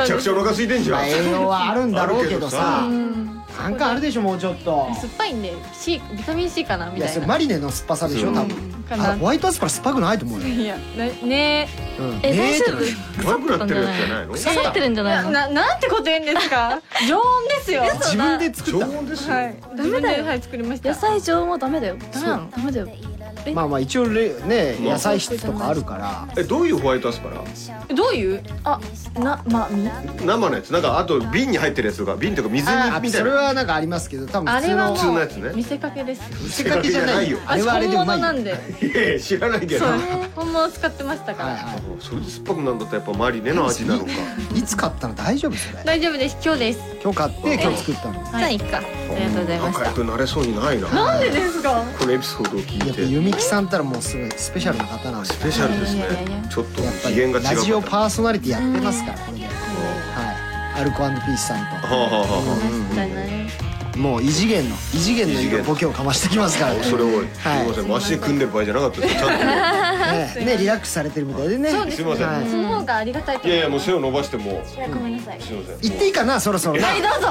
[SPEAKER 3] めちゃくちゃお腹空いてんじゃ
[SPEAKER 1] ま
[SPEAKER 3] ん
[SPEAKER 1] あ栄養はあるんだろうけどさ
[SPEAKER 3] う
[SPEAKER 1] なんかあるでしょもうちょっと
[SPEAKER 7] 酸っぱいんで C ビタミン C かないみ
[SPEAKER 1] や
[SPEAKER 7] たい
[SPEAKER 1] それ
[SPEAKER 7] な
[SPEAKER 1] マリネの酸っぱさでしょ多分
[SPEAKER 7] か
[SPEAKER 1] あ
[SPEAKER 7] な
[SPEAKER 1] ホワイトアスパラ酸っぱくないと思うよ
[SPEAKER 7] いやなね
[SPEAKER 1] うん
[SPEAKER 4] え
[SPEAKER 1] ね
[SPEAKER 4] 大丈
[SPEAKER 1] え
[SPEAKER 4] 夫
[SPEAKER 1] って
[SPEAKER 3] 悪くなってるやつじゃないの
[SPEAKER 4] 腐ってるんじゃないの
[SPEAKER 7] ななんてこと言うんです か常温ですよ
[SPEAKER 1] 自分で作
[SPEAKER 3] 常
[SPEAKER 1] ったの
[SPEAKER 3] 温ですよ
[SPEAKER 7] はいダメだよはい作りました
[SPEAKER 4] 野菜上もダメだよダメ
[SPEAKER 7] なの
[SPEAKER 4] ダメだよ
[SPEAKER 1] まあまあ一応れね
[SPEAKER 3] まあ
[SPEAKER 1] 野菜室とかあるから
[SPEAKER 3] えどういうホワイトアスパラ
[SPEAKER 7] どういうあなまみ
[SPEAKER 3] 生のやつなんかあと瓶に入ってるやつとか瓶とか水煮
[SPEAKER 1] あ
[SPEAKER 3] みたい
[SPEAKER 1] それ
[SPEAKER 3] な
[SPEAKER 1] はなんかありますけど多分
[SPEAKER 7] あ
[SPEAKER 1] 普通
[SPEAKER 7] れは
[SPEAKER 1] の
[SPEAKER 3] 普通
[SPEAKER 7] も
[SPEAKER 3] のやつね
[SPEAKER 7] う見せかけです
[SPEAKER 1] 見せかけじゃないよ
[SPEAKER 3] 見せ
[SPEAKER 1] あれはあれ
[SPEAKER 7] 私
[SPEAKER 1] でう
[SPEAKER 7] 本
[SPEAKER 1] ま
[SPEAKER 7] 物
[SPEAKER 1] い
[SPEAKER 7] なんで
[SPEAKER 3] いやいや知らないけど
[SPEAKER 7] そう
[SPEAKER 3] あ
[SPEAKER 7] 本物使ってましたから、
[SPEAKER 1] はいは
[SPEAKER 3] それで酸っぱくなんだったらやっぱマリネの味なのか
[SPEAKER 1] いいつ買ったの大丈夫それ
[SPEAKER 7] 大丈夫です今日です、
[SPEAKER 1] 今日買って今日作ったの
[SPEAKER 7] じゃあいっかありがとうございまし
[SPEAKER 3] 仲良
[SPEAKER 7] た
[SPEAKER 3] くなれそうにないな
[SPEAKER 7] なんでですか
[SPEAKER 3] このエピソードを聞
[SPEAKER 1] や
[SPEAKER 3] い
[SPEAKER 1] っぱ
[SPEAKER 3] て
[SPEAKER 1] 弓木さんったらもうすごいスペシャルな方なんで
[SPEAKER 3] スペシャルですねちょっと
[SPEAKER 1] やっぱ
[SPEAKER 3] 次元
[SPEAKER 1] り
[SPEAKER 3] が違う
[SPEAKER 1] ラジオ
[SPEAKER 3] ー
[SPEAKER 1] パーソナリティやってますからこれではいアルコピースさん
[SPEAKER 3] はあはあはあは
[SPEAKER 7] だね
[SPEAKER 1] ともう異次元の異次元の色々ボケをかましてきますからね
[SPEAKER 3] あそれをすい
[SPEAKER 1] はい
[SPEAKER 3] ませんマシで組んでる場合じゃなかったですちゃん
[SPEAKER 1] ねねリラックスされてるみたいでね
[SPEAKER 3] とすいません
[SPEAKER 7] その方がありがたいと
[SPEAKER 3] いやい
[SPEAKER 7] 思い
[SPEAKER 3] やもう背を伸ばしても
[SPEAKER 7] やごめんなさい
[SPEAKER 3] すいません
[SPEAKER 1] 言っていいかなそろそろ
[SPEAKER 7] はいどうぞ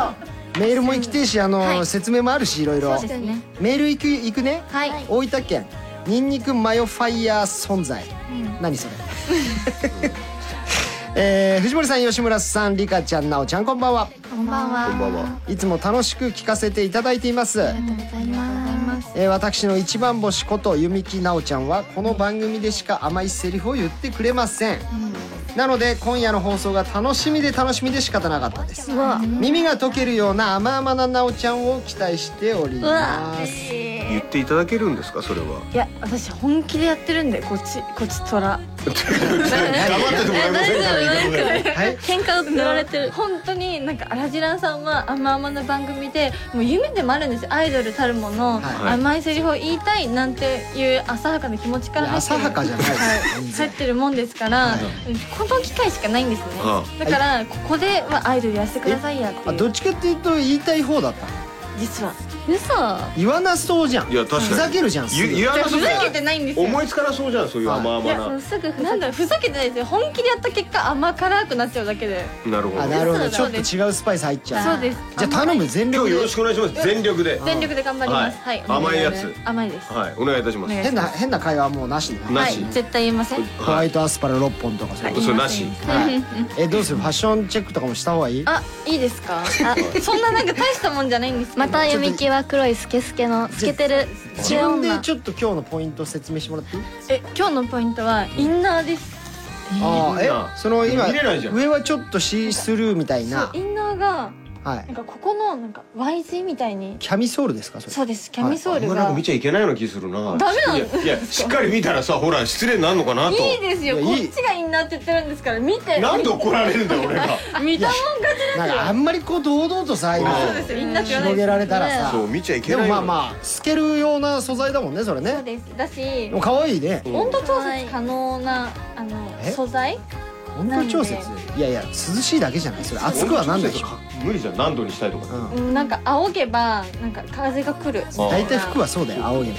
[SPEAKER 1] メールも行きてえしあの説明もあるしいろいろ
[SPEAKER 7] そうですね
[SPEAKER 1] メール行く行くね
[SPEAKER 7] はい
[SPEAKER 1] 大分県ニンニクマヨファイヤー存在、何それ えー藤森さん吉村さんリカちゃんなおちゃんこんばんは
[SPEAKER 4] こんばん
[SPEAKER 3] こん
[SPEAKER 4] は
[SPEAKER 3] ばんはい
[SPEAKER 1] つも楽しく聞かせていただいています、
[SPEAKER 4] ありがとうございます
[SPEAKER 1] えー私の一番星こと弓木奈緒ちゃんはこの番組でしか甘いセリフを言ってくれません、なので今夜の放送が楽しみで楽しみで仕方なかったです
[SPEAKER 4] うわ
[SPEAKER 1] 耳が溶けるような甘々な奈緒ちゃんを期待しております
[SPEAKER 3] 言っていただけるんですかそれはい
[SPEAKER 7] や私本気でやってるんでこっちこっち虎
[SPEAKER 3] 黙っててもらえませんから言い方で
[SPEAKER 1] はい
[SPEAKER 4] 喧嘩を塗られてる
[SPEAKER 7] 本当になんかアラジラさんは甘々な番組でもう夢でもあるんですよアイドルたるもの、
[SPEAKER 1] はい
[SPEAKER 7] 甘いセリフを言いたいなんていう浅はかな気持ちから
[SPEAKER 1] いや
[SPEAKER 7] 入ってる
[SPEAKER 1] 浅はかじゃないです
[SPEAKER 7] はい 入ってるもんですから、
[SPEAKER 1] はい
[SPEAKER 7] この機会しかないんですね、
[SPEAKER 3] は
[SPEAKER 7] だからここではアイドルやらせてくださいやって
[SPEAKER 1] あ
[SPEAKER 7] い
[SPEAKER 1] ど
[SPEAKER 7] う
[SPEAKER 1] っちかっていうと言いたい方だったの
[SPEAKER 7] 実は
[SPEAKER 4] 嘘
[SPEAKER 1] 言わなそうじゃん
[SPEAKER 3] いや確かに
[SPEAKER 1] ふざけるじゃんす
[SPEAKER 3] ゆ
[SPEAKER 1] ぐ
[SPEAKER 3] 言わなそ
[SPEAKER 7] ふ
[SPEAKER 3] うじ
[SPEAKER 7] ざ
[SPEAKER 3] ゃ
[SPEAKER 7] けてないんですよ
[SPEAKER 3] 思いつかなそうじゃんそういう甘
[SPEAKER 7] い
[SPEAKER 3] 々
[SPEAKER 7] や
[SPEAKER 3] な
[SPEAKER 4] すぐふ
[SPEAKER 7] な
[SPEAKER 4] ざ
[SPEAKER 7] んだ
[SPEAKER 4] け
[SPEAKER 7] ろうふざけてないですよ本気でやった結果甘辛くなっちゃうだけで
[SPEAKER 3] なるほど
[SPEAKER 1] あなるほどち
[SPEAKER 7] そ
[SPEAKER 1] ょ
[SPEAKER 7] う
[SPEAKER 1] っと
[SPEAKER 7] で
[SPEAKER 1] 違うスパイス入っちゃう
[SPEAKER 7] そうです
[SPEAKER 1] じゃあ頼む全
[SPEAKER 3] 今
[SPEAKER 1] 力
[SPEAKER 3] 日よ
[SPEAKER 1] で
[SPEAKER 3] ろしくお願いします全力で
[SPEAKER 7] 全力で頑張ります
[SPEAKER 3] は
[SPEAKER 7] はいい、
[SPEAKER 3] 甘いやつ
[SPEAKER 7] 甘いです
[SPEAKER 3] はいお願いいたします
[SPEAKER 7] お願
[SPEAKER 1] 変な変な会話はもうなしね
[SPEAKER 3] な
[SPEAKER 7] は
[SPEAKER 3] し
[SPEAKER 7] い絶対言いません
[SPEAKER 1] ホワイトアスパラ6本とかそういうこ
[SPEAKER 3] それなし
[SPEAKER 1] とはいえどうするファッションチェックとかもした方がいい
[SPEAKER 7] あ、いいですか。あそんななんか大したもんじゃないんですけど。
[SPEAKER 4] また弓木は黒いスケスケの透けてる
[SPEAKER 1] 自
[SPEAKER 4] 中
[SPEAKER 1] 分
[SPEAKER 4] 女
[SPEAKER 1] でちょっと今日のポイント説明してもらっていい
[SPEAKER 7] え、今日のポイントはインナーです。
[SPEAKER 1] ああ
[SPEAKER 3] いいな
[SPEAKER 1] えその今
[SPEAKER 3] 見れないじゃん
[SPEAKER 1] 上はちょっとシースルーみたいな
[SPEAKER 7] インナーが
[SPEAKER 1] はい
[SPEAKER 4] なんかここのなんか Y 字みたいに
[SPEAKER 1] キャミソールですかそれ
[SPEAKER 4] そうですキャミソール
[SPEAKER 3] あんまなん
[SPEAKER 4] が、
[SPEAKER 3] か見ちゃいけないような気するな
[SPEAKER 4] ダメなん
[SPEAKER 3] いやいやしっかり見たらさほら失礼になるのかなと
[SPEAKER 4] いいですよ
[SPEAKER 1] い
[SPEAKER 4] こ
[SPEAKER 1] や
[SPEAKER 4] っ
[SPEAKER 1] いい
[SPEAKER 4] ちがいいなって言ってるんですから見て
[SPEAKER 3] なんで怒られるんだよ俺が
[SPEAKER 4] 見たもん勝
[SPEAKER 1] なんかあんまりこう堂々とさ今
[SPEAKER 3] そう
[SPEAKER 4] ちですよみんなって言わない
[SPEAKER 1] 広げられたらさ
[SPEAKER 3] そう見ちゃいけ
[SPEAKER 1] で
[SPEAKER 3] な
[SPEAKER 1] も
[SPEAKER 3] い
[SPEAKER 1] まあ
[SPEAKER 3] あ
[SPEAKER 1] まあ透けるような素材だもんねそれ
[SPEAKER 4] そ
[SPEAKER 1] ね
[SPEAKER 4] うですだし
[SPEAKER 1] でも可愛いね
[SPEAKER 4] 温度調節可能なあの
[SPEAKER 1] え
[SPEAKER 4] 素材
[SPEAKER 1] 温度調節いやいや涼しいだけじゃないそれ暑くはなんないでしょ
[SPEAKER 3] 無理じゃん何度にしたいとか
[SPEAKER 1] うん
[SPEAKER 4] うんなんか仰げばなんか風が来る
[SPEAKER 3] あ
[SPEAKER 1] 大体服はそうだよ青いね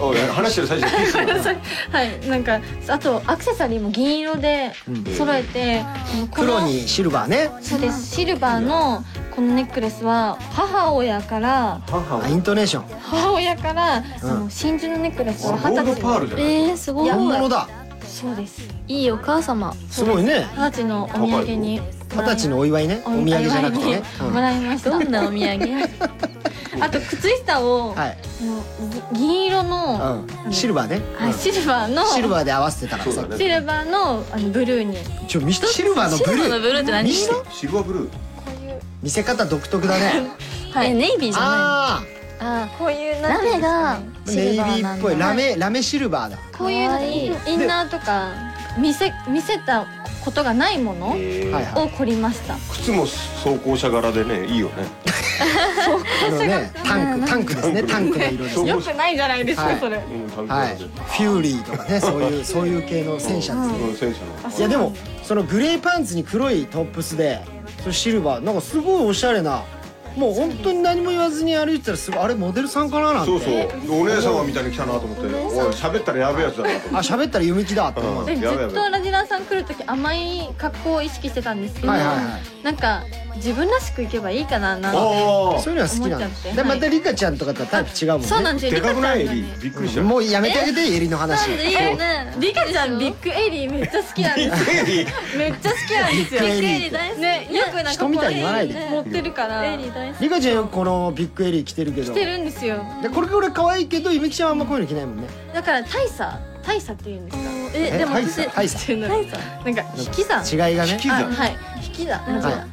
[SPEAKER 3] おい話してる最中にピースするな
[SPEAKER 4] はいなんかあとアクセサリーも銀色で揃えて、あのこの
[SPEAKER 1] 黒にシルバーね
[SPEAKER 4] そうですシルバーのこのネックレスは母親から
[SPEAKER 3] 母
[SPEAKER 1] あ
[SPEAKER 3] は
[SPEAKER 1] イントネーション
[SPEAKER 4] 母親からその真珠のネックレスは
[SPEAKER 3] あ
[SPEAKER 4] 二
[SPEAKER 3] ゴールド
[SPEAKER 4] 十歳
[SPEAKER 3] パールじゃない
[SPEAKER 2] えー、すごい
[SPEAKER 1] 本物だ
[SPEAKER 4] そうです
[SPEAKER 2] いいお母様
[SPEAKER 1] すごいね
[SPEAKER 4] 二十歳のお土産に
[SPEAKER 1] 二十歳のお祝いねお土
[SPEAKER 4] お
[SPEAKER 1] 産じゃなくてね
[SPEAKER 4] お
[SPEAKER 1] うん
[SPEAKER 4] もらいました
[SPEAKER 2] どんなお土産
[SPEAKER 4] あと靴下を、
[SPEAKER 1] はい
[SPEAKER 4] もうぎ銀色の、
[SPEAKER 1] うんシルバーね
[SPEAKER 4] はい、シルバーの
[SPEAKER 1] うんシルバーで合わせてたから
[SPEAKER 3] そ
[SPEAKER 1] さ
[SPEAKER 3] うだね
[SPEAKER 4] シルバーのあのブルーに
[SPEAKER 1] ちょ見せてシルバーのブル
[SPEAKER 2] シルバーのブルーって何
[SPEAKER 1] 見せて
[SPEAKER 3] シルバーブルー
[SPEAKER 1] 見せ方独特だね
[SPEAKER 2] えネイビーじゃ
[SPEAKER 1] あ
[SPEAKER 2] ないのあ
[SPEAKER 4] こういう
[SPEAKER 2] ーラメが
[SPEAKER 1] あ
[SPEAKER 2] シ
[SPEAKER 1] ネイ
[SPEAKER 2] ル
[SPEAKER 1] ビ
[SPEAKER 2] バーな
[SPEAKER 1] ーっ
[SPEAKER 2] ん
[SPEAKER 1] ぽい
[SPEAKER 2] だ
[SPEAKER 1] ラメラメシルバーだ
[SPEAKER 4] こういうなんかインインナーとか見せ見せたことがないもの
[SPEAKER 3] えー
[SPEAKER 1] はいはい
[SPEAKER 4] を凝りました
[SPEAKER 3] 靴も装甲車柄でねいいよね
[SPEAKER 1] あのねタンクタンクですねタンクの色 ですね
[SPEAKER 4] よくないじゃないです
[SPEAKER 1] は
[SPEAKER 4] か
[SPEAKER 1] い
[SPEAKER 4] それ
[SPEAKER 3] うんフ
[SPEAKER 1] はいフューリーとかねそういうそういう系の戦車ですね
[SPEAKER 3] うん戦車の
[SPEAKER 1] いやでもそのグレーパンツに黒いトップスでそのシルバーなんかすごいおしゃれなもう本当に何も言わずに歩いてたらすごいあれモデルさんかななんて
[SPEAKER 3] そうそうお姉様みたいに来たなと思っておい喋ったらやべえやつだなと
[SPEAKER 1] あ
[SPEAKER 3] 思って
[SPEAKER 1] 喋ったら弓木だって思う
[SPEAKER 3] う
[SPEAKER 4] で
[SPEAKER 3] ん
[SPEAKER 4] ず
[SPEAKER 3] やべえや
[SPEAKER 4] っ
[SPEAKER 3] べえ
[SPEAKER 4] とラジラーさん来る時甘い格好を意識してたんですけど、
[SPEAKER 1] はいはいはい
[SPEAKER 4] なんか自分らしくいけばいいかななんて
[SPEAKER 3] あ
[SPEAKER 1] そういうのは好きな
[SPEAKER 4] 思っちゃ
[SPEAKER 1] の
[SPEAKER 4] って
[SPEAKER 1] で
[SPEAKER 4] は
[SPEAKER 1] ま
[SPEAKER 4] い
[SPEAKER 1] たリカちゃんとかとはタイプ違うもんね
[SPEAKER 4] そうなんです
[SPEAKER 3] あ
[SPEAKER 4] よ
[SPEAKER 3] で
[SPEAKER 4] リ
[SPEAKER 3] かく
[SPEAKER 4] カちゃんが
[SPEAKER 3] ないエリ
[SPEAKER 4] ね
[SPEAKER 3] ーびっくりした
[SPEAKER 1] もうやめてあげてエリの話
[SPEAKER 2] いいよね
[SPEAKER 4] リカちゃんビッグエリーめっちゃ好 きなんですよ
[SPEAKER 3] エリー
[SPEAKER 4] めっちゃ好きなんです
[SPEAKER 1] ビッ
[SPEAKER 4] よ
[SPEAKER 1] グエリー
[SPEAKER 2] エリ大好き
[SPEAKER 4] ねよくなんか
[SPEAKER 1] 人みたいに言わないで
[SPEAKER 4] 持ってるから
[SPEAKER 2] エリー大好き
[SPEAKER 1] リカちゃんよくこのビッグエリー着てるけど
[SPEAKER 4] してるんですよ
[SPEAKER 1] でこれこれ可愛いけど弓木ちゃんはあんまこういうの着ないもんね
[SPEAKER 4] だから大差大差って言うんですか
[SPEAKER 2] えでも
[SPEAKER 1] 大差
[SPEAKER 2] 私
[SPEAKER 1] 大
[SPEAKER 4] っ
[SPEAKER 1] 差
[SPEAKER 4] ていうのなんか引き算
[SPEAKER 1] 違いがね
[SPEAKER 3] 引き算
[SPEAKER 4] あはい引き算
[SPEAKER 1] は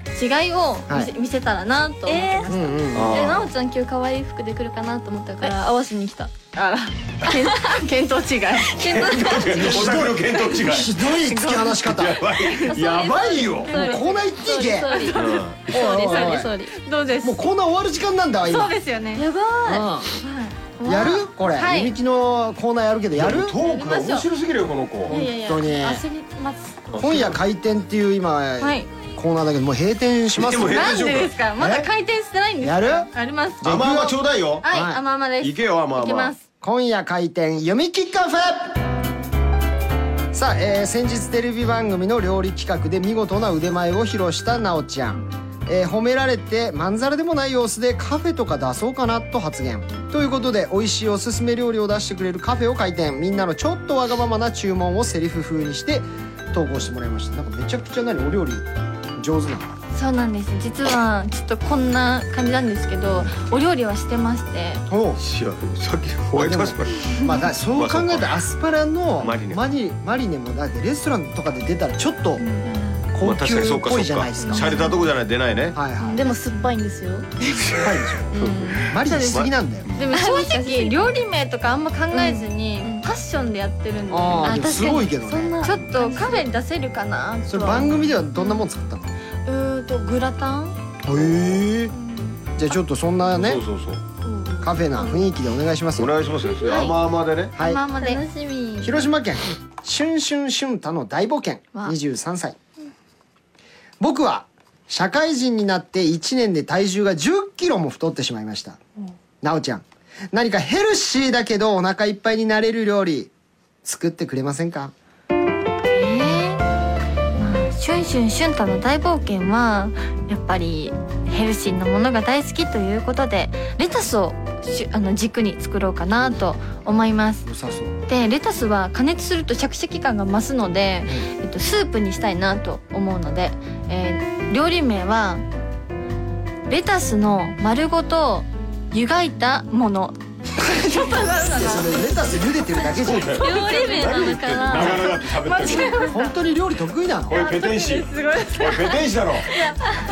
[SPEAKER 4] 違いを見せ,、
[SPEAKER 1] は
[SPEAKER 4] 見せたらなと思って、
[SPEAKER 2] えー
[SPEAKER 1] うんうんうん
[SPEAKER 2] えな
[SPEAKER 3] あ
[SPEAKER 2] おちゃん今日可愛い服で来るかなと思ったから合わせに来た
[SPEAKER 4] あら 見当違い
[SPEAKER 3] ーお宅の見当違い
[SPEAKER 1] ひどい突き放し 方もう
[SPEAKER 3] やばいやばいよ
[SPEAKER 1] コーナー行っていけ
[SPEAKER 2] ソーリーソー
[SPEAKER 3] うん
[SPEAKER 1] おい
[SPEAKER 2] リ
[SPEAKER 1] おいおい
[SPEAKER 2] ーソーリー
[SPEAKER 4] どうです
[SPEAKER 1] もうコーナー終わる時間なんだわ今
[SPEAKER 4] そうですよね
[SPEAKER 2] やば
[SPEAKER 1] うんやるこれ、
[SPEAKER 4] はい
[SPEAKER 1] いびきのコーナーやるけどやる
[SPEAKER 3] トークが面白すぎるよこの子
[SPEAKER 4] いやいや
[SPEAKER 1] 本当に
[SPEAKER 4] 焦ります
[SPEAKER 1] 今夜開店っていう今、
[SPEAKER 4] はい
[SPEAKER 1] コーナーだけどもう閉店しますよ
[SPEAKER 3] でも閉大
[SPEAKER 4] なん
[SPEAKER 3] 丈
[SPEAKER 4] で
[SPEAKER 3] 夫
[SPEAKER 4] ですかまだ回転してないんです
[SPEAKER 1] やる
[SPEAKER 4] あります
[SPEAKER 3] 甘々ちょうだいよ
[SPEAKER 4] はい
[SPEAKER 1] はい
[SPEAKER 4] 甘々です
[SPEAKER 3] 行けよ甘々
[SPEAKER 4] 行きます
[SPEAKER 1] 今夜開店弓きカフェさあ、えー先日テレビ番組の料理企画で見事な腕前を披露したなおちゃん、えー褒められてまんざらでもない様子でカフェとか出そうかなと発言ということで美味しいおすすめ料理を出してくれるカフェを開店みんなのちょっとわがままな注文をセリフ風にして投稿してもらいましたなんかめちゃくちゃ何お料理上手なの
[SPEAKER 4] そうなんです実はちょっとこんな感じなんですけどお料理はしてまして
[SPEAKER 1] おう
[SPEAKER 3] いやさっきホワイトハウスから
[SPEAKER 1] まあ、だそう考えたらアスパラの
[SPEAKER 3] マリネ
[SPEAKER 1] マリマリネもだってレストランとかで出たらちょっと
[SPEAKER 3] ま
[SPEAKER 1] 高
[SPEAKER 3] あ確
[SPEAKER 1] 級
[SPEAKER 3] かにそ
[SPEAKER 1] っ
[SPEAKER 3] うか
[SPEAKER 1] ぽ
[SPEAKER 3] そう
[SPEAKER 1] い
[SPEAKER 3] か
[SPEAKER 1] じゃないですか。
[SPEAKER 3] 洒落たとこじゃない出ないね
[SPEAKER 1] はいはい。
[SPEAKER 2] でも酸っぱいんですよ
[SPEAKER 1] 酸っぱいでしょ。マリネしすぎなんだよ。
[SPEAKER 4] でも正直料理名とかあんま考えずに
[SPEAKER 2] うん
[SPEAKER 4] パッションでやってるんで
[SPEAKER 1] ああ、でも
[SPEAKER 2] 確
[SPEAKER 1] す
[SPEAKER 2] かに
[SPEAKER 1] ごいけど
[SPEAKER 2] そん
[SPEAKER 1] ね。
[SPEAKER 2] な
[SPEAKER 4] ちょっとカフェに出せるかな
[SPEAKER 1] そ
[SPEAKER 4] と
[SPEAKER 1] れ
[SPEAKER 4] は
[SPEAKER 1] 番組ではどんなもん作ったの？
[SPEAKER 4] うーんとグラタン
[SPEAKER 1] へえ。じゃあちょっとそんなね
[SPEAKER 3] そうそうそう
[SPEAKER 1] カフェな雰囲気でお願いします
[SPEAKER 3] お
[SPEAKER 1] よ。
[SPEAKER 3] 願いしますよそれ甘々でね
[SPEAKER 1] はい。
[SPEAKER 4] まで
[SPEAKER 2] 楽しみ
[SPEAKER 1] 広島県シュンシュンシュンタの大冒険
[SPEAKER 2] わ
[SPEAKER 1] 23歳僕は社会人になって1年で体重が1 0キロも太ってしまいましたなおちゃん何かヘルシーだけどお腹いっぱいになれる料理作ってくれませんか
[SPEAKER 7] シュンシュンシュンタの大冒険はやっぱりヘルシーなものが大好きということでレタスをしゅあの軸に作ろうかなと思います
[SPEAKER 1] 良さそう
[SPEAKER 7] でレタスは加熱するとシャキシャキ感が増すので、えっと、スープにしたいなと思うので、えー料理名はレタスの丸ごと湯がいたもの
[SPEAKER 1] それレタス茹でてるだけじゃん
[SPEAKER 2] 料理名なの か
[SPEAKER 3] な
[SPEAKER 2] な
[SPEAKER 3] かなか食べてる
[SPEAKER 1] 本当に料理得意なの
[SPEAKER 3] これペテン師これペテン師だろ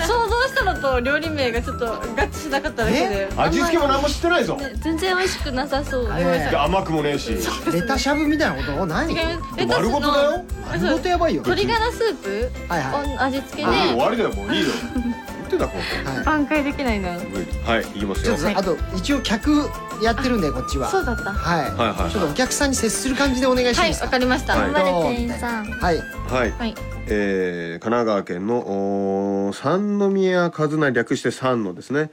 [SPEAKER 4] 想像したのとと料理名がちょっと合致しなかっただけで
[SPEAKER 10] え味付けも何も知って ないぞ
[SPEAKER 4] ね全然美味しくなさそう
[SPEAKER 1] あ
[SPEAKER 4] でも違い
[SPEAKER 1] れ
[SPEAKER 3] で甘くもねえし
[SPEAKER 1] レタしゃぶみたいなことお何
[SPEAKER 4] ますレタス
[SPEAKER 3] 丸
[SPEAKER 4] の
[SPEAKER 3] ごとだよ
[SPEAKER 4] あ
[SPEAKER 1] 丸
[SPEAKER 4] そ
[SPEAKER 1] ご
[SPEAKER 4] う
[SPEAKER 1] とやばいよ
[SPEAKER 4] 鶏ガラスープ
[SPEAKER 1] はいはい
[SPEAKER 4] を味付けで
[SPEAKER 1] あ
[SPEAKER 3] 終わりだよもういいよ言ってたこう
[SPEAKER 1] はい
[SPEAKER 4] 挽回できないな
[SPEAKER 3] 無理はい行きます
[SPEAKER 1] ちょ
[SPEAKER 3] よ
[SPEAKER 1] っとねあと一応客やってるんでこっちは
[SPEAKER 4] そうだったは
[SPEAKER 1] はい、
[SPEAKER 3] はいはい
[SPEAKER 1] ちょっとお客さんに接する感じでお願いしま
[SPEAKER 4] い
[SPEAKER 1] す
[SPEAKER 4] わかりました
[SPEAKER 3] はい
[SPEAKER 2] 頑張れ店員さん
[SPEAKER 1] はい、
[SPEAKER 3] はい、
[SPEAKER 4] はい
[SPEAKER 3] えー神奈川県のおー三宮和也略して三のですね、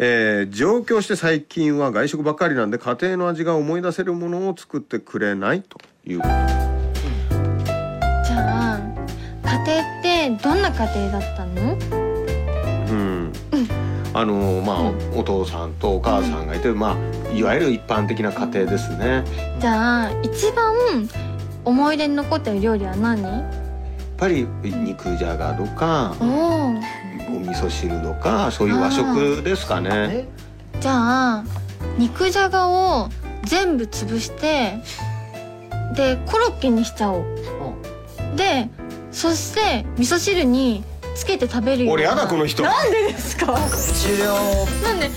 [SPEAKER 3] えー上京して最近は外食ばっかりなんで家庭の味が思い出せるものを作ってくれないということ
[SPEAKER 7] じゃあ家庭ってどんな家庭だったの
[SPEAKER 3] うんあのーまあ、お父さんとお母さんがいて、まあいわゆる一般的な家庭ですねやっ
[SPEAKER 7] じゃあ一番思い出に残ってる料理は何
[SPEAKER 3] ぱり肉じゃがとか
[SPEAKER 7] おー
[SPEAKER 3] お味噌汁とかそういう和食ですかね
[SPEAKER 1] ね
[SPEAKER 7] じゃあ肉じゃがを全部潰してでコロッケにしちゃおうでそして味噌汁につけて食べるような
[SPEAKER 3] 俺やだこの人家
[SPEAKER 1] 終了
[SPEAKER 4] なんで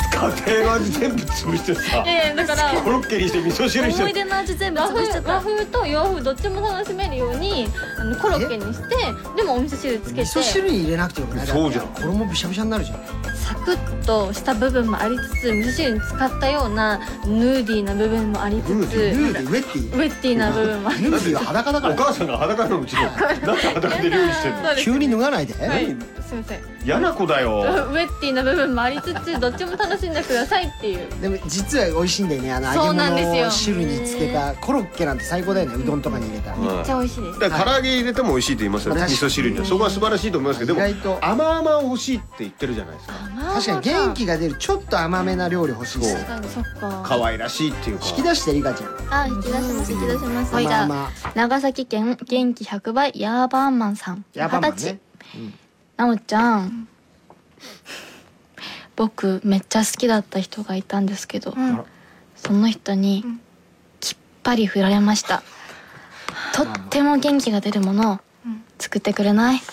[SPEAKER 3] 庭の味全部潰してさ
[SPEAKER 4] えーだから
[SPEAKER 3] コロッケにして味噌汁にして
[SPEAKER 2] 思い出の味全部
[SPEAKER 4] 和
[SPEAKER 2] 潰しちゃ
[SPEAKER 4] 風
[SPEAKER 2] っ
[SPEAKER 4] 和
[SPEAKER 2] た
[SPEAKER 4] 風と洋風どっちも楽しめるようにあのコロッケにしてでもお味噌汁つけ
[SPEAKER 1] 味
[SPEAKER 4] て
[SPEAKER 1] 噌汁に入れなくてよくない
[SPEAKER 3] そうじゃん
[SPEAKER 1] だって衣びしゃびしゃになるじゃん
[SPEAKER 4] サクッとした部分もありつつ味噌汁に使ったようなヌーディーな部分もありつ
[SPEAKER 3] ヌー
[SPEAKER 4] つ
[SPEAKER 1] ヌーディウェッテ
[SPEAKER 4] ウェッティーな部分もあり
[SPEAKER 1] ィヌーディは裸だか
[SPEAKER 3] お
[SPEAKER 1] ら
[SPEAKER 3] 母さんが裸なのうちのなんで裸で料理 してんの
[SPEAKER 4] そうです
[SPEAKER 1] 急に脱がないで、
[SPEAKER 4] はいすいませんウ
[SPEAKER 3] 嫌な子だよ
[SPEAKER 4] ェッティーな部分もありつつどっちも楽しんでくださいっていう
[SPEAKER 1] でも実は美味しいんだよねあの
[SPEAKER 4] そうなんです
[SPEAKER 1] 揚げ
[SPEAKER 4] よ
[SPEAKER 1] 物を汁につけたコロッケなんて最高だよねうどんとかに入れたら、
[SPEAKER 3] め
[SPEAKER 4] めっちゃ美味しいです
[SPEAKER 3] だから唐揚げ入れても美味しいって言いますよね
[SPEAKER 1] 確
[SPEAKER 3] 味
[SPEAKER 1] かに
[SPEAKER 3] 噌汁にはそこは素晴らしいと思いますけどで
[SPEAKER 1] 意外
[SPEAKER 3] も
[SPEAKER 1] と
[SPEAKER 3] 甘々を欲しいって言ってるじゃないですか
[SPEAKER 1] 確かに元気が出るちょっと甘めな料理欲しいです
[SPEAKER 7] そっか
[SPEAKER 3] 可愛らしいっていうか
[SPEAKER 1] 引き出してリカちゃん
[SPEAKER 2] あ引き出します引き出します
[SPEAKER 1] まあ
[SPEAKER 2] じゃあ
[SPEAKER 1] まあ
[SPEAKER 2] 長崎県元気100倍ヤーバーマンさん
[SPEAKER 1] ヤ
[SPEAKER 2] 二
[SPEAKER 1] ーバーマン
[SPEAKER 2] 十
[SPEAKER 1] ね
[SPEAKER 2] 歳なおちゃん僕めっちゃ好きだった人がいたんですけど、その人にきっぱり振られま したとっても元気が出るものを作ってくれない
[SPEAKER 7] か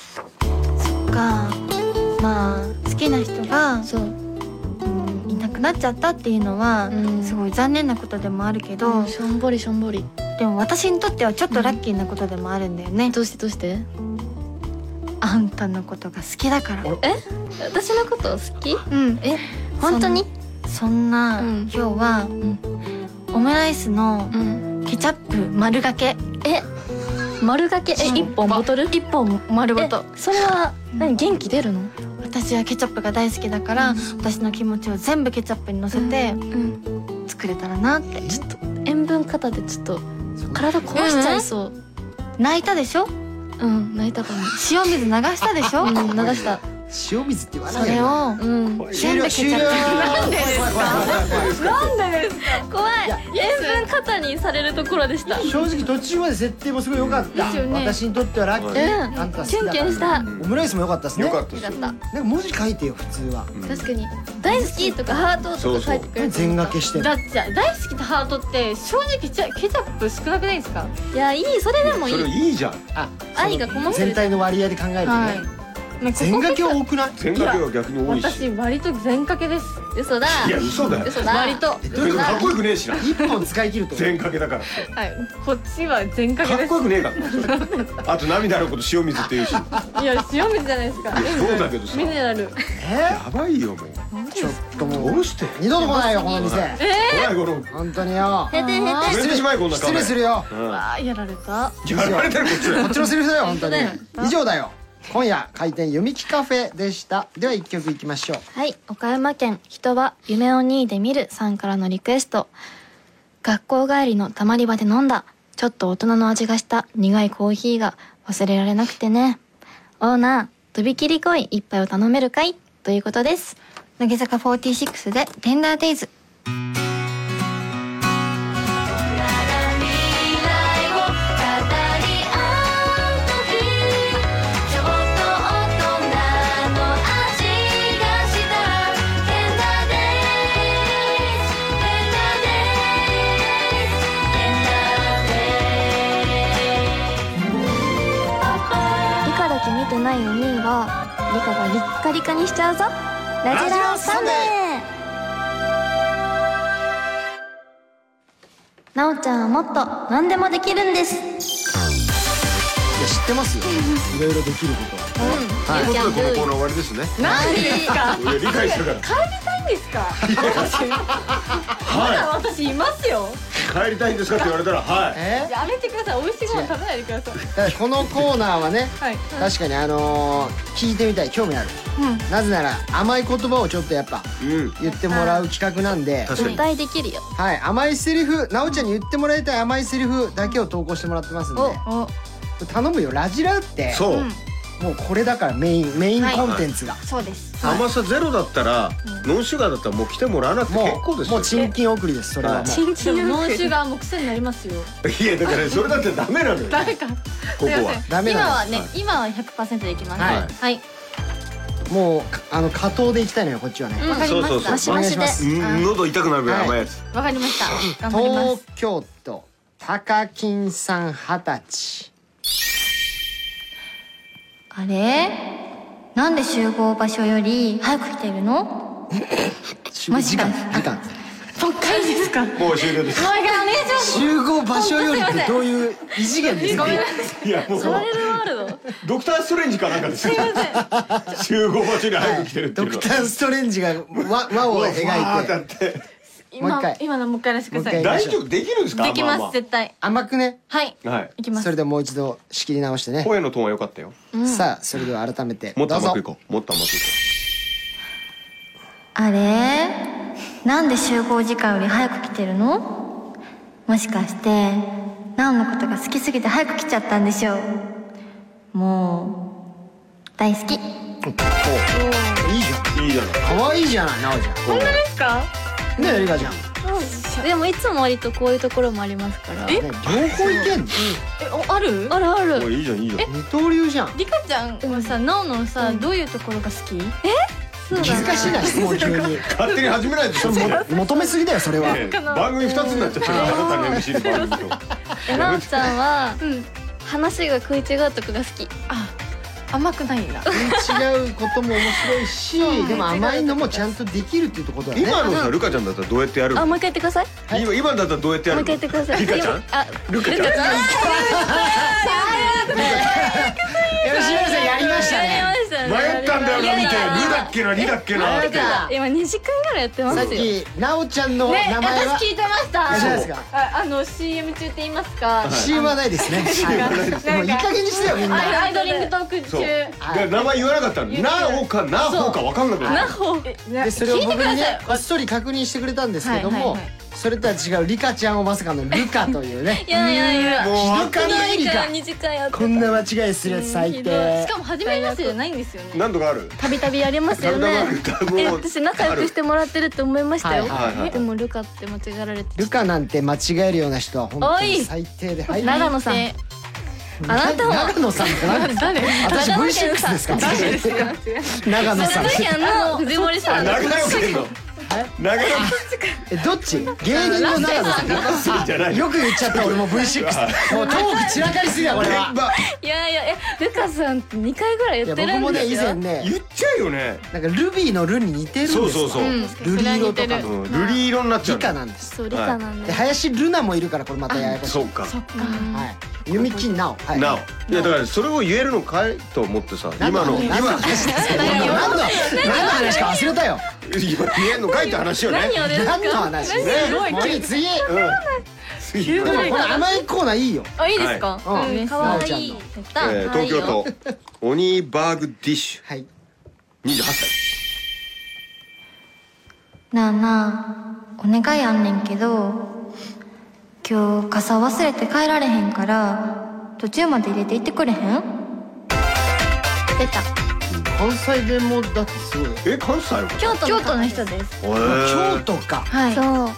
[SPEAKER 7] まあ好きな人が
[SPEAKER 2] そう
[SPEAKER 7] うんいなくなっちゃったっていうのは、
[SPEAKER 2] うん
[SPEAKER 7] すごい残念なことでもあるけど、
[SPEAKER 2] しょんぼりしょんぼり
[SPEAKER 7] でも私にとってはちょっとラッキーなことでもあるんだよね、
[SPEAKER 2] どうしてどうして
[SPEAKER 7] あんたのことが好きだから
[SPEAKER 2] 私のこと好き
[SPEAKER 7] うん
[SPEAKER 2] え
[SPEAKER 7] 本
[SPEAKER 2] 本
[SPEAKER 7] 当
[SPEAKER 2] 当
[SPEAKER 7] に
[SPEAKER 2] に
[SPEAKER 7] そんな、
[SPEAKER 2] うん
[SPEAKER 7] 今日は、オムライスの
[SPEAKER 2] うん
[SPEAKER 7] ケチャップ丸がけ
[SPEAKER 2] え丸がけえ一本ボトル
[SPEAKER 7] 一本丸ごと
[SPEAKER 2] えそれは何元気出るの
[SPEAKER 7] 私はケチャップが大好きだから、私の気持ちを全部ケチャップに乗せて
[SPEAKER 2] うん
[SPEAKER 7] 作れたらなって、
[SPEAKER 2] ちょっと塩分過多でちょっと体壊しちゃいそう
[SPEAKER 7] 泣いたでしょ
[SPEAKER 2] うん泣いたかも
[SPEAKER 7] 塩水流したでしょ、
[SPEAKER 2] うん流した
[SPEAKER 1] 塩水って言わな
[SPEAKER 7] そ
[SPEAKER 1] いよ
[SPEAKER 7] れを
[SPEAKER 2] うん
[SPEAKER 1] 終了終了なんでです
[SPEAKER 4] 怖い塩分肩にされるところでした
[SPEAKER 1] 正直途中まで設定もすごい良かった、
[SPEAKER 4] ですよね
[SPEAKER 1] 私にとってはラッキー、
[SPEAKER 2] うん
[SPEAKER 1] あんた好きだから
[SPEAKER 4] キュンキュンした
[SPEAKER 1] うんオムライスも良かったですね
[SPEAKER 3] よかったですよ
[SPEAKER 2] た
[SPEAKER 1] なんか文字書いてよ普通は
[SPEAKER 2] 確かに
[SPEAKER 4] 大好きとかハートとか書いてくれる
[SPEAKER 1] 全掛けして
[SPEAKER 4] だって大好きとハートって正直ケチャケチャップ少なくないですかいやいいそれでもい
[SPEAKER 3] それ
[SPEAKER 4] い
[SPEAKER 3] いいじゃん
[SPEAKER 1] あ
[SPEAKER 4] 愛がこもって
[SPEAKER 1] 全
[SPEAKER 4] る
[SPEAKER 1] 体の割合で考えるとね、
[SPEAKER 4] はいまあここ
[SPEAKER 1] 全掛けは多くない
[SPEAKER 3] 全掛けは逆に多いし
[SPEAKER 4] 私割と全掛けです
[SPEAKER 2] 嘘だ
[SPEAKER 3] いや嘘だよ
[SPEAKER 4] 嘘だ割とは
[SPEAKER 1] どう
[SPEAKER 3] 別
[SPEAKER 1] い
[SPEAKER 3] に
[SPEAKER 1] うこ
[SPEAKER 3] かっこよくねえしな
[SPEAKER 1] と一本使い切ると
[SPEAKER 3] 全掛けだからって
[SPEAKER 4] いこっちは全
[SPEAKER 3] か
[SPEAKER 4] 掛けで
[SPEAKER 3] っ
[SPEAKER 4] す
[SPEAKER 3] こよくねえからあと涙のこと塩水って言うしや
[SPEAKER 4] いや塩水じゃないですか
[SPEAKER 3] そうだけどさ
[SPEAKER 4] ミネラル
[SPEAKER 1] え
[SPEAKER 3] ばいよもう
[SPEAKER 1] ーちょっとも
[SPEAKER 3] ど
[SPEAKER 1] う
[SPEAKER 3] うして
[SPEAKER 1] 二度と来ないよこの店
[SPEAKER 3] ほらこの
[SPEAKER 1] 本当によ
[SPEAKER 2] へてへて
[SPEAKER 3] 売れてしまえこんな顔
[SPEAKER 1] 失礼するよ
[SPEAKER 4] あやられた
[SPEAKER 3] うんやられてるこっちだよ
[SPEAKER 1] こっちのセリフだよ本当に以上だよ今夜開店読み聞かフェでしたでは一曲いきましょう
[SPEAKER 2] はい岡山県人は夢を2位で見るさんからのリクエスト学校帰りのたまり場で飲んだちょっと大人の味がした苦いコーヒーが忘れられなくてねオーナーとびきり濃い一杯を頼めるかいということです
[SPEAKER 7] 乃木坂46で「テンダーデイズ」
[SPEAKER 8] 未来を語り合う時ちょっと大人になったの味がしたテンダーデイズテンダーデイズテン
[SPEAKER 2] 理科だけ見てないお兄は理科がリッカリカにしちゃうぞラジラーサンデーなおちゃんはもっと何でもできるんです
[SPEAKER 1] や知ってますよいろいろできることは
[SPEAKER 3] ということでこのコーナー終わりですね
[SPEAKER 4] なんでですか
[SPEAKER 3] いや理解するから
[SPEAKER 4] 帰りたいんですかまだ
[SPEAKER 3] は
[SPEAKER 4] 私いますよ
[SPEAKER 3] い帰りたいんですかって言われたらはい
[SPEAKER 1] え
[SPEAKER 4] やめてください美味しいご飯食べないでください
[SPEAKER 1] だからこのコーナーはね、
[SPEAKER 4] はい
[SPEAKER 1] 確かにあのー聞いてみたい興味ある、なぜなら甘い言葉をちょっとやっぱ
[SPEAKER 3] うん
[SPEAKER 1] 言ってもらう企画なんで、
[SPEAKER 3] 確か
[SPEAKER 7] 絶
[SPEAKER 3] に
[SPEAKER 7] 対できるよ
[SPEAKER 1] はい、甘いセリフなおちゃんに言ってもらいたい甘いセリフだけを投稿してもらってますんで、
[SPEAKER 7] お
[SPEAKER 1] 頼むよラジラって
[SPEAKER 3] そう、
[SPEAKER 1] もうこれだからメインメインコンテンツが、
[SPEAKER 7] そうです
[SPEAKER 3] 甘さゼロだったら、ノンシュガーだったらもう来てもらわなくて
[SPEAKER 1] も
[SPEAKER 3] 結構で
[SPEAKER 1] う
[SPEAKER 3] す
[SPEAKER 1] も
[SPEAKER 3] よ
[SPEAKER 1] う賃金送りですそれはもう、
[SPEAKER 3] は
[SPEAKER 4] でもノンシュガーも癖になりますよ
[SPEAKER 3] いやだからそれだってダメなのよこ
[SPEAKER 4] 誰か
[SPEAKER 3] こ
[SPEAKER 4] すいま
[SPEAKER 3] は
[SPEAKER 4] せん
[SPEAKER 1] ダメ
[SPEAKER 7] 今
[SPEAKER 1] な
[SPEAKER 7] は
[SPEAKER 1] の
[SPEAKER 7] ね、今は100%できます
[SPEAKER 1] はい
[SPEAKER 7] はい
[SPEAKER 1] もうかあの下等でいきたいのよこっちはね、
[SPEAKER 7] わかりま
[SPEAKER 3] そう
[SPEAKER 7] し
[SPEAKER 3] そうそ
[SPEAKER 7] た
[SPEAKER 3] う
[SPEAKER 7] マシマシ
[SPEAKER 1] お
[SPEAKER 7] で
[SPEAKER 1] 願いします
[SPEAKER 3] うん喉痛くなるぐらい甘いやつ、
[SPEAKER 7] わかりました頑張りま
[SPEAKER 1] 東
[SPEAKER 7] す
[SPEAKER 1] 京都高金さん二十歳
[SPEAKER 7] あれなんで集合場所より早く来てるのマ
[SPEAKER 1] 時
[SPEAKER 7] ジか
[SPEAKER 1] 間時間
[SPEAKER 7] ばっかりですか
[SPEAKER 3] もう終了です
[SPEAKER 7] おいがねえ
[SPEAKER 1] 集合場所よりってどういう異次元ですか
[SPEAKER 3] いやもうドクターストレンジかなんかですよ集合場所に早く来てるってい
[SPEAKER 1] ド
[SPEAKER 3] うの
[SPEAKER 1] ク
[SPEAKER 3] は
[SPEAKER 1] ターストレンジが輪輪を描
[SPEAKER 3] わ
[SPEAKER 1] い
[SPEAKER 3] ーだ
[SPEAKER 1] て
[SPEAKER 3] って
[SPEAKER 1] もう一回
[SPEAKER 4] 今のもう一回らしてくだ
[SPEAKER 1] も
[SPEAKER 4] さ
[SPEAKER 1] う
[SPEAKER 4] い
[SPEAKER 1] 一
[SPEAKER 3] 大丈夫できるんですか
[SPEAKER 7] できます、
[SPEAKER 3] ああ
[SPEAKER 7] 絶対
[SPEAKER 1] 甘くね
[SPEAKER 7] はい
[SPEAKER 3] あはい
[SPEAKER 7] いきます
[SPEAKER 1] それでもう一度仕切り直してね、
[SPEAKER 3] 声のトーンは良かったよ
[SPEAKER 1] さあそれでは改めて
[SPEAKER 3] もっと
[SPEAKER 1] どうぞ
[SPEAKER 3] 甘くいこうもっと甘くいこ
[SPEAKER 7] あれなんで集合時間より早く来てるのもしかして何のことが好きすぎて早く来ちゃったんでしょうもう大好き
[SPEAKER 1] いいじゃん
[SPEAKER 3] ういいじゃない
[SPEAKER 1] 可愛いじゃないなおち
[SPEAKER 3] こう
[SPEAKER 4] ですか
[SPEAKER 1] ゃんねえりかちゃんね
[SPEAKER 2] でもいつも割とこういうところもありますから
[SPEAKER 1] 両方いけんの
[SPEAKER 4] えおある
[SPEAKER 2] あるあ
[SPEAKER 3] お
[SPEAKER 2] る
[SPEAKER 3] いいいじゃんいいじゃん
[SPEAKER 1] 二刀流じゃん
[SPEAKER 4] リカちゃんはさなおのさ、どういうところが好き
[SPEAKER 1] 気づかしいな質問急に
[SPEAKER 3] 勝手に始めないで しょもうね
[SPEAKER 1] 求めすぎだよそれは
[SPEAKER 3] 番組二つになっちゃってるあなたの MC の番組と
[SPEAKER 2] えなおちゃんは、話が食い違うとこが好き
[SPEAKER 4] 甘くないんだ
[SPEAKER 1] 違うことも面白いしでも甘いのもちゃんとできるっていうことだね
[SPEAKER 3] 今のさルカちゃんだったらどうやってやる
[SPEAKER 2] あ
[SPEAKER 3] の
[SPEAKER 2] もう一回言ってください
[SPEAKER 3] 今今だったらどうやってや
[SPEAKER 2] もう
[SPEAKER 3] る
[SPEAKER 2] 一
[SPEAKER 3] の
[SPEAKER 2] 回言ってください
[SPEAKER 3] リカちゃん
[SPEAKER 2] 今あ
[SPEAKER 3] ルカちゃん
[SPEAKER 1] 吉村さんやりましたね
[SPEAKER 3] 迷ったんだよな見て2だっけな2だっけなって
[SPEAKER 2] 今2時間ぐらいやってま
[SPEAKER 1] さっ
[SPEAKER 2] すよ
[SPEAKER 1] きなおちゃんの
[SPEAKER 4] ね
[SPEAKER 1] 名前は
[SPEAKER 4] 私聞いてました
[SPEAKER 1] あれじゃないですか
[SPEAKER 4] ああの CM 中って言いますか
[SPEAKER 1] CM はないですねもういい加減にしてよみんな
[SPEAKER 4] アイドリングトーク中
[SPEAKER 3] そうだから名前言わなかったのなおかなほか分かんなくなる
[SPEAKER 1] でそれを僕にねこっそり確認してくれたんですけどもそれとは違うリカちゃんをまさかのルカというね
[SPEAKER 2] いやいやいや
[SPEAKER 3] もう
[SPEAKER 1] ひどくないリカ
[SPEAKER 2] 2時間やっ
[SPEAKER 1] こんな間違いするやつ最低
[SPEAKER 4] しかも初めましてじゃないんですよね
[SPEAKER 3] 何度かある
[SPEAKER 2] たびたびやりますよね
[SPEAKER 3] たびたびや
[SPEAKER 2] え
[SPEAKER 3] るもう
[SPEAKER 2] 私仲良くしてもらってるって思いましたよ、
[SPEAKER 1] はい
[SPEAKER 3] はいはい
[SPEAKER 2] でもルカって間違えられて
[SPEAKER 1] ルカなんて間違えるような人は本当に最低ではい
[SPEAKER 2] 長野さんあなたは
[SPEAKER 1] 長野さんって何ですか私 V6 ですか長野さん
[SPEAKER 2] あの藤森さ
[SPEAKER 3] あ
[SPEAKER 2] んの
[SPEAKER 3] 長野県の長野
[SPEAKER 1] えどっち芸人の長野さん
[SPEAKER 3] 県じゃない
[SPEAKER 1] よく言っちゃった俺もう V6 もうトーク散らかりすぎだこれは
[SPEAKER 3] 現場
[SPEAKER 2] いやいやえルカさんって2回ぐらい
[SPEAKER 1] いや
[SPEAKER 2] 言って
[SPEAKER 1] 僕
[SPEAKER 2] るん
[SPEAKER 1] もね
[SPEAKER 2] で
[SPEAKER 1] 以
[SPEAKER 2] すよ
[SPEAKER 1] 前ね
[SPEAKER 3] 言っちゃうよね
[SPEAKER 1] なんかルビーのルに似てるんです
[SPEAKER 3] そ
[SPEAKER 1] よ
[SPEAKER 3] うそうそう
[SPEAKER 1] ル
[SPEAKER 3] う
[SPEAKER 1] リ色とかの
[SPEAKER 3] ん瑠璃色になっちゃ
[SPEAKER 1] 理
[SPEAKER 3] う
[SPEAKER 1] 科
[SPEAKER 3] の
[SPEAKER 1] なんです
[SPEAKER 2] そうルカなん
[SPEAKER 1] で
[SPEAKER 2] で、
[SPEAKER 1] 林ルナもいるからこれまたややこしい
[SPEAKER 3] そうか
[SPEAKER 1] はい弓木奈緒はい
[SPEAKER 3] なおいやだからそれを言えるのかいと思ってさ
[SPEAKER 1] 何
[SPEAKER 3] 今の今
[SPEAKER 1] 何の話ですか何の何の話か忘れたよ
[SPEAKER 3] 今 言えんのかいって話よね
[SPEAKER 2] 何をです
[SPEAKER 1] 何の
[SPEAKER 2] か
[SPEAKER 1] 話ね次次で
[SPEAKER 3] 次
[SPEAKER 1] もこの甘いコーナーいいよ
[SPEAKER 2] あいいです
[SPEAKER 3] は
[SPEAKER 2] か、
[SPEAKER 1] うん
[SPEAKER 2] うんかわいいやった
[SPEAKER 3] えー東京都オニーバーグディッシュ
[SPEAKER 1] はい
[SPEAKER 3] 28歳
[SPEAKER 7] なあなあお願いあんねんけど今日傘忘れて帰られへんから途中まで入れていってくれへん出た
[SPEAKER 1] 関西弁もだってすごい
[SPEAKER 3] え関西の
[SPEAKER 7] 京都京都の人です
[SPEAKER 3] 方へ
[SPEAKER 1] 京
[SPEAKER 3] ー
[SPEAKER 1] 都か
[SPEAKER 7] はい
[SPEAKER 2] そう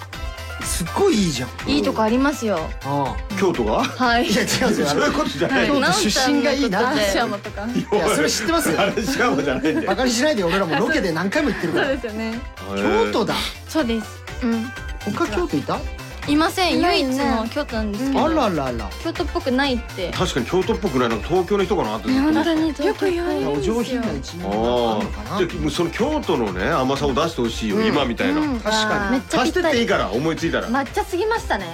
[SPEAKER 1] すっごいいいじゃん
[SPEAKER 7] いいとこありますよ
[SPEAKER 1] あ
[SPEAKER 3] 京都が
[SPEAKER 7] はい
[SPEAKER 1] いや違う違う
[SPEAKER 3] そういうことじゃない
[SPEAKER 1] 京都出身がいいなって
[SPEAKER 4] シャマとか
[SPEAKER 1] いやそれ知って ますよ
[SPEAKER 3] 嵐山じゃないんだよ
[SPEAKER 1] バカにしないで俺らもロケで何回も行ってるか
[SPEAKER 4] そう
[SPEAKER 1] ら
[SPEAKER 4] ですよね
[SPEAKER 1] 京都
[SPEAKER 3] だ
[SPEAKER 1] だ
[SPEAKER 7] そうです
[SPEAKER 1] 他京都いた
[SPEAKER 7] いません
[SPEAKER 2] な
[SPEAKER 7] 唯
[SPEAKER 2] い
[SPEAKER 7] 一
[SPEAKER 2] ね
[SPEAKER 7] の京都なんですけど、
[SPEAKER 1] あららら
[SPEAKER 7] 京都っぽくないって
[SPEAKER 3] 確かに京都っぽくないのが東京の人かなってずっと思ってた
[SPEAKER 7] よく言われ
[SPEAKER 1] お
[SPEAKER 7] るんです
[SPEAKER 1] 上
[SPEAKER 7] よ
[SPEAKER 1] 品な一面があ
[SPEAKER 3] あ
[SPEAKER 1] るのかな
[SPEAKER 3] あでもうその京都のね甘さを出してほしいよ、
[SPEAKER 1] うん
[SPEAKER 3] 今みたいな、
[SPEAKER 7] うん
[SPEAKER 1] 確か
[SPEAKER 7] め
[SPEAKER 1] に
[SPEAKER 7] っちゃぴ
[SPEAKER 3] 足し
[SPEAKER 7] っ
[SPEAKER 3] てったていい
[SPEAKER 7] り
[SPEAKER 3] から思いついたら、
[SPEAKER 7] 抹茶すぎましたね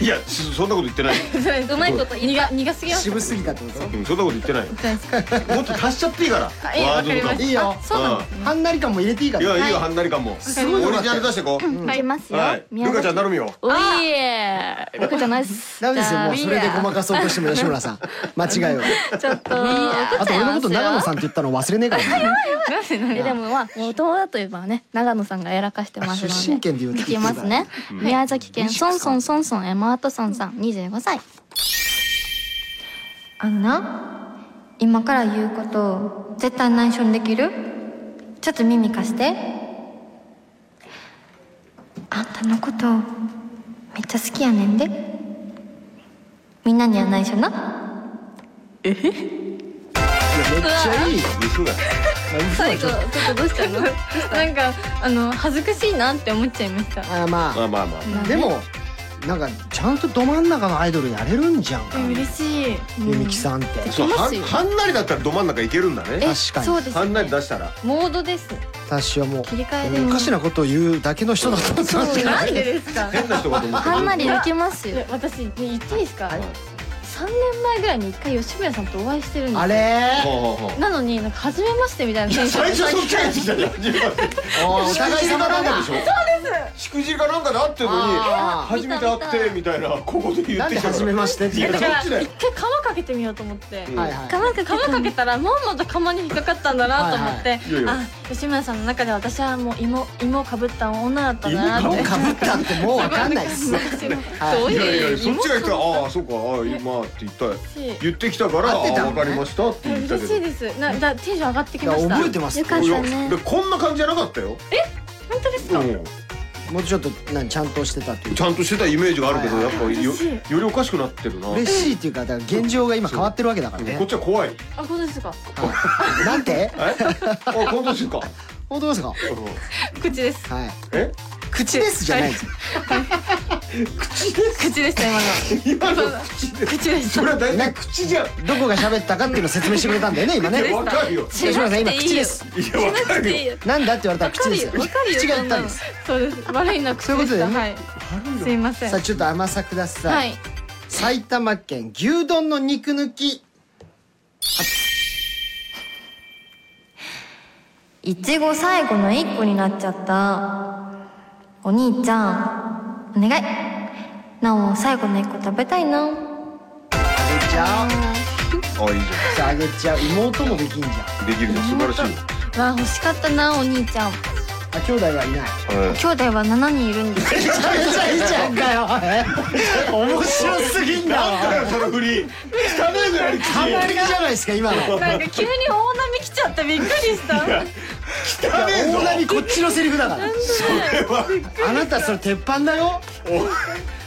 [SPEAKER 3] いやそそんなこと言ってないよ、
[SPEAKER 7] うまいこと苦苦すぎました
[SPEAKER 1] 渋すぎたってこと
[SPEAKER 3] うん、そんなこと言ってないよ
[SPEAKER 7] そうです
[SPEAKER 3] もっと足しちゃっていいから
[SPEAKER 7] あいいわかりま
[SPEAKER 3] かも
[SPEAKER 7] した
[SPEAKER 1] いいよ
[SPEAKER 7] あそうなんです
[SPEAKER 1] はんなり感も入れていいか
[SPEAKER 3] い
[SPEAKER 1] ら
[SPEAKER 3] やいいよ、
[SPEAKER 7] はい
[SPEAKER 3] はんなり感も
[SPEAKER 1] すごいよ
[SPEAKER 3] オリ
[SPEAKER 1] かっ
[SPEAKER 3] ジ
[SPEAKER 1] た
[SPEAKER 3] ナ
[SPEAKER 1] よ
[SPEAKER 3] ル出してこう、
[SPEAKER 2] いきますよ
[SPEAKER 3] はい
[SPEAKER 2] 宮
[SPEAKER 3] ルカ
[SPEAKER 2] 崎
[SPEAKER 3] ちゃん頼むよ
[SPEAKER 11] おいえルカちゃんナイス
[SPEAKER 1] ダメですよもうそれでごま
[SPEAKER 11] か
[SPEAKER 1] かそうとしても吉村さん間違いは
[SPEAKER 11] ちょっと
[SPEAKER 1] あと俺のこと長野さん
[SPEAKER 11] ん
[SPEAKER 1] って言ったの忘れねえから ね
[SPEAKER 11] えでもまあもう友だといえばね長野さんがやらかしてますので
[SPEAKER 1] 出身県で言うと
[SPEAKER 11] いきますね、宮崎県ソンソンソンソンエマートソンさん25歳
[SPEAKER 12] あんな今から言うこと絶対内緒にできるちょっと耳貸してあんたのことめっちゃ好きやねんでみんなには内緒な
[SPEAKER 1] めっちゃいい
[SPEAKER 3] 肉が
[SPEAKER 7] 最後ちょっとどうしたのなんかあの恥ずかしいなって思っちゃいました
[SPEAKER 1] あーま
[SPEAKER 3] まあまあまあ
[SPEAKER 1] あでもなんかちゃんとど真ん中のアイドルやれるんじゃんか
[SPEAKER 7] 嬉しい
[SPEAKER 1] ゆみきさんって
[SPEAKER 3] そうはんはんなりだったらど真ん中いけるんだね
[SPEAKER 1] 確かに
[SPEAKER 7] そうです
[SPEAKER 3] はんなり出したら
[SPEAKER 7] モードです
[SPEAKER 1] 私はもう
[SPEAKER 7] 切り替えで
[SPEAKER 1] おかしなことを言うだけの人だと思ってました
[SPEAKER 7] なんでですか
[SPEAKER 3] 変な人かと思って
[SPEAKER 11] はんなりできますよ
[SPEAKER 7] で私ね言っていいですか、
[SPEAKER 3] い
[SPEAKER 7] 3年前ぐらいに一回吉村さんとお会いしてるんですよ
[SPEAKER 1] あれ
[SPEAKER 3] ほうほうほう
[SPEAKER 7] なのになんか初めましてみたいなテンション
[SPEAKER 3] 最
[SPEAKER 7] で
[SPEAKER 3] 初そっちがやってきたじゃ
[SPEAKER 1] お
[SPEAKER 3] ん
[SPEAKER 1] 互い様だな
[SPEAKER 3] でしょそうですしくじりかなんかで会ってるのに
[SPEAKER 1] あ
[SPEAKER 3] 初めて会ってみたいなここで言
[SPEAKER 1] なん
[SPEAKER 3] って
[SPEAKER 1] で
[SPEAKER 3] きた
[SPEAKER 1] 初めましてって言
[SPEAKER 3] いうや
[SPEAKER 1] の
[SPEAKER 3] だ
[SPEAKER 1] は
[SPEAKER 3] か
[SPEAKER 1] い
[SPEAKER 3] らそっちだよ
[SPEAKER 7] 一回釜かけてみようと思って
[SPEAKER 3] うん
[SPEAKER 1] はい
[SPEAKER 7] 釜かけたらまんまと釜に引っかかったんだなと思って、
[SPEAKER 3] いはいいやいや
[SPEAKER 7] あ吉村さんの中で私はもう芋芋かぶった女だったんだなっ
[SPEAKER 1] もう
[SPEAKER 7] て
[SPEAKER 1] かぶったってもうわかんないっす
[SPEAKER 7] ど
[SPEAKER 1] は
[SPEAKER 7] う
[SPEAKER 3] いやいや
[SPEAKER 7] い
[SPEAKER 3] いうやそっちが言ったら「ああそうかああ今」って言った言ってきたから「
[SPEAKER 1] 合ってたの
[SPEAKER 3] ああ
[SPEAKER 1] ね
[SPEAKER 3] 分かりました」って言ったけ
[SPEAKER 7] 嬉
[SPEAKER 3] ど
[SPEAKER 7] しいですなだテンション上がって
[SPEAKER 1] い
[SPEAKER 7] き
[SPEAKER 1] いや
[SPEAKER 7] ました
[SPEAKER 1] 覚えてます
[SPEAKER 11] よかった
[SPEAKER 3] いや
[SPEAKER 11] ね
[SPEAKER 3] でこんな感じじゃなかったよえ
[SPEAKER 7] 本当ですか、
[SPEAKER 3] うん
[SPEAKER 1] もうちょっと何ちゃんとしてたっていう
[SPEAKER 3] ちゃんとしてたイメージがあるけど
[SPEAKER 1] はい
[SPEAKER 3] や
[SPEAKER 1] は
[SPEAKER 3] っぱよよりおかしくなってるな
[SPEAKER 1] 嬉しいっていうかだから現状が今変わってるわけだから
[SPEAKER 3] こっ
[SPEAKER 1] ね
[SPEAKER 3] ちは怖い
[SPEAKER 7] あ本当ですか
[SPEAKER 1] はいなんて
[SPEAKER 3] えあ本当です か
[SPEAKER 1] 本当ですか
[SPEAKER 3] うん
[SPEAKER 7] 口です
[SPEAKER 1] はい
[SPEAKER 3] え
[SPEAKER 1] 口ですじゃないです
[SPEAKER 7] 口でした今の
[SPEAKER 3] 今の口で
[SPEAKER 7] 口でし
[SPEAKER 3] そ
[SPEAKER 7] た
[SPEAKER 3] れは大体口じゃん
[SPEAKER 1] どこが喋ったかっていうのを説明してくれたんだよね今ね
[SPEAKER 3] いやわかるよ
[SPEAKER 1] 吉村さん今口です
[SPEAKER 3] いやわかるよ
[SPEAKER 1] なんだって言われたら口ですよ
[SPEAKER 7] わかるよ
[SPEAKER 1] 口が言ったんです
[SPEAKER 7] そうです悪いな口でした
[SPEAKER 1] そういうことだよね
[SPEAKER 7] はいすいません
[SPEAKER 1] さあちょっと甘さくださ
[SPEAKER 7] はいい
[SPEAKER 1] 埼玉県牛丼の肉抜き
[SPEAKER 12] いちご最後の一個になっちゃったお兄ちゃんお願いなお最後の一個食べたいな
[SPEAKER 1] あげちゃ
[SPEAKER 3] あいいじ
[SPEAKER 1] うさああげちゃう妹もできんじゃん
[SPEAKER 3] ゃんできるじゃん素晴らしいよ
[SPEAKER 11] わあ欲しかったなお兄ちゃん
[SPEAKER 1] あ兄弟はいない
[SPEAKER 3] はい
[SPEAKER 12] 兄弟は7人いるんです
[SPEAKER 1] めちゃめちゃいいじゃんかよおい面白すぎんだ
[SPEAKER 3] なんだ
[SPEAKER 1] わ
[SPEAKER 3] よその振り汚ねえじゃない
[SPEAKER 1] 完璧じゃないですか今の
[SPEAKER 7] なんか急に大波来ちゃってびっくりした
[SPEAKER 3] 汚ねえぞ
[SPEAKER 1] 大波こっちのセリフだからあなたそれ鉄板だよ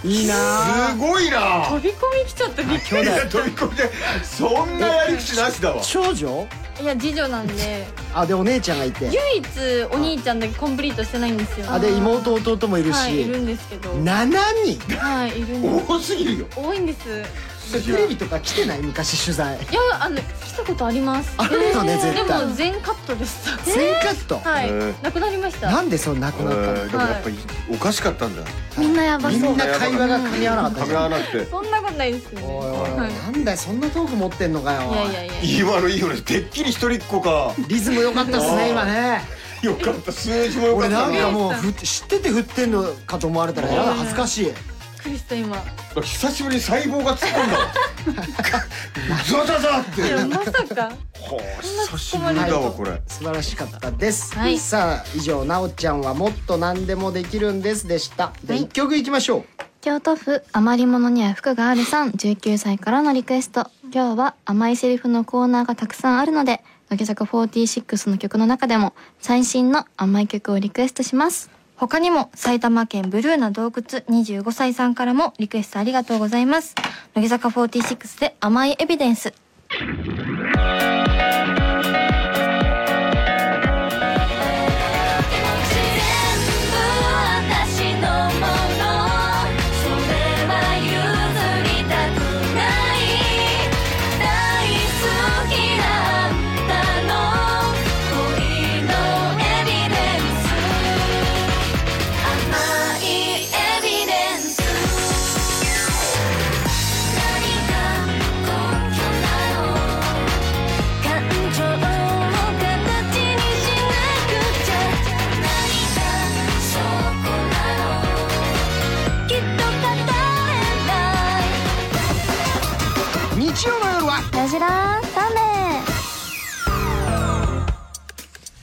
[SPEAKER 1] いいな
[SPEAKER 3] すごいな
[SPEAKER 7] 飛び込み来ちゃってびっく
[SPEAKER 1] 兄
[SPEAKER 3] い
[SPEAKER 1] 弟
[SPEAKER 3] や飛び込んでそんなやり口なしだわ
[SPEAKER 1] 長女
[SPEAKER 7] りいや次女なんで
[SPEAKER 1] あでお姉ちゃんがいて
[SPEAKER 7] 唯一お兄ちゃんだけコンプリートしてないんですよ
[SPEAKER 1] あで妹弟もいるし、
[SPEAKER 7] はいいるんですけど
[SPEAKER 1] 7人
[SPEAKER 7] はいいるんです
[SPEAKER 3] 多すぎるよ
[SPEAKER 7] 多いんです
[SPEAKER 1] それテレビとか来てない昔取材
[SPEAKER 7] いやあの来たことあります
[SPEAKER 1] あるよね
[SPEAKER 7] えー
[SPEAKER 1] 絶対
[SPEAKER 7] でも全カットでした
[SPEAKER 1] 全カット、
[SPEAKER 7] はい
[SPEAKER 3] へー
[SPEAKER 7] なくなりました
[SPEAKER 1] なんでそんな亡く
[SPEAKER 3] え
[SPEAKER 1] なったの、
[SPEAKER 3] ーでもやっぱりおかしかったんだ
[SPEAKER 11] みんなやば
[SPEAKER 1] み
[SPEAKER 11] そうん
[SPEAKER 1] な会話が噛み合わなかった
[SPEAKER 3] 噛
[SPEAKER 1] じ
[SPEAKER 3] み合
[SPEAKER 1] ゃん
[SPEAKER 3] わなくて
[SPEAKER 7] そんなことないですよ
[SPEAKER 1] おい
[SPEAKER 7] ね
[SPEAKER 1] おいおい、
[SPEAKER 7] はい
[SPEAKER 1] なんだよそんなトーク持ってんのかよ
[SPEAKER 7] いやいやいや
[SPEAKER 3] 今のいいよねてっきり一人っ子か
[SPEAKER 1] リズム良かったっすね今ね
[SPEAKER 3] よかった数字もよか
[SPEAKER 1] 俺
[SPEAKER 3] っ
[SPEAKER 1] な
[SPEAKER 3] た
[SPEAKER 1] んかもうふ知ってて振ってんのかと思われたらやだ恥ずかしい
[SPEAKER 7] びっくりした今い
[SPEAKER 3] 久しぶりに細胞が突っ込んだわ ザザザって
[SPEAKER 7] やまさか
[SPEAKER 3] はあ久しぶりだわこれ
[SPEAKER 1] 素晴らしかったです、
[SPEAKER 7] はい
[SPEAKER 1] さあ以上なおちゃんはもっと何でもできるんですでしたで、一曲いきましょう
[SPEAKER 2] 京都府余り物には服があるさん19歳からのリクエスト今日は甘いセリフのコーナーがたくさんあるので乃木坂46の曲の中でも最新の甘い曲をリクエストします
[SPEAKER 12] 他にも埼玉県ブルーな洞窟25歳さんからもリクエストありがとうございます乃木坂46で甘いエビデンス
[SPEAKER 4] 全部私のもの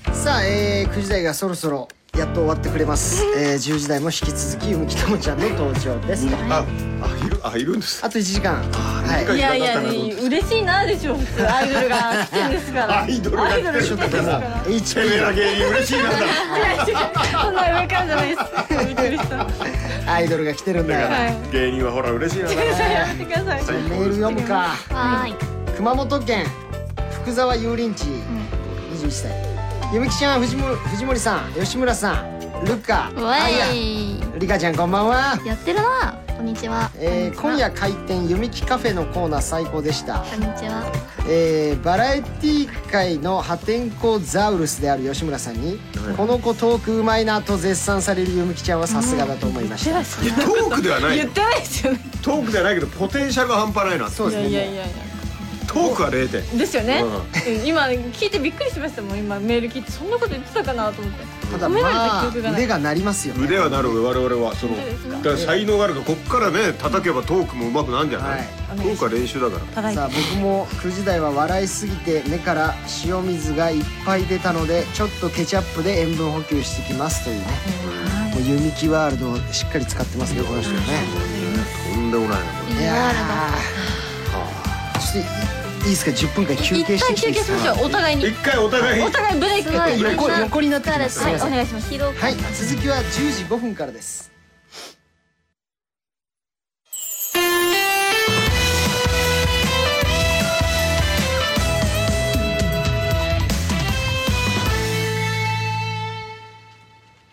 [SPEAKER 1] 9時台がそろそろやっと終わってくれます、えー、10時台も引き続きゆみきともちゃんの登場です、
[SPEAKER 3] あ、あいるあいるんです。
[SPEAKER 1] あと1時間はい
[SPEAKER 3] 短
[SPEAKER 4] いやい
[SPEAKER 3] 時
[SPEAKER 4] や
[SPEAKER 3] 間だったなと思って
[SPEAKER 4] 嬉しいなでしょ普通アイドルが来てんですから
[SPEAKER 3] アイドルが来てる
[SPEAKER 4] アイドル来てんですから
[SPEAKER 1] 1
[SPEAKER 3] てめえだけ嬉しいなだ。
[SPEAKER 4] そんな上からじゃな いですびっくりした
[SPEAKER 1] アイドルが来てるんだよ、
[SPEAKER 4] はい
[SPEAKER 3] 芸人はほら嬉しいなだ。
[SPEAKER 4] やってください
[SPEAKER 1] メール読むか
[SPEAKER 2] はい
[SPEAKER 1] 熊本県福沢油林地、21歳ゆみきちゃん藤森藤森さん吉村さんルカあいやリカちゃんこんばんは
[SPEAKER 2] やってるなこんにちは
[SPEAKER 1] えー今夜開店ゆみきカフェのコーナー最高でした、
[SPEAKER 2] こんにちは
[SPEAKER 1] えーバラエティー界の破天荒ザウルスである吉村さんに「この子トークうまいな」と絶賛されるゆみきちゃんはさすがだと思いました、
[SPEAKER 3] いやトークではないよ
[SPEAKER 4] 言ってないですよね
[SPEAKER 3] トークではないけどポテンシャルが半端ないな
[SPEAKER 1] そう
[SPEAKER 4] い
[SPEAKER 1] で
[SPEAKER 4] や
[SPEAKER 1] すね
[SPEAKER 4] いやいやいや
[SPEAKER 3] トークは0点
[SPEAKER 4] ですよね、うん今聞いてびっくりしましたもん今メール聞いてそんなこと言ってたかなと思って
[SPEAKER 1] ただ
[SPEAKER 4] 褒められた
[SPEAKER 1] まあ
[SPEAKER 4] 記憶がない
[SPEAKER 1] 腕が鳴りますよね
[SPEAKER 3] 腕はなる我々はその
[SPEAKER 4] そうですか
[SPEAKER 3] だから才能があるからこっからね叩けばトークも上手くなるんじゃない、
[SPEAKER 1] はい
[SPEAKER 4] お
[SPEAKER 3] トー
[SPEAKER 4] 願いし
[SPEAKER 3] クは練習だから
[SPEAKER 4] 叩い
[SPEAKER 1] さ
[SPEAKER 4] て
[SPEAKER 1] あ僕も9時台は笑いすぎて目から塩水がいっぱい出たのでちょっとケチャップで塩分補給してきますというねもう弓木ワールドをしっかり使ってますねこの人ね
[SPEAKER 3] とんでもないない
[SPEAKER 1] やーちょっといいですか10分間休
[SPEAKER 4] 一
[SPEAKER 1] 憩して
[SPEAKER 4] 旦
[SPEAKER 1] きてい
[SPEAKER 4] 休
[SPEAKER 1] いです
[SPEAKER 4] 憩し
[SPEAKER 1] か
[SPEAKER 4] ましょうお互いに
[SPEAKER 3] 一回お互い
[SPEAKER 4] お互いブレイクはい
[SPEAKER 1] 横横になってきますすい
[SPEAKER 4] い
[SPEAKER 1] ま
[SPEAKER 4] お
[SPEAKER 1] せん
[SPEAKER 4] 願いします
[SPEAKER 1] はい続きは10時5分からです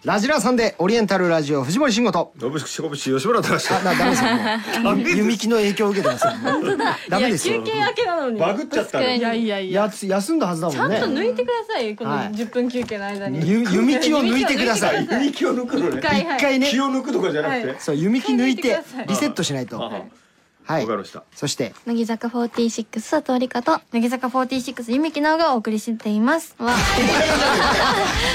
[SPEAKER 1] ラジラさんでオリエンタルラジオ藤森慎吾と
[SPEAKER 3] 信しこぶし吉村正
[SPEAKER 1] あなダメですよも う弓木の影響を受けてますよダメです
[SPEAKER 4] いや
[SPEAKER 1] よ
[SPEAKER 4] 休憩明けなのに
[SPEAKER 3] バグっちゃったね
[SPEAKER 4] いやいやいや
[SPEAKER 1] やつ休んだはずだ
[SPEAKER 4] ちゃ
[SPEAKER 1] も
[SPEAKER 4] ん
[SPEAKER 1] ん
[SPEAKER 4] と
[SPEAKER 1] ね
[SPEAKER 4] 抜いてくださいよこの
[SPEAKER 1] はい
[SPEAKER 4] 10分休憩の間に
[SPEAKER 1] ゆ弓木を抜いてください
[SPEAKER 4] 弓
[SPEAKER 3] 気を抜くのね
[SPEAKER 4] はい
[SPEAKER 1] 一回ね
[SPEAKER 3] 気を抜くとかじゃなくて、
[SPEAKER 4] はい
[SPEAKER 1] そう弓木抜い
[SPEAKER 4] 一
[SPEAKER 1] て
[SPEAKER 4] 回抜いてください
[SPEAKER 1] リセットしないと
[SPEAKER 3] あ
[SPEAKER 1] は
[SPEAKER 3] わ
[SPEAKER 1] い
[SPEAKER 3] かりました
[SPEAKER 1] そして
[SPEAKER 13] 乃木坂46佐藤理香と乃木坂46弓木奈緒がお送りしていますわ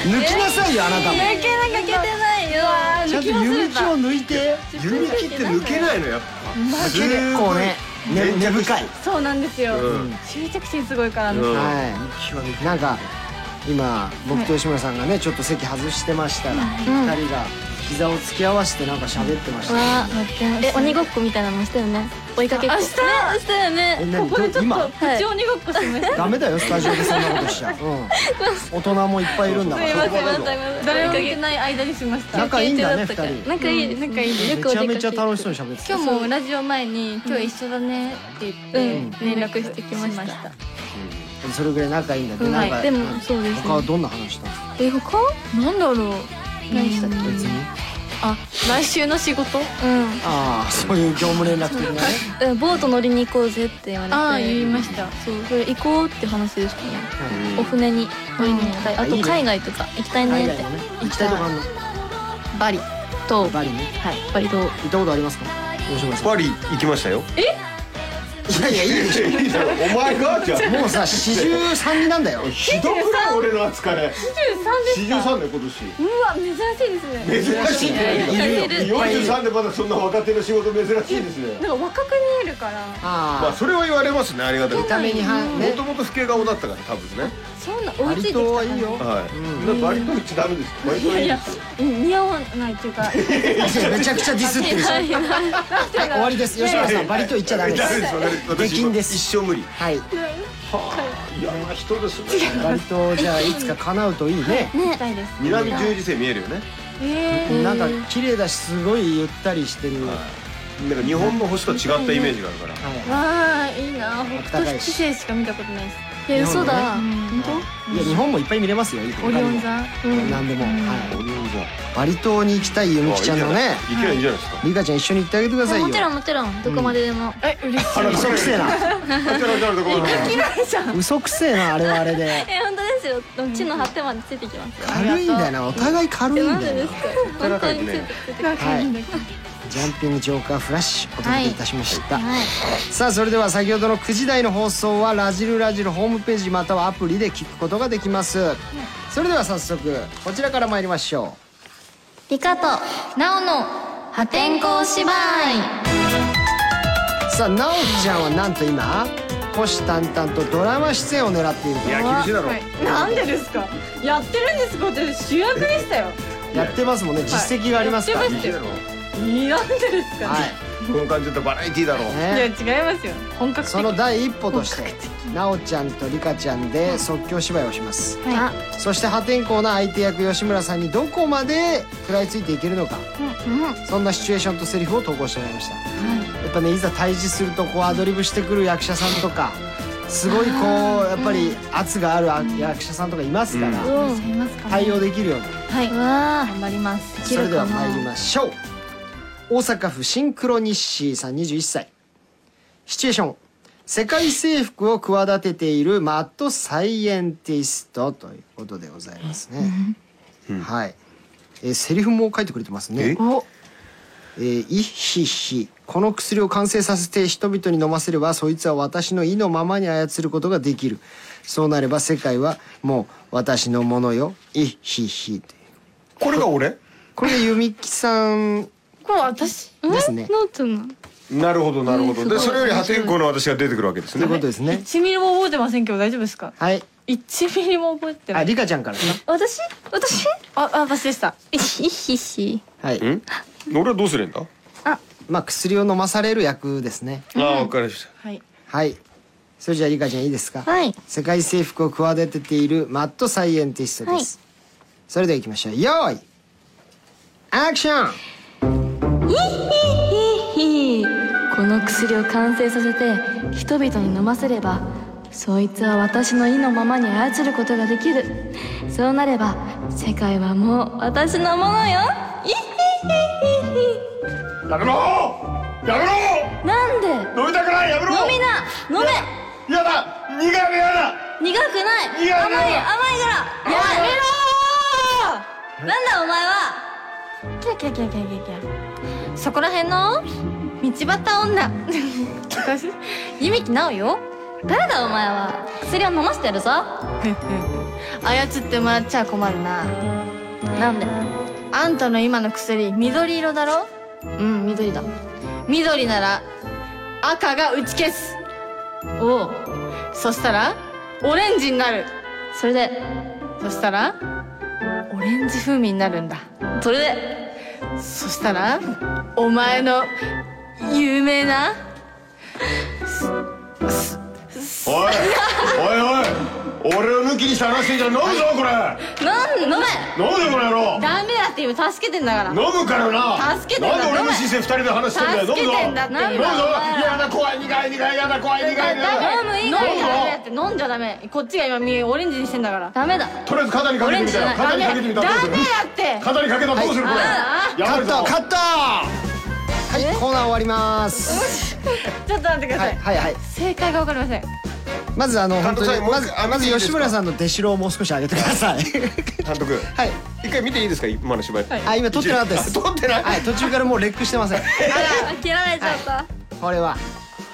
[SPEAKER 1] 抜きなさいよあなたも
[SPEAKER 4] 抜けなきゃいけないよ
[SPEAKER 1] ちゃんと弓木を抜いて
[SPEAKER 3] 弓切って抜けないのやっぱ
[SPEAKER 1] 結構ねね根深い
[SPEAKER 4] そうなんですよ
[SPEAKER 3] うん
[SPEAKER 4] 執着心すごいから
[SPEAKER 3] うん
[SPEAKER 1] はいなんか今僕と吉村さんがねちょっと席外してましたら2人が膝を突き合わせてなんか喋ってましたね
[SPEAKER 2] わえ鬼ごっこみたいなのしたよね追いかけっこ
[SPEAKER 4] 明日したよ
[SPEAKER 1] え
[SPEAKER 4] ね
[SPEAKER 1] 何
[SPEAKER 4] ここでちょっ
[SPEAKER 1] 今
[SPEAKER 4] とプチ鬼ごっこしました
[SPEAKER 1] ダメだよスタジオでそんなことし ちゃうん大人もいっぱいいるんだか
[SPEAKER 4] すいませんすいま
[SPEAKER 1] ら
[SPEAKER 4] せん誰も見てない間にしました
[SPEAKER 1] 仲いいんだね2人
[SPEAKER 7] なんかいいなんかいいよ
[SPEAKER 1] め
[SPEAKER 7] くお
[SPEAKER 1] ち
[SPEAKER 7] 出
[SPEAKER 1] ゃ
[SPEAKER 7] かけ
[SPEAKER 1] めちゃ楽しそうに喋ってた
[SPEAKER 7] 今日もラジオ前に今日一緒だねって言って連絡してきました。
[SPEAKER 1] それぐらい仲いいんだけどなんか
[SPEAKER 7] でもそうです
[SPEAKER 1] 他はどんな話したの
[SPEAKER 7] え他？なんだろう。何したっけ？
[SPEAKER 1] 別に
[SPEAKER 7] あ来週の仕事？
[SPEAKER 1] ああそういう業務連絡的なね
[SPEAKER 2] うんボート乗りに行こうぜって言われて
[SPEAKER 7] ああ言いました。
[SPEAKER 2] そうそれ行こうって話ですかね
[SPEAKER 3] うん
[SPEAKER 2] お船に乗りに行きたい
[SPEAKER 1] あ
[SPEAKER 2] あ
[SPEAKER 1] いい
[SPEAKER 2] と
[SPEAKER 1] ね
[SPEAKER 2] 海外とか行きたいね
[SPEAKER 1] 海
[SPEAKER 2] っ
[SPEAKER 1] 外
[SPEAKER 2] て
[SPEAKER 1] のね行きたいとこあんの
[SPEAKER 2] バリと
[SPEAKER 1] バリね
[SPEAKER 2] はいバリと
[SPEAKER 1] 行ったことありますか吉村さん
[SPEAKER 3] パリ行きましたよ
[SPEAKER 1] いやいやいいでしょ
[SPEAKER 3] いいだろお前がじゃあ
[SPEAKER 1] もうさ四十三になんだよ
[SPEAKER 3] ひどくない俺の扱い
[SPEAKER 4] 23ですか
[SPEAKER 3] 43年今年
[SPEAKER 4] うわ珍しいですね
[SPEAKER 3] 珍しいね
[SPEAKER 1] いるよ
[SPEAKER 3] 43でまだそんな若手の仕事珍しいですね
[SPEAKER 4] なんか若く見えるから
[SPEAKER 3] まあ
[SPEAKER 1] あ
[SPEAKER 3] それは言われますねありがた
[SPEAKER 1] あ
[SPEAKER 3] いこ
[SPEAKER 1] 見た目には
[SPEAKER 3] と
[SPEAKER 1] ね
[SPEAKER 3] もともと老け顔だったから多分ね
[SPEAKER 4] そんな追
[SPEAKER 1] バ
[SPEAKER 4] いつい
[SPEAKER 1] リ
[SPEAKER 4] てきた
[SPEAKER 1] 島
[SPEAKER 4] か
[SPEAKER 1] は
[SPEAKER 4] ら
[SPEAKER 1] いいよ
[SPEAKER 3] はいバリ島行っちゃダメですバリ島
[SPEAKER 4] いや
[SPEAKER 3] い
[SPEAKER 4] い
[SPEAKER 3] い
[SPEAKER 4] や似合わないというか
[SPEAKER 1] めちゃくちゃディスってるしはい終わりです吉村さんバリ島行っちゃダメで
[SPEAKER 3] ダメ
[SPEAKER 1] す
[SPEAKER 3] です私私
[SPEAKER 1] できんです
[SPEAKER 3] 一生無理
[SPEAKER 1] はい
[SPEAKER 3] いやー人ですね
[SPEAKER 1] バリ島じゃあいつか叶うといいね
[SPEAKER 4] 行きたいです
[SPEAKER 3] 南十字星見えるよね
[SPEAKER 4] え
[SPEAKER 1] なんか綺麗だしすごいゆったりしてるは
[SPEAKER 3] なんか日本の星と違ったイメージがあるから
[SPEAKER 4] ー、わあいいな北斗七星しか見たことないです
[SPEAKER 1] い
[SPEAKER 2] え嘘だ
[SPEAKER 1] いいや日本もいっぱい見れますよいい
[SPEAKER 4] オリオン座
[SPEAKER 1] 何でもはい
[SPEAKER 3] オリオン座
[SPEAKER 1] バリ島に行きたいゆみきちゃんのね
[SPEAKER 3] いけないんじゃないですか
[SPEAKER 1] リカちゃん一緒に行ってあげてくださいよ
[SPEAKER 2] もちろんもちろんどこまででも
[SPEAKER 4] え嬉しい
[SPEAKER 1] 嘘くせえな
[SPEAKER 3] あちゃらちゃらとこ
[SPEAKER 1] 嘘くせえなあれはあれで
[SPEAKER 2] え本当ですよ地の果てまでついてきますよ
[SPEAKER 1] 軽いんだよなお互い軽いん
[SPEAKER 2] なん
[SPEAKER 1] だ
[SPEAKER 2] で
[SPEAKER 1] よ
[SPEAKER 2] で
[SPEAKER 1] な
[SPEAKER 2] すか
[SPEAKER 3] ら
[SPEAKER 2] 本当
[SPEAKER 3] かい
[SPEAKER 2] について
[SPEAKER 3] ね
[SPEAKER 2] きて
[SPEAKER 1] はい、ジャンピングジョーカーフラッシュお届けいたしました、
[SPEAKER 2] はい
[SPEAKER 1] さあそれでは先ほどの9時台の放送はラジルラジルホームページまたはアプリで聞くことができますそれでは早速こちらから参りましょ
[SPEAKER 13] 理香と奈緒の破天荒芝居
[SPEAKER 1] うさあなおちゃんはなんと今虎視眈々とドラマ出演を狙っている
[SPEAKER 3] いや厳しいだろ、
[SPEAKER 4] なんでですかやってるんですか私主役でしたよ
[SPEAKER 1] とやってますもんね実績がありますから、
[SPEAKER 4] や
[SPEAKER 1] は
[SPEAKER 4] っ
[SPEAKER 1] い
[SPEAKER 4] て
[SPEAKER 3] 厳しいだろ
[SPEAKER 4] いやなんでですか、
[SPEAKER 3] この感じだとバラエティーだろ
[SPEAKER 4] いや
[SPEAKER 1] ね、
[SPEAKER 4] 違いますよ本格
[SPEAKER 1] そ
[SPEAKER 4] 的
[SPEAKER 1] の第一歩として奈緒ちゃんとリカちゃんで即興芝居をします、
[SPEAKER 2] は
[SPEAKER 1] そして破天荒な相手役吉村さんにどこまで食らいついていけるのか、そんなシチュエーションとセリフを投稿してもらいました、やっぱねいざ対峙するとこうアドリブしてくる役者さんとかすごいこうやっぱり圧があるあ役者さんとかいますから、
[SPEAKER 2] うん
[SPEAKER 1] 対応できるように
[SPEAKER 4] はい頑張ります
[SPEAKER 1] それでは参りましょう大阪府シンクロニッシーさん21歳シチュエーション世界征服を企てているマッドサイエンティストということでございますね、はい、えーセリフも書いてくれてますねえー、いひひこの薬を完成させて人々に飲ませればそいつは私の意のままに操ることができるそうなれば世界はもう私のものよいひひという
[SPEAKER 3] これが俺
[SPEAKER 1] これ弓木さん
[SPEAKER 2] これ私
[SPEAKER 1] ですね
[SPEAKER 2] ノートの
[SPEAKER 3] なるほどなるほどでそれより破天荒の私が出てくるわけです
[SPEAKER 1] とい
[SPEAKER 3] ね
[SPEAKER 1] うことですね。
[SPEAKER 4] 1ミリも覚えてませんけど大丈夫ですか
[SPEAKER 1] はい。
[SPEAKER 4] 1ミリも覚えてな
[SPEAKER 1] あ、
[SPEAKER 4] い
[SPEAKER 1] リカちゃんからか
[SPEAKER 4] 私私ああ私でした
[SPEAKER 2] いひし
[SPEAKER 1] な。はい。
[SPEAKER 3] ん俺はどうすれんだ
[SPEAKER 1] まあ薬を飲まされる役ですね。
[SPEAKER 3] ああ分かりました
[SPEAKER 4] はい
[SPEAKER 1] はい。それじゃあリカちゃんいいですか。
[SPEAKER 13] はい
[SPEAKER 1] 世界征服を企てているマッドサイエンティストです。それでは行きましょう。よーい。アクション。
[SPEAKER 2] ひひこの薬を完成させて人々に飲ませればそいつは私の意のままに操ることができるそうなれば世界はもう私のものよいひひひひ
[SPEAKER 3] やめろやめ
[SPEAKER 2] なんで
[SPEAKER 3] ろ飲みたくないやめろ
[SPEAKER 2] 飲みな飲め
[SPEAKER 3] やだ苦いやだ
[SPEAKER 2] 苦くない
[SPEAKER 3] いや
[SPEAKER 2] 甘い甘いからやめろーなんだお前は
[SPEAKER 7] キャキャキャキャキャキャそこら辺の道端女 弓木直よ誰だお前は薬を飲ませてやるぞ操ってもらっちゃ困るななんであんたの今の薬緑色だろうん緑だ緑なら赤が打ち消すおうそしたらオレンジになるそれでそしたらオレンジ風味になるんだそれでそしたらお前の有名な
[SPEAKER 3] おいおいおい俺を抜きにして話してんじゃん飲むぞこれ
[SPEAKER 7] なん飲め
[SPEAKER 3] 飲むよこの野郎
[SPEAKER 7] ダメだって今助けてんだから
[SPEAKER 3] 飲むからな
[SPEAKER 7] 助けてん
[SPEAKER 3] な
[SPEAKER 7] だ
[SPEAKER 3] んで俺の人生二人で話してんだよ飲むぞ
[SPEAKER 7] 助けてんだって
[SPEAKER 3] 飲むぞ
[SPEAKER 7] お前
[SPEAKER 3] やだ怖い苦い苦いやだ怖い苦い
[SPEAKER 7] ダ
[SPEAKER 3] や
[SPEAKER 7] メ
[SPEAKER 3] だ
[SPEAKER 7] 飲む以外ダメだって飲んじゃダメこっちが今右オレンジにしてんだから
[SPEAKER 2] ダメだ
[SPEAKER 3] とりあえず肩にか
[SPEAKER 7] オ
[SPEAKER 3] け
[SPEAKER 7] レ
[SPEAKER 3] て
[SPEAKER 7] ン
[SPEAKER 3] み
[SPEAKER 7] ジじ
[SPEAKER 3] た
[SPEAKER 7] ゃ
[SPEAKER 3] よ
[SPEAKER 7] ない
[SPEAKER 3] 肩
[SPEAKER 7] ダ
[SPEAKER 3] に
[SPEAKER 7] メ
[SPEAKER 3] か
[SPEAKER 7] ダ
[SPEAKER 3] けてみ
[SPEAKER 7] メ
[SPEAKER 3] た
[SPEAKER 7] だ
[SPEAKER 3] らどうする
[SPEAKER 7] って
[SPEAKER 3] 肩にかけたらどうするこれや
[SPEAKER 1] カッ
[SPEAKER 3] ばい
[SPEAKER 1] ト、
[SPEAKER 3] ぞ
[SPEAKER 1] カット。はい、コーナー終わります。
[SPEAKER 4] ちょっと待ってくだ
[SPEAKER 1] は
[SPEAKER 4] さ
[SPEAKER 1] い、
[SPEAKER 4] い
[SPEAKER 1] はい、はい。
[SPEAKER 4] 正解がわかりません
[SPEAKER 1] まずあの本
[SPEAKER 3] 監督
[SPEAKER 1] 当に
[SPEAKER 3] さんもう
[SPEAKER 1] まず
[SPEAKER 3] あ
[SPEAKER 1] ま
[SPEAKER 3] 見て
[SPEAKER 1] ず
[SPEAKER 3] いいですか
[SPEAKER 1] 吉村さんの出城をもう少し上げてくだ さい。
[SPEAKER 3] 監督
[SPEAKER 1] はい。
[SPEAKER 3] 一回見ていいですか今の芝居
[SPEAKER 1] あ、今撮ってなかったです。
[SPEAKER 3] 撮ってない
[SPEAKER 1] はい、途中からもうレックしてません。
[SPEAKER 2] 切られちゃった、
[SPEAKER 1] これは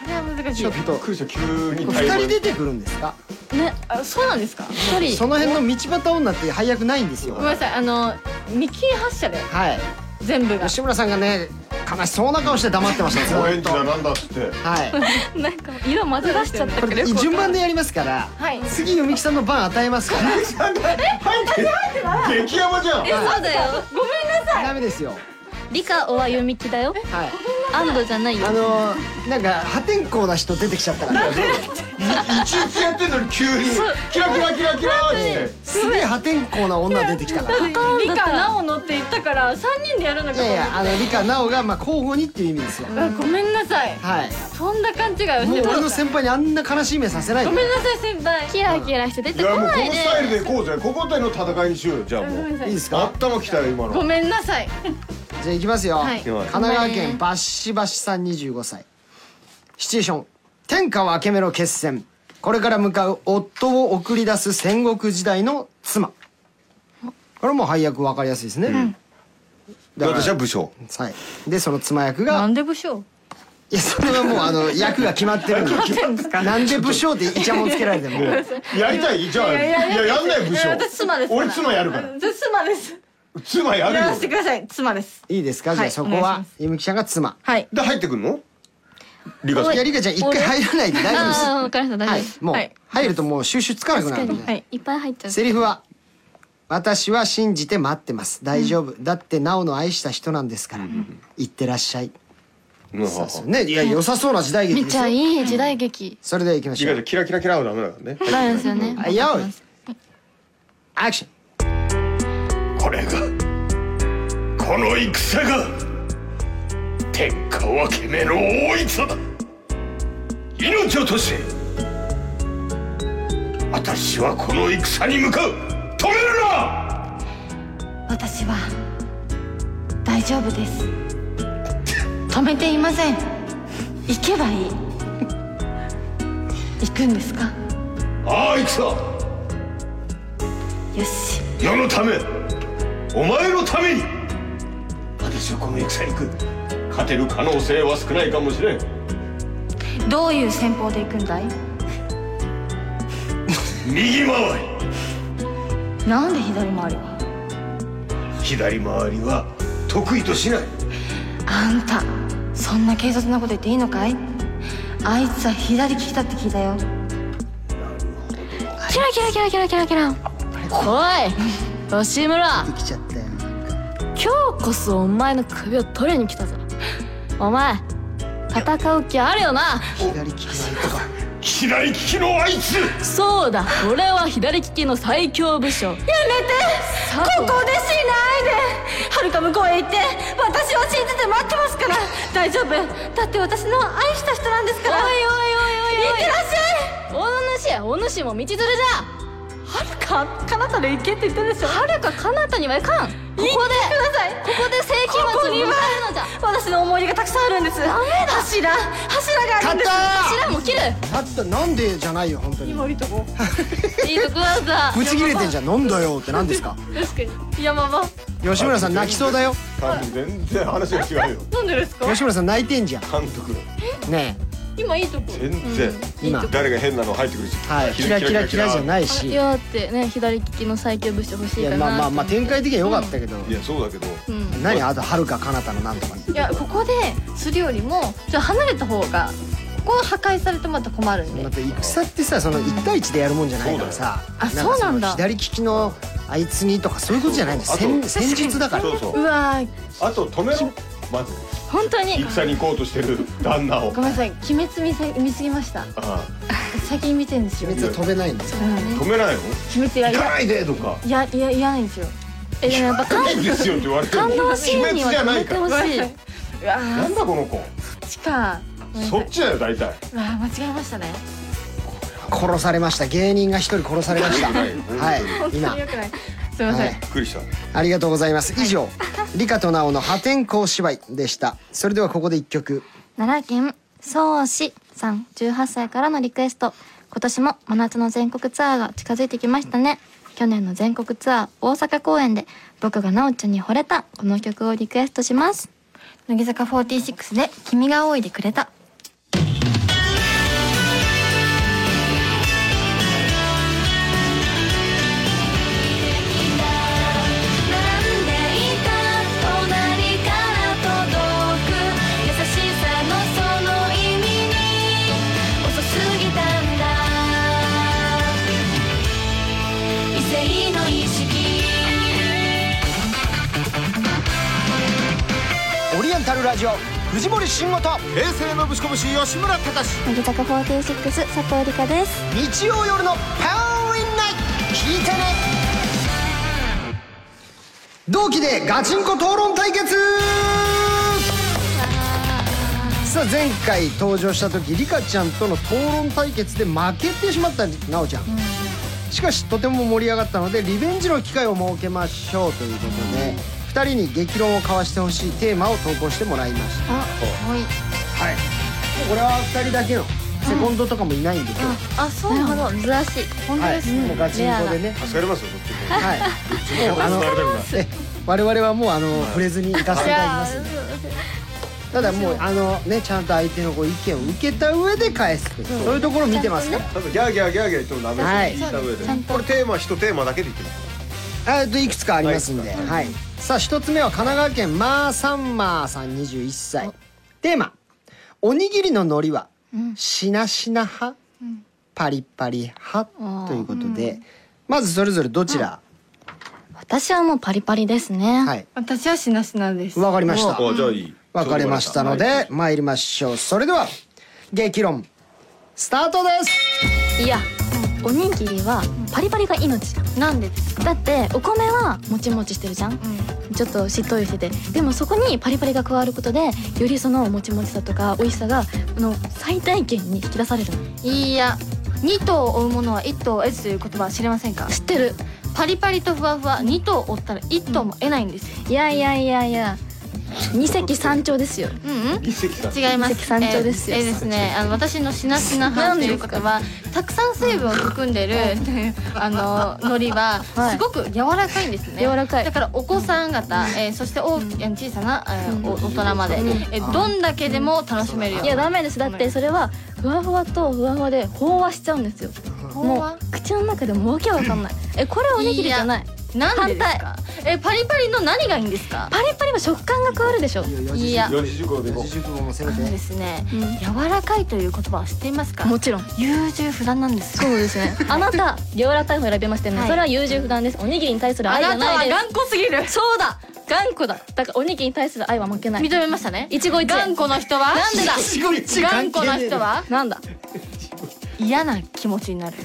[SPEAKER 4] これは難しい
[SPEAKER 1] ちょっと
[SPEAKER 3] クーション急に
[SPEAKER 1] 二人出てくるんですか。
[SPEAKER 4] ねあそうなんですか
[SPEAKER 7] 一人
[SPEAKER 1] その辺の道端女って配役ないんですよ。
[SPEAKER 4] ごめんなさいあの見切り発車で
[SPEAKER 1] はい。
[SPEAKER 4] 全部が
[SPEAKER 1] 吉村さんがね悲しそうな顔して黙ってましたず
[SPEAKER 3] オレ
[SPEAKER 1] っ
[SPEAKER 3] ン
[SPEAKER 1] と
[SPEAKER 3] ジだなんだっつって
[SPEAKER 1] はい
[SPEAKER 2] なんか色混ぜ出しちゃった
[SPEAKER 1] これ順番でやりますから、
[SPEAKER 4] はい
[SPEAKER 1] 次弓木さんの番与えますから
[SPEAKER 3] 激ヤバじゃん
[SPEAKER 7] そうだよ
[SPEAKER 1] ダメですよ
[SPEAKER 7] 理科おは読みきだよ
[SPEAKER 1] はい
[SPEAKER 7] 安藤じゃないよ
[SPEAKER 1] あのーなんか破天荒な人出てきちゃったから
[SPEAKER 3] 一日やってんのに急にキラキラキラキラーって
[SPEAKER 1] すげえ破天荒な女出てきたからい
[SPEAKER 4] 理科なおのって言ったから三人でやるのかと
[SPEAKER 1] やい
[SPEAKER 4] 思
[SPEAKER 1] やあの理科奈緒がまあ交互にっていう意味ですよ
[SPEAKER 4] うわごめんなさい
[SPEAKER 1] はい
[SPEAKER 4] そんな勘違いをし
[SPEAKER 1] もう
[SPEAKER 4] てま
[SPEAKER 1] 俺の
[SPEAKER 4] した
[SPEAKER 1] 先輩にあんな悲しい目させないで
[SPEAKER 4] ごめんなさい先輩
[SPEAKER 2] キラキラして出
[SPEAKER 3] い
[SPEAKER 2] て
[SPEAKER 3] や
[SPEAKER 2] こ
[SPEAKER 3] もうこ
[SPEAKER 2] ない
[SPEAKER 3] の
[SPEAKER 2] で
[SPEAKER 3] スタイルでいこうぜここでの戦いにしようよじゃあもう
[SPEAKER 1] いいですか
[SPEAKER 3] 頭きたよ今
[SPEAKER 4] ご
[SPEAKER 3] の
[SPEAKER 4] めんなさい
[SPEAKER 1] じゃあ行きますよ、
[SPEAKER 4] はい
[SPEAKER 1] 神奈川県バッシバシさん25歳シチュエーション天下分け目の決戦これから向かう夫を送り出す戦国時代の妻これも配役分かりやすいですね、
[SPEAKER 3] で
[SPEAKER 1] だから
[SPEAKER 3] 私は武将
[SPEAKER 1] はい、でその妻役が
[SPEAKER 4] んで武将
[SPEAKER 1] いやそれはもうあ の役が決まってるんでなんで武将ってイチャモンつけられても
[SPEAKER 3] やりたいじゃあいややんない武将
[SPEAKER 4] 私妻ですから
[SPEAKER 3] 俺妻やるから
[SPEAKER 4] 私妻です
[SPEAKER 3] 妻やる
[SPEAKER 4] や
[SPEAKER 3] よ
[SPEAKER 4] らせてください妻です
[SPEAKER 1] いいですかじゃあそこ
[SPEAKER 4] はいお願いし
[SPEAKER 1] は
[SPEAKER 4] ます
[SPEAKER 1] ゆみきちゃんが妻
[SPEAKER 4] はい
[SPEAKER 3] で入ってくんのリカさん
[SPEAKER 1] いやリカちゃん一回入らないで大丈夫です
[SPEAKER 4] ああ分かりました大丈夫
[SPEAKER 1] はい
[SPEAKER 4] です、
[SPEAKER 1] もう
[SPEAKER 4] はい、
[SPEAKER 1] 入るともう収集つかなくなるんで、
[SPEAKER 4] はい、いっぱい入っちゃう
[SPEAKER 1] セリフは「私は信じて待ってます大丈夫、だってなおの愛した人なんですから、行ってらっしゃい」
[SPEAKER 3] うん
[SPEAKER 1] そうそうねいや良さそうな時代劇
[SPEAKER 4] めっ
[SPEAKER 1] です
[SPEAKER 4] ち
[SPEAKER 1] よ
[SPEAKER 4] ゃいい時代劇
[SPEAKER 1] それでは行きま
[SPEAKER 3] リ
[SPEAKER 1] し
[SPEAKER 3] カ
[SPEAKER 1] ょ
[SPEAKER 3] ちゃん
[SPEAKER 1] う
[SPEAKER 3] キラキラキラはダメだからね
[SPEAKER 4] ダメですよね
[SPEAKER 1] はいよいアクション
[SPEAKER 14] これがこの戦が天下分け目の大戦だ命を賭して私はこの戦に向かう止めるな
[SPEAKER 5] 私は大丈夫です止めていません行けばいい行くんですか
[SPEAKER 14] ああ戦
[SPEAKER 5] よし
[SPEAKER 14] 世のためお前のために私はこの戦に行く勝てる可能性は少ないかもしれん
[SPEAKER 5] どういう戦法で行くんだい
[SPEAKER 14] 右回り
[SPEAKER 5] なんで左回りは
[SPEAKER 14] 左回りは得意としない
[SPEAKER 5] あんたそんな軽率なこと言っていいのかいあいつは左利きだって聞いたよ
[SPEAKER 4] キラキラキラキラキラキラおい吉村
[SPEAKER 1] できちゃったよ
[SPEAKER 4] 今日こそお前の首を取りに来たぞお前戦う気あるよな
[SPEAKER 1] 左利きの相手
[SPEAKER 14] 左利きのあいつ
[SPEAKER 4] そうだ俺は左利きの最強武将やめてここでしないではるか向こうへ行って私を信じて待ってますから大丈夫だって私の愛した人なんですからおいおいおいおいおい行ってらっしゃいお主お主も道連れじゃはるか彼方で行けって言ったでしょはるか彼方にはいかんここでここで世紀末を迎えるのじゃ私の思い出がたくさんあるんですダメだ柱柱があるんです柱も切る
[SPEAKER 1] だったなんでじゃないよ本当に
[SPEAKER 4] いいとこだった
[SPEAKER 1] ぶち切れてんじゃんなんだよって何ですか
[SPEAKER 4] 確かに山場
[SPEAKER 1] 吉村さん泣きそうだよ
[SPEAKER 3] 多分全然話が違うよ
[SPEAKER 4] なんでですか
[SPEAKER 1] 吉村さん泣いてんじゃ
[SPEAKER 3] 監督
[SPEAKER 1] んね
[SPEAKER 4] 今いいとこ
[SPEAKER 3] 全然
[SPEAKER 1] え今
[SPEAKER 3] 誰が変なの入ってくるし
[SPEAKER 1] はいキラキラキラじゃないし
[SPEAKER 4] い
[SPEAKER 1] いや
[SPEAKER 4] やだってね左利きの最強武士欲しいかな
[SPEAKER 1] まあまあまあ
[SPEAKER 4] と思
[SPEAKER 1] 展
[SPEAKER 4] って
[SPEAKER 1] 開的には良かったけど、
[SPEAKER 3] いやそうだけど
[SPEAKER 4] うん
[SPEAKER 1] 何あとはるか彼方のなんとか
[SPEAKER 7] いやここでするよりもちょっと離れた方がここは破壊されてもまた困るんで
[SPEAKER 1] だって戦ってさその一対一でやるもんじゃないからさ
[SPEAKER 7] あそうなんだ
[SPEAKER 1] かその左利きのあいつにとかそういうことじゃないんだよ
[SPEAKER 3] そうそ
[SPEAKER 1] 戦
[SPEAKER 3] うあと
[SPEAKER 1] 戦術だから
[SPEAKER 3] そうそう
[SPEAKER 7] うわー
[SPEAKER 3] あと止めろまず
[SPEAKER 4] 本当に
[SPEAKER 3] 戦に行こうとしてる旦那を
[SPEAKER 7] ごめんなさい鬼滅見せ見すぎました
[SPEAKER 3] あ
[SPEAKER 7] 最近見てるんですよ
[SPEAKER 1] 鬼滅は飛べないんですよ
[SPEAKER 3] あ止めないの
[SPEAKER 7] 鬼滅や
[SPEAKER 3] 行
[SPEAKER 7] い
[SPEAKER 3] かないでとか
[SPEAKER 7] やいやいやないんですよ
[SPEAKER 4] えでもやっぱ感
[SPEAKER 3] いいですよって言われても
[SPEAKER 4] 感
[SPEAKER 3] 鬼
[SPEAKER 4] 動シーン
[SPEAKER 3] 滅
[SPEAKER 4] に
[SPEAKER 3] じ
[SPEAKER 4] は
[SPEAKER 3] ゃ
[SPEAKER 4] 止
[SPEAKER 3] な
[SPEAKER 4] め
[SPEAKER 3] い
[SPEAKER 4] て
[SPEAKER 3] から
[SPEAKER 4] ほしいう
[SPEAKER 7] わー
[SPEAKER 3] なんだこの子
[SPEAKER 7] そっちか
[SPEAKER 3] そっちだよ大体
[SPEAKER 7] うわー間違えましたね
[SPEAKER 1] 殺されました芸人が一人殺されました
[SPEAKER 3] はい
[SPEAKER 1] はい今
[SPEAKER 7] よくないすいませ
[SPEAKER 1] は
[SPEAKER 7] ん、
[SPEAKER 1] い
[SPEAKER 3] びっくりした
[SPEAKER 1] ありがとうございます以上理香と直の破天荒芝居でしたそれではここで一曲
[SPEAKER 2] 奈良県宗氏さん18歳からのリクエスト今年も真夏の全国ツアーが近づいてきましたね去年の全国ツアー大阪公演で僕がなおちゃんに惚れたこの曲をリクエストします
[SPEAKER 15] 乃木坂46で「君が多いでくれた」
[SPEAKER 16] 「なんでいた隣から届く」「優しさのその意味に遅すぎたんだ」「異性の意識」
[SPEAKER 1] オリエンタルラジオ藤森慎吾と
[SPEAKER 3] 平成のぶしこぶし吉村隆
[SPEAKER 2] 乃木坂46佐藤理香です
[SPEAKER 1] 日曜夜のパワーリンナイト聞いてね同期でガチンコ討論対決さあ前回登場した時リカちゃんとの討論対決で負けてしまった奈緒ちゃん、しかしとても盛り上がったのでリベンジの機会を設けましょうということで2人に激論を交わしてほしいテーマを投稿してもらいましたはいこれは2人だけのセコンドとかもいないんで今日
[SPEAKER 4] あそうなの珍しい本当
[SPEAKER 1] はい
[SPEAKER 4] ですね
[SPEAKER 1] もうガチンコでね
[SPEAKER 3] 助かりますよこっちも
[SPEAKER 1] はいもうあのえ我々はもうあの触れずに行かせていただきますんで ただもうあのねちゃんと相手のご意見を受けた上で返すというそういうところを見てますから
[SPEAKER 3] 多分ギャーギャーギャーギャー言ってもダメですよ
[SPEAKER 1] はい
[SPEAKER 3] 言った上でこれテーマ一テーマだけで言ってます
[SPEAKER 1] えっといくつかありますんで、はいさあ一つ目は神奈川県まーさんまーさん21歳テーマ「おにぎりの海苔はしなしな派、パリパリ派ということで、まずそれぞれどちら、
[SPEAKER 2] 私はもうパリパリですね。
[SPEAKER 1] はい
[SPEAKER 17] 私はしなしなです
[SPEAKER 1] わかりました
[SPEAKER 3] あじゃあいい
[SPEAKER 1] 分かれましたので参りましょうそれでは激論スタートです
[SPEAKER 2] いや、おにぎりはパリパリが命だ。
[SPEAKER 7] なんでです
[SPEAKER 2] だってお米はもちもちしてるじゃん、ちょっとしっとりしててでもそこにパリパリが加わることでよりそのもちもちさとか美味しさがこの最大限に引き出されるの
[SPEAKER 7] いいや2頭を追うものは1頭を得ずという言葉は知りませんか
[SPEAKER 2] 知ってる
[SPEAKER 7] パリパリとふわふわ2頭を追ったら1頭も得ないんですよ、
[SPEAKER 2] いやいやいやいや二石三鳥ですよ
[SPEAKER 7] うんうん
[SPEAKER 3] 一石さん
[SPEAKER 7] 違います。
[SPEAKER 2] 一石三鳥ですよ
[SPEAKER 7] えーえーですね、あの私のしなしな派ということは、たくさん水分を含んでる あの海苔は
[SPEAKER 2] はい
[SPEAKER 7] すごく柔らかいんですね。
[SPEAKER 2] 柔らかい
[SPEAKER 7] だからお子さん方、えーそして大き小さな、えーお大人まで、えーどんだけでも楽しめるよ。
[SPEAKER 2] いやダメですだってそれはふわふわとふわふわで飽和しちゃうんですよ
[SPEAKER 7] 飽
[SPEAKER 2] も
[SPEAKER 7] 和
[SPEAKER 2] う口の中でもうわけわ かんないえこれはおにぎりじゃない
[SPEAKER 7] なんでですか。えーパリパリの何がいいんですか。
[SPEAKER 2] パリパリは食感が加わるでしょ
[SPEAKER 7] いや。
[SPEAKER 3] 四時熟で
[SPEAKER 1] 熟語もせめ
[SPEAKER 7] そうですね、柔らかいという言葉は知っていますか
[SPEAKER 2] もちろん
[SPEAKER 7] 優柔不断なんです
[SPEAKER 2] そ
[SPEAKER 7] よ
[SPEAKER 2] うですね。あな た、柔らかい方選びましたよね。
[SPEAKER 7] はい
[SPEAKER 2] それは優柔不断です。おにぎりに対する
[SPEAKER 7] あ
[SPEAKER 2] 愛が
[SPEAKER 7] なた
[SPEAKER 2] な
[SPEAKER 7] はい
[SPEAKER 2] です。
[SPEAKER 7] 頑固すぎる
[SPEAKER 2] そうだ頑固だだからおにぎりに対する愛は負けない。
[SPEAKER 7] 認めましたね
[SPEAKER 2] 一期一会
[SPEAKER 7] 頑固の人は
[SPEAKER 2] なんでだ
[SPEAKER 1] 一期一会
[SPEAKER 7] 頑固な人は
[SPEAKER 2] なんだ
[SPEAKER 7] 嫌な気持ちになる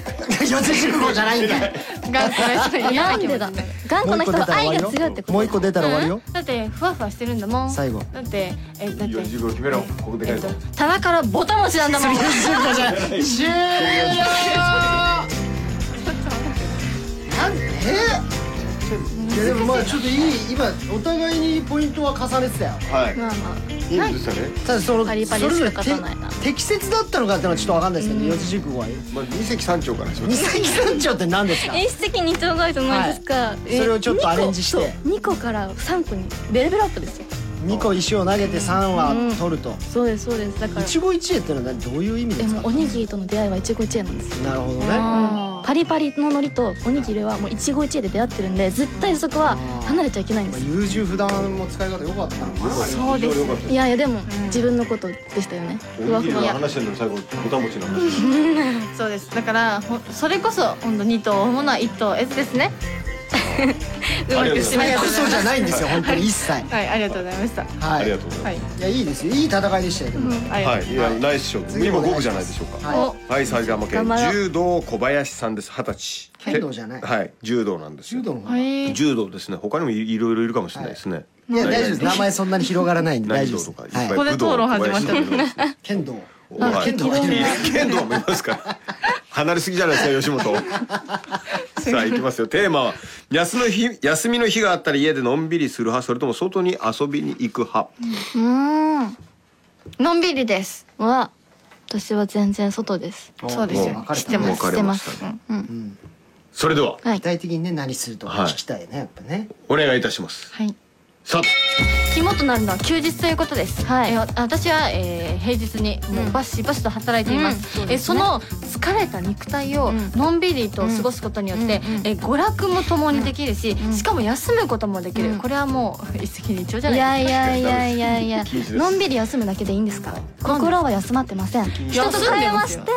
[SPEAKER 1] 四字熟語じゃないんだよ
[SPEAKER 7] 頑固な人嫌
[SPEAKER 2] な
[SPEAKER 7] なん気持ち
[SPEAKER 2] で
[SPEAKER 7] にな
[SPEAKER 2] だ
[SPEAKER 7] る
[SPEAKER 2] 頑固な人は愛が
[SPEAKER 1] もう一個出た
[SPEAKER 2] 強い
[SPEAKER 1] ら
[SPEAKER 2] ってこと
[SPEAKER 1] もう一個出たら終わるよ
[SPEAKER 7] うんだってふわふわしてるんだもん
[SPEAKER 1] 最後
[SPEAKER 7] だってえだって
[SPEAKER 3] 四時熟決めろここで
[SPEAKER 7] え
[SPEAKER 3] 帰
[SPEAKER 7] っ
[SPEAKER 3] る
[SPEAKER 7] と棚からボタン持ちなんだもん
[SPEAKER 1] 終了なんでいやでもまあちょっといい今お互いにポイントは重ねてたよ
[SPEAKER 3] はい
[SPEAKER 2] まあまあ
[SPEAKER 3] いいことでしたね
[SPEAKER 1] ただその
[SPEAKER 2] パリパリ
[SPEAKER 1] それぞれ
[SPEAKER 2] しか
[SPEAKER 1] て
[SPEAKER 2] 勝たないな
[SPEAKER 1] 適切だったのかっていうのはちょっと分かんないですけど四字熟 語は
[SPEAKER 3] まあ二石三鳥からしま
[SPEAKER 1] 二
[SPEAKER 3] す
[SPEAKER 1] 石三鳥って何ですか
[SPEAKER 2] 一石二鳥がいいと思いますか、え
[SPEAKER 1] それをちょっとアレンジし
[SPEAKER 2] そう
[SPEAKER 1] て
[SPEAKER 2] 2個から3個にベルベロットですよ
[SPEAKER 1] 2個石を投げて3は取ると
[SPEAKER 2] そうですそうですだから
[SPEAKER 1] 一期一会ってのは何どういう意味
[SPEAKER 2] で
[SPEAKER 1] ですか
[SPEAKER 2] もおにぎりとの出会いは一期一会なんですよ
[SPEAKER 1] なるほどね
[SPEAKER 2] パリパリの海苔とおにぎりはもう一期一会で出会ってるんで絶対そこは離れちゃいけないんですよ
[SPEAKER 1] 優柔不断も使い方良かったのかな
[SPEAKER 7] そうですね
[SPEAKER 2] いやいやでも、自分のことでしたよね。ふ
[SPEAKER 3] お
[SPEAKER 2] わ
[SPEAKER 3] にぎ
[SPEAKER 2] ふ
[SPEAKER 3] りの
[SPEAKER 2] わ。
[SPEAKER 3] 話してるのに最後ボタン持ちの話
[SPEAKER 7] そうですだからほんそれこそ本当二頭追うものは一頭得ずですねうまく締め
[SPEAKER 1] い
[SPEAKER 7] て
[SPEAKER 1] や嘘じゃないんですよ本当に一切
[SPEAKER 7] はいありがとうございました
[SPEAKER 1] は
[SPEAKER 3] ありが
[SPEAKER 1] い
[SPEAKER 3] とうござい
[SPEAKER 7] は
[SPEAKER 3] ま
[SPEAKER 7] い
[SPEAKER 1] いやいいですよいい戦いでしたよでも
[SPEAKER 7] あり
[SPEAKER 3] す
[SPEAKER 7] がとう
[SPEAKER 3] はいいやナイスショット
[SPEAKER 1] 次
[SPEAKER 3] 今
[SPEAKER 1] お願いします
[SPEAKER 3] 五分じゃないでしょうか
[SPEAKER 1] は
[SPEAKER 3] はい埼玉県柔道小林さんです二十歳
[SPEAKER 1] 剣道じゃない
[SPEAKER 3] はい柔道なんで
[SPEAKER 1] い
[SPEAKER 3] すよ
[SPEAKER 1] 柔道の方
[SPEAKER 3] 柔道ですね他にもいいろいろいるかもしれないですね
[SPEAKER 1] いや大丈夫です名前そんなに広がらないんで大
[SPEAKER 3] 何
[SPEAKER 1] 丈
[SPEAKER 3] 道
[SPEAKER 1] 夫
[SPEAKER 3] とかい
[SPEAKER 1] です
[SPEAKER 3] っぱい
[SPEAKER 1] はい
[SPEAKER 7] ここで討論始まっちゃう
[SPEAKER 3] 武道小林とか
[SPEAKER 1] 剣道
[SPEAKER 3] はい
[SPEAKER 1] 剣道
[SPEAKER 3] 剣道もいますから離れすぎじゃないで すか吉本さあ行きますよテーマは休みの日休みの日があったら家でのんびりする派それとも外に遊びに行く派
[SPEAKER 7] のんびりです
[SPEAKER 2] は、私は全然外です。
[SPEAKER 7] そうですよ
[SPEAKER 1] 分かれ
[SPEAKER 7] 知ったて
[SPEAKER 1] ね
[SPEAKER 7] ます
[SPEAKER 3] 分か
[SPEAKER 7] 知っ
[SPEAKER 3] れ
[SPEAKER 7] て
[SPEAKER 3] ま
[SPEAKER 7] ま
[SPEAKER 3] し
[SPEAKER 7] す
[SPEAKER 3] た
[SPEAKER 7] うんうん
[SPEAKER 3] それでは
[SPEAKER 1] 具体的にね何するとか聞きたいねやっぱね
[SPEAKER 3] お願いいたします
[SPEAKER 7] はい
[SPEAKER 3] さ
[SPEAKER 7] 肝となるのは休日ということです。
[SPEAKER 2] はい
[SPEAKER 7] えー私は、えー平日にもうバシバシと働いています。えーその疲れた肉体をのんびりと過ごすことによって、えー娯楽も共にできるし、しかも休むこともできる。これはもう一石二鳥じゃ
[SPEAKER 2] い
[SPEAKER 7] ない。
[SPEAKER 2] やいやいやいやいや
[SPEAKER 3] 禁止です、
[SPEAKER 2] のんびり休むだけでいいんですか。心は休まってません。人と会話して、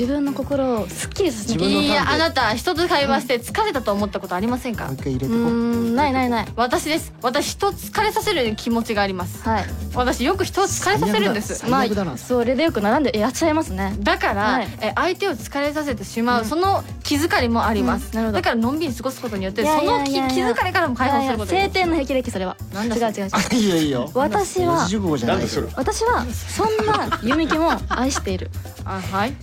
[SPEAKER 2] 自分の心をすっきりさせなきゃいけない。
[SPEAKER 7] いやあなた人と会話して疲れたと思ったことありませんか
[SPEAKER 1] もう一。回入れて
[SPEAKER 2] うー、
[SPEAKER 1] こうん
[SPEAKER 2] ないないない。
[SPEAKER 7] 私です。私人を疲れさせる気持ちがあります。
[SPEAKER 2] はい。
[SPEAKER 7] 私よく人を疲れさせるんです。
[SPEAKER 1] 最悪だな
[SPEAKER 2] それでよく並んでいらっしゃいますね。
[SPEAKER 7] だから、
[SPEAKER 2] はい
[SPEAKER 7] え相手を疲れさせてしまう、その気疲れもあります、
[SPEAKER 2] うんなるほど
[SPEAKER 7] だからのんびり過ごすことによって
[SPEAKER 2] いやいやいやい
[SPEAKER 7] その
[SPEAKER 2] や
[SPEAKER 7] 気気疲れからも解放すること
[SPEAKER 2] 晴天の霹靂それは。違う違う違 う。
[SPEAKER 1] いいよいいよ
[SPEAKER 2] 私
[SPEAKER 1] 四
[SPEAKER 2] は
[SPEAKER 1] 字、熟語じゃないけど
[SPEAKER 2] 私は、そんな弓木も愛している。
[SPEAKER 7] あはい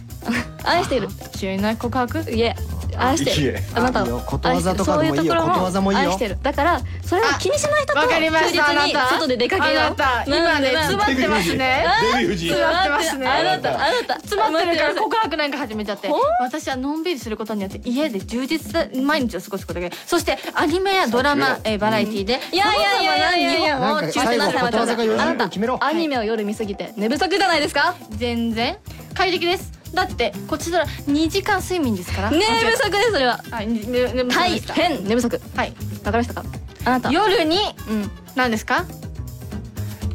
[SPEAKER 2] 愛している。
[SPEAKER 7] 急な告白
[SPEAKER 2] いえ愛してるあなた
[SPEAKER 1] いいよ
[SPEAKER 2] を
[SPEAKER 1] ことわざとかでもいいよ
[SPEAKER 2] 愛してるそううところ
[SPEAKER 1] ことわざもいいよ
[SPEAKER 2] 愛してるだからそれを気にしない人と
[SPEAKER 7] わかりま
[SPEAKER 2] 休
[SPEAKER 7] したあな
[SPEAKER 2] 日に
[SPEAKER 7] た
[SPEAKER 2] 外で出かけよう
[SPEAKER 7] あなた今ね
[SPEAKER 2] なん
[SPEAKER 7] 詰
[SPEAKER 2] で
[SPEAKER 7] まってますね
[SPEAKER 3] デヴィ夫人
[SPEAKER 7] 詰まってますね
[SPEAKER 2] あなたあなた
[SPEAKER 7] 詰まってるから
[SPEAKER 2] 待
[SPEAKER 7] 告白なんか始めちゃって
[SPEAKER 2] ほん
[SPEAKER 7] 私はのんびりすることによって家で充実した毎日を過ごすことができるそしてアニメやドラマ、えーバラエティで
[SPEAKER 2] いやいやいやいやいや
[SPEAKER 7] 様
[SPEAKER 1] なんか最後こ
[SPEAKER 7] 々な日本を中心に
[SPEAKER 1] とわざが四字熟語決めろ
[SPEAKER 2] アニメを夜見すぎて寝不足じゃないですか
[SPEAKER 7] 全然快適ですだってこちら2時間睡眠ですから
[SPEAKER 2] 寝不足ですそれは
[SPEAKER 7] はい、ねねね
[SPEAKER 2] 大
[SPEAKER 7] ですか
[SPEAKER 2] 変寝不足
[SPEAKER 7] はい。
[SPEAKER 2] わかりましたかあなた
[SPEAKER 7] 夜に
[SPEAKER 2] うん
[SPEAKER 7] 何ですか？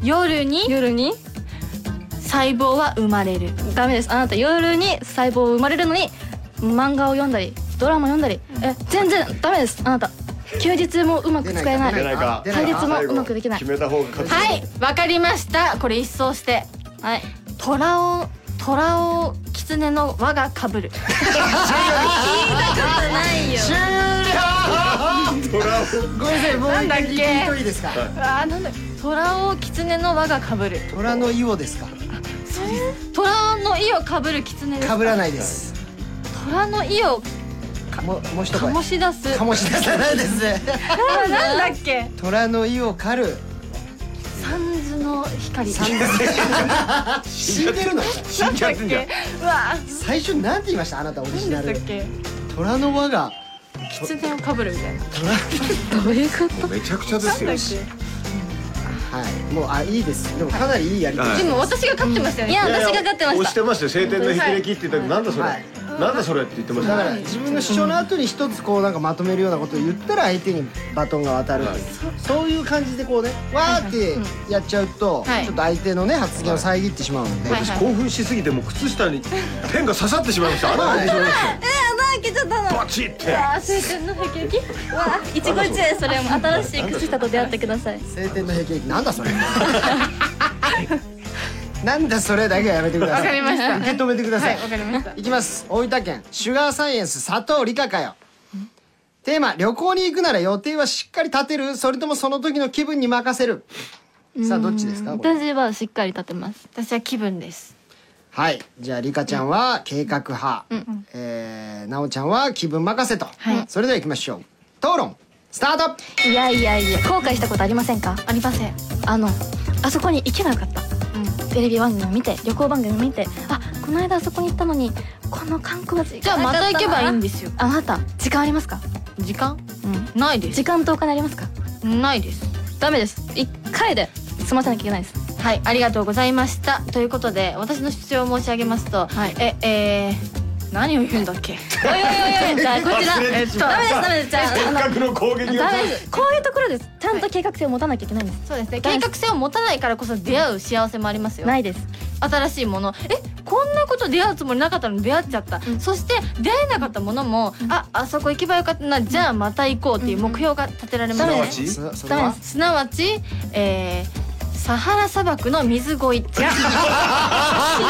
[SPEAKER 7] 夜に
[SPEAKER 2] 夜に
[SPEAKER 7] 細胞は生まれる
[SPEAKER 2] ダメですあなた夜に細胞生まれるのに漫画を読んだりドラマ読んだりえ全然ダメですあなた休日もうまく使えない
[SPEAKER 18] 出ないか
[SPEAKER 1] 出
[SPEAKER 2] 対
[SPEAKER 1] ない
[SPEAKER 2] 立
[SPEAKER 1] か
[SPEAKER 2] もうまくできない
[SPEAKER 18] 決めた方が勝つ
[SPEAKER 7] はいわかりましたこれ一掃して
[SPEAKER 2] はい
[SPEAKER 7] 虎を虎を狐の輪が かぶる
[SPEAKER 1] ごめんなさいもう
[SPEAKER 7] なんだっけ
[SPEAKER 1] 一回聞いといいですか
[SPEAKER 7] あなんだ虎を狐の輪がかぶる
[SPEAKER 1] 虎のイオですか
[SPEAKER 7] 虎の意をかぶる狐です
[SPEAKER 1] かぶらないです
[SPEAKER 7] 虎の意を
[SPEAKER 1] ももう一
[SPEAKER 7] 醸
[SPEAKER 1] 声
[SPEAKER 7] し出す
[SPEAKER 1] かもし出さないですね
[SPEAKER 7] あなんだっけ
[SPEAKER 1] 虎のイオ狩る
[SPEAKER 7] サンズの光
[SPEAKER 1] 死んでるの
[SPEAKER 3] 死んじゃってんじゃん
[SPEAKER 7] うわ
[SPEAKER 1] 最初なんて言いましたあなたオリジナ
[SPEAKER 7] なんだ
[SPEAKER 1] ル
[SPEAKER 7] っけ
[SPEAKER 1] 虎の輪が
[SPEAKER 7] 狐をかぶるみたいな
[SPEAKER 3] もうめちゃくちゃですよ
[SPEAKER 1] はいもうあいいですでもかなりいいやり方
[SPEAKER 3] はい
[SPEAKER 7] でも私が勝ってましたよねいや
[SPEAKER 3] いやいや
[SPEAKER 7] 私が勝ってまし
[SPEAKER 3] 押
[SPEAKER 7] た
[SPEAKER 3] してましたよ晴天の霹靂って言ったけどなんだそれ
[SPEAKER 1] はい
[SPEAKER 3] なんだそれって言ってまし
[SPEAKER 1] だ
[SPEAKER 3] た
[SPEAKER 1] か
[SPEAKER 3] よ
[SPEAKER 1] ら自分の主張の後に一つこうなんかまとめるようなことを言ったら相手にバトンが渡るっていうそういう感じでこうねわーってやっちゃうと
[SPEAKER 7] はい
[SPEAKER 1] ちょっと相手のね発言を遮ってしまうので
[SPEAKER 7] はい
[SPEAKER 3] 私興奮しすぎてもう靴下にペンが刺さってしまいました穴が開いてしまいました
[SPEAKER 19] 開けちゃったの
[SPEAKER 3] バチって
[SPEAKER 19] あ晴天の霹靂わあ一期一会それも新しい靴下と出会ってください
[SPEAKER 1] 晴天の霹靂なんだそれ なんだそれだけはやめてください
[SPEAKER 7] わかりました
[SPEAKER 1] 受け止めてください、
[SPEAKER 7] はいわかりました
[SPEAKER 1] いきます大分県シュガーサイエンス佐藤理香かよテーマ旅行に行くなら予定はしっかり立てるそれともその時の気分に任せるさあどっちですかこれ
[SPEAKER 2] 私はしっかり立てます
[SPEAKER 7] 私は気分です
[SPEAKER 1] はいじゃあリカちゃんは計画派、えー、なおちゃんは気分任せと、それでは行きましょう討論スタート
[SPEAKER 2] いやいやいや後悔したことありませんかありませんあのあそこに行けばよかった、テレビ番組を見て旅行番組を見てあこの間あそこに行ったのにこの観光地
[SPEAKER 7] じゃあまた行けばいいんですよ
[SPEAKER 2] あなた時間ありますか
[SPEAKER 7] 時間
[SPEAKER 2] うん
[SPEAKER 7] ないです
[SPEAKER 2] 時間とお金ありますか
[SPEAKER 7] ないです
[SPEAKER 2] ダメです一回で済ませなきゃいけないです
[SPEAKER 7] はいありがとうございましたということで私の主張を申し上げますと、ええー、何を言うんだっけ おいおいおいおいじゃあこちらえっとダメですダメですじゃああの
[SPEAKER 18] せっかくの攻撃を
[SPEAKER 2] ダメですこういうところですちゃんと計画性を持たなきゃいけないんです、
[SPEAKER 7] そうですね計画性を持たないからこそ出会う幸せもありますよ
[SPEAKER 2] ないです
[SPEAKER 7] 新しいものえこんなこと出会うつもりなかったのに出会っちゃった、そして出会えなかったものも、ああそこ行けばよかったなじゃあまた行こうっていう目標が立てられます
[SPEAKER 3] な
[SPEAKER 7] す
[SPEAKER 3] わ
[SPEAKER 7] ね
[SPEAKER 3] ち
[SPEAKER 1] そそれ
[SPEAKER 2] ダメ
[SPEAKER 1] は
[SPEAKER 2] です
[SPEAKER 7] すなわち、えー、サハラ砂漠の水越え 知ら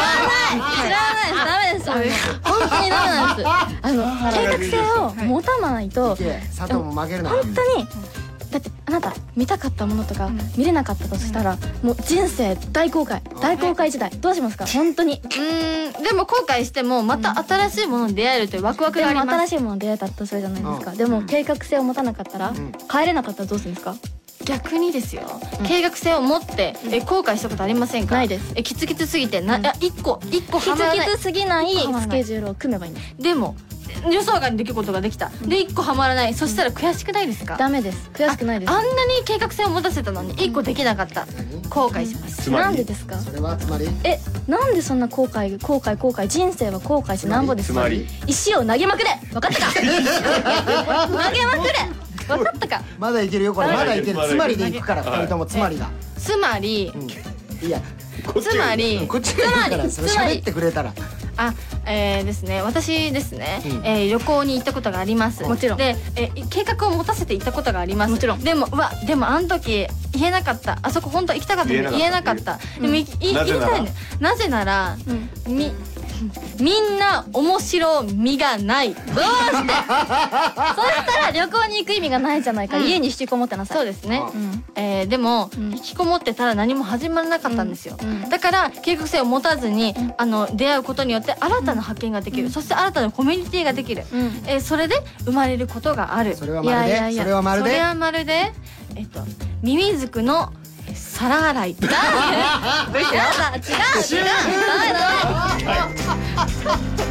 [SPEAKER 7] ない知らないダメです
[SPEAKER 2] 本当にダメなんですあの計画性を持たないと、
[SPEAKER 1] いけ佐藤も負けるな
[SPEAKER 2] 本当にだってあなた見たかったものとか見れなかったとしたら、もう人生大後悔大後悔時代どうしますか本当に
[SPEAKER 7] そういううーんでも後悔してもまた新しいものに出会えるというワクワク
[SPEAKER 2] で
[SPEAKER 7] があ
[SPEAKER 2] も
[SPEAKER 7] りま
[SPEAKER 2] 新
[SPEAKER 7] す
[SPEAKER 2] しいもの出会えたとするじゃないですかでも計画性を持たなかったら、帰れなかったらどうするんですか
[SPEAKER 7] 逆にですよ、計画性を持って、え後悔したことありませんか
[SPEAKER 2] ないです
[SPEAKER 7] えキツキツすぎてな、いや一個一個
[SPEAKER 2] 気
[SPEAKER 7] はまら
[SPEAKER 2] づ
[SPEAKER 7] ない
[SPEAKER 2] きつすぎない
[SPEAKER 7] はまら
[SPEAKER 2] ス
[SPEAKER 7] ない
[SPEAKER 2] ケジュールを組めばいいんです
[SPEAKER 7] でも予想外にできることができたで一個はまらないそしたら悔しくないですか
[SPEAKER 2] ダメです悔しくないです
[SPEAKER 7] ああんなに計画性を持たせたのに一個できなかった後悔します
[SPEAKER 3] つ
[SPEAKER 2] な
[SPEAKER 3] ま
[SPEAKER 2] んで
[SPEAKER 3] り
[SPEAKER 2] ですか
[SPEAKER 1] それはつまり
[SPEAKER 2] えなんでそんな後悔後悔後悔人生は後悔してなんぼです
[SPEAKER 3] つまり
[SPEAKER 2] 石を投げまくれ分かったか投げまくれ分かったか
[SPEAKER 1] まだいけるよこれまだいける
[SPEAKER 18] まだいける
[SPEAKER 1] つまりでいくから二人ともつまりが
[SPEAKER 7] つまり
[SPEAKER 1] いや
[SPEAKER 7] つまり
[SPEAKER 1] こっちがいいか
[SPEAKER 7] つま
[SPEAKER 1] ら
[SPEAKER 7] り
[SPEAKER 1] それ
[SPEAKER 7] つま
[SPEAKER 1] 喋っ
[SPEAKER 7] り
[SPEAKER 1] てくれたら
[SPEAKER 7] あえーですね私ですね、えー旅行に行ったことがあります
[SPEAKER 2] もちろん
[SPEAKER 7] で、えー計画を持たせて行ったことがありますもちろんでもうわでもあの時言えなかったあそこ本当は行きたかったのに
[SPEAKER 3] 言
[SPEAKER 7] 言
[SPEAKER 3] え
[SPEAKER 7] え
[SPEAKER 3] な
[SPEAKER 7] な
[SPEAKER 3] か
[SPEAKER 7] か
[SPEAKER 3] っ
[SPEAKER 7] ったたでもいい
[SPEAKER 3] なぜなら
[SPEAKER 7] 言いたいのなぜなら、みみんな面白みがない
[SPEAKER 2] そうしたら旅行に行く意味がないじゃないか、
[SPEAKER 7] うん
[SPEAKER 2] 家に引きこもってなさい
[SPEAKER 7] そうですね、
[SPEAKER 2] ん
[SPEAKER 7] えーでも、
[SPEAKER 2] ん
[SPEAKER 7] 引きこもってたら何も始まらなかったんですよ、
[SPEAKER 2] うん
[SPEAKER 7] だから計画性を持たずに、あの出会うことによって新たな発見ができる、そして新たなコミュニティができる、
[SPEAKER 2] ん
[SPEAKER 7] えーそれで生まれることがある
[SPEAKER 1] それはまる
[SPEAKER 2] いやいや
[SPEAKER 1] で
[SPEAKER 2] い
[SPEAKER 1] そ
[SPEAKER 2] や
[SPEAKER 1] れはまる
[SPEAKER 7] そ
[SPEAKER 1] で
[SPEAKER 7] れはまるでえっとミミズクの皿洗い
[SPEAKER 2] 違う違う違う
[SPEAKER 7] 無理無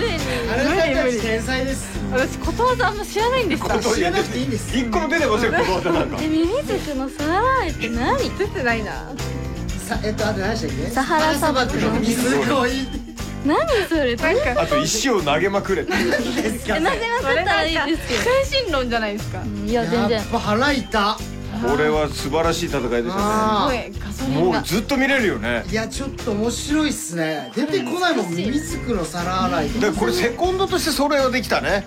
[SPEAKER 7] 理
[SPEAKER 1] あなたたち天才です
[SPEAKER 7] 私ことわざあんま知らないんですか
[SPEAKER 1] 知らなくていいんです
[SPEAKER 3] 一個も出てませんここはなんか
[SPEAKER 2] えミミズクのサラーイって何
[SPEAKER 7] 出てないな
[SPEAKER 1] さえっとあと何でしたっけ
[SPEAKER 2] サハラ砂漠の
[SPEAKER 1] 水越
[SPEAKER 2] 何それなんか
[SPEAKER 3] あと石を投げまくれっていう
[SPEAKER 1] えですか
[SPEAKER 2] なぜまったらいいですよ
[SPEAKER 7] 精神論じゃないですか
[SPEAKER 2] いや全然
[SPEAKER 1] やっぱ腹痛
[SPEAKER 3] これは素晴らしい戦いでした
[SPEAKER 1] あ
[SPEAKER 4] ごいガソ
[SPEAKER 3] ね
[SPEAKER 4] リン
[SPEAKER 3] も
[SPEAKER 4] が
[SPEAKER 3] うずっと見れるよね
[SPEAKER 1] ーいやちょっと面白いっすね出てこないもん自ら皿洗いと
[SPEAKER 3] で
[SPEAKER 1] か
[SPEAKER 3] これセコンドとしてそれはできたね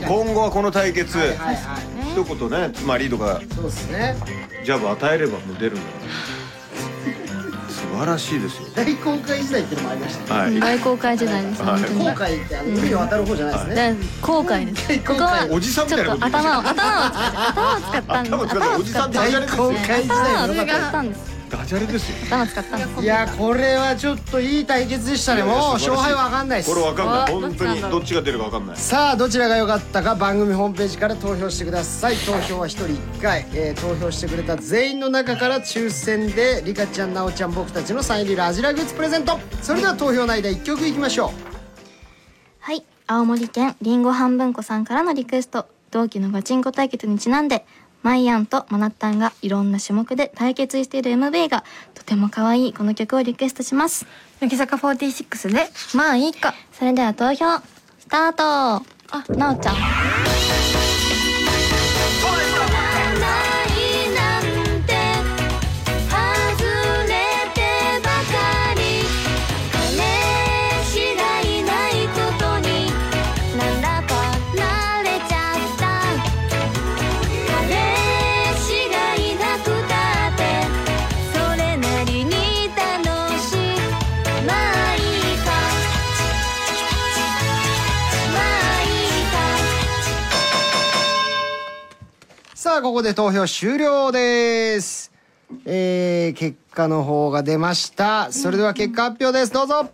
[SPEAKER 1] 確かに
[SPEAKER 3] 今後はこの対決
[SPEAKER 1] はいはいはい
[SPEAKER 3] 一言ねつまりとか
[SPEAKER 1] そうっすね
[SPEAKER 3] ジャブ与えればもう出るんだから素晴らしいですよ
[SPEAKER 1] 大航海時代ってのもありましたね
[SPEAKER 3] は
[SPEAKER 13] 外
[SPEAKER 3] い
[SPEAKER 13] 交界時代ですね
[SPEAKER 3] はい
[SPEAKER 13] 本当に
[SPEAKER 1] 航海ってあの海を渡る方じゃないですね
[SPEAKER 13] で後悔ですここは
[SPEAKER 3] おじさんみ
[SPEAKER 13] ち
[SPEAKER 3] た
[SPEAKER 13] ょ
[SPEAKER 3] い
[SPEAKER 13] っと
[SPEAKER 3] なこと言って
[SPEAKER 13] 頭を頭を使って頭を使ったん
[SPEAKER 3] 頭使っておじさんって
[SPEAKER 1] 大
[SPEAKER 3] ダジャレですよ
[SPEAKER 1] 航海時代の良かった
[SPEAKER 13] 使ったんです
[SPEAKER 3] ダジャレですよ
[SPEAKER 13] 頭使ったんです
[SPEAKER 1] いやこれはちょっといい対決でしたね
[SPEAKER 3] いやいや
[SPEAKER 1] もう
[SPEAKER 3] 素晴らしい
[SPEAKER 1] 勝敗わかんないです
[SPEAKER 3] これわかんない
[SPEAKER 7] お
[SPEAKER 3] 本当にどっちが出るかわかんない
[SPEAKER 1] さあどちらが良かったか番組ホームページから投票してください投票は1人1回、えー投票してくれた全員の中から抽選でリカちゃんなおちゃん僕たちのサイン入りラジラグッズプレゼントそれでは投票の間1曲いきましょ
[SPEAKER 2] はい青森県りんご半分子さんからのリクエスト同期のガチンコ対決にちなんでマイアンとマナッタンがいろんな種目で対決している MV がとても可愛いこの曲をリクエストします
[SPEAKER 7] 乃木坂46でまあいいか
[SPEAKER 2] それでは投票スタートあなおちゃん
[SPEAKER 8] ないなんて外れてばかり彼氏がいないことになんだか慣れちゃった彼氏がいなくたってそれなりに楽しいまあいいかまあいいか
[SPEAKER 1] うさあここで投票終了ですえー、結果の方が出ましたそれでは結果発表ですどうぞ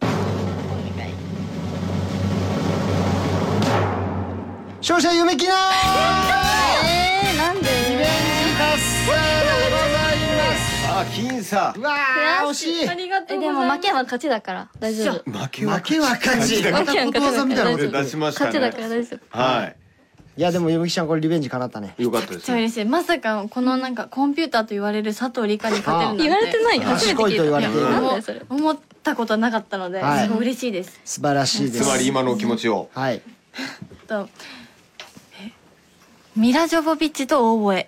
[SPEAKER 1] 勝者夢きな
[SPEAKER 7] えー、なんで
[SPEAKER 1] リベンジ達成でございます
[SPEAKER 3] あ僅差
[SPEAKER 1] うわー惜しい
[SPEAKER 4] ありがと
[SPEAKER 7] え
[SPEAKER 4] うご
[SPEAKER 7] で
[SPEAKER 4] ざい
[SPEAKER 7] も
[SPEAKER 4] ます
[SPEAKER 7] 負けは勝ちだから大丈夫
[SPEAKER 3] 負けは
[SPEAKER 1] 負けは勝ち
[SPEAKER 3] 負けは
[SPEAKER 1] ま
[SPEAKER 3] 勝
[SPEAKER 1] たこ
[SPEAKER 7] ち
[SPEAKER 1] と わざみたいなこと言って
[SPEAKER 3] 出
[SPEAKER 1] る
[SPEAKER 3] しまし
[SPEAKER 7] 勝
[SPEAKER 3] た
[SPEAKER 7] ちだか
[SPEAKER 3] ね
[SPEAKER 7] ら大丈夫
[SPEAKER 3] は
[SPEAKER 1] はいやでもゆむきちゃんこれリベンジかなったね
[SPEAKER 3] いよかったで
[SPEAKER 4] ち
[SPEAKER 3] す
[SPEAKER 4] ゃ
[SPEAKER 3] ね
[SPEAKER 4] 嬉しいまさかこのなんかコンピューターと言われる佐藤理香に勝てるなんて
[SPEAKER 7] 言われてないよ初めて
[SPEAKER 1] 賢いと言
[SPEAKER 7] 聞い
[SPEAKER 1] わ
[SPEAKER 7] た
[SPEAKER 1] れている
[SPEAKER 7] なんだ
[SPEAKER 4] も
[SPEAKER 7] よそれ
[SPEAKER 4] う思ったことはなかったので、
[SPEAKER 1] はい
[SPEAKER 4] すごい嬉しいです
[SPEAKER 1] 素晴らしいで
[SPEAKER 3] つ
[SPEAKER 1] す
[SPEAKER 3] まり今のお気持ちを
[SPEAKER 1] はい
[SPEAKER 4] とえミラ・ジョボビッチと大吠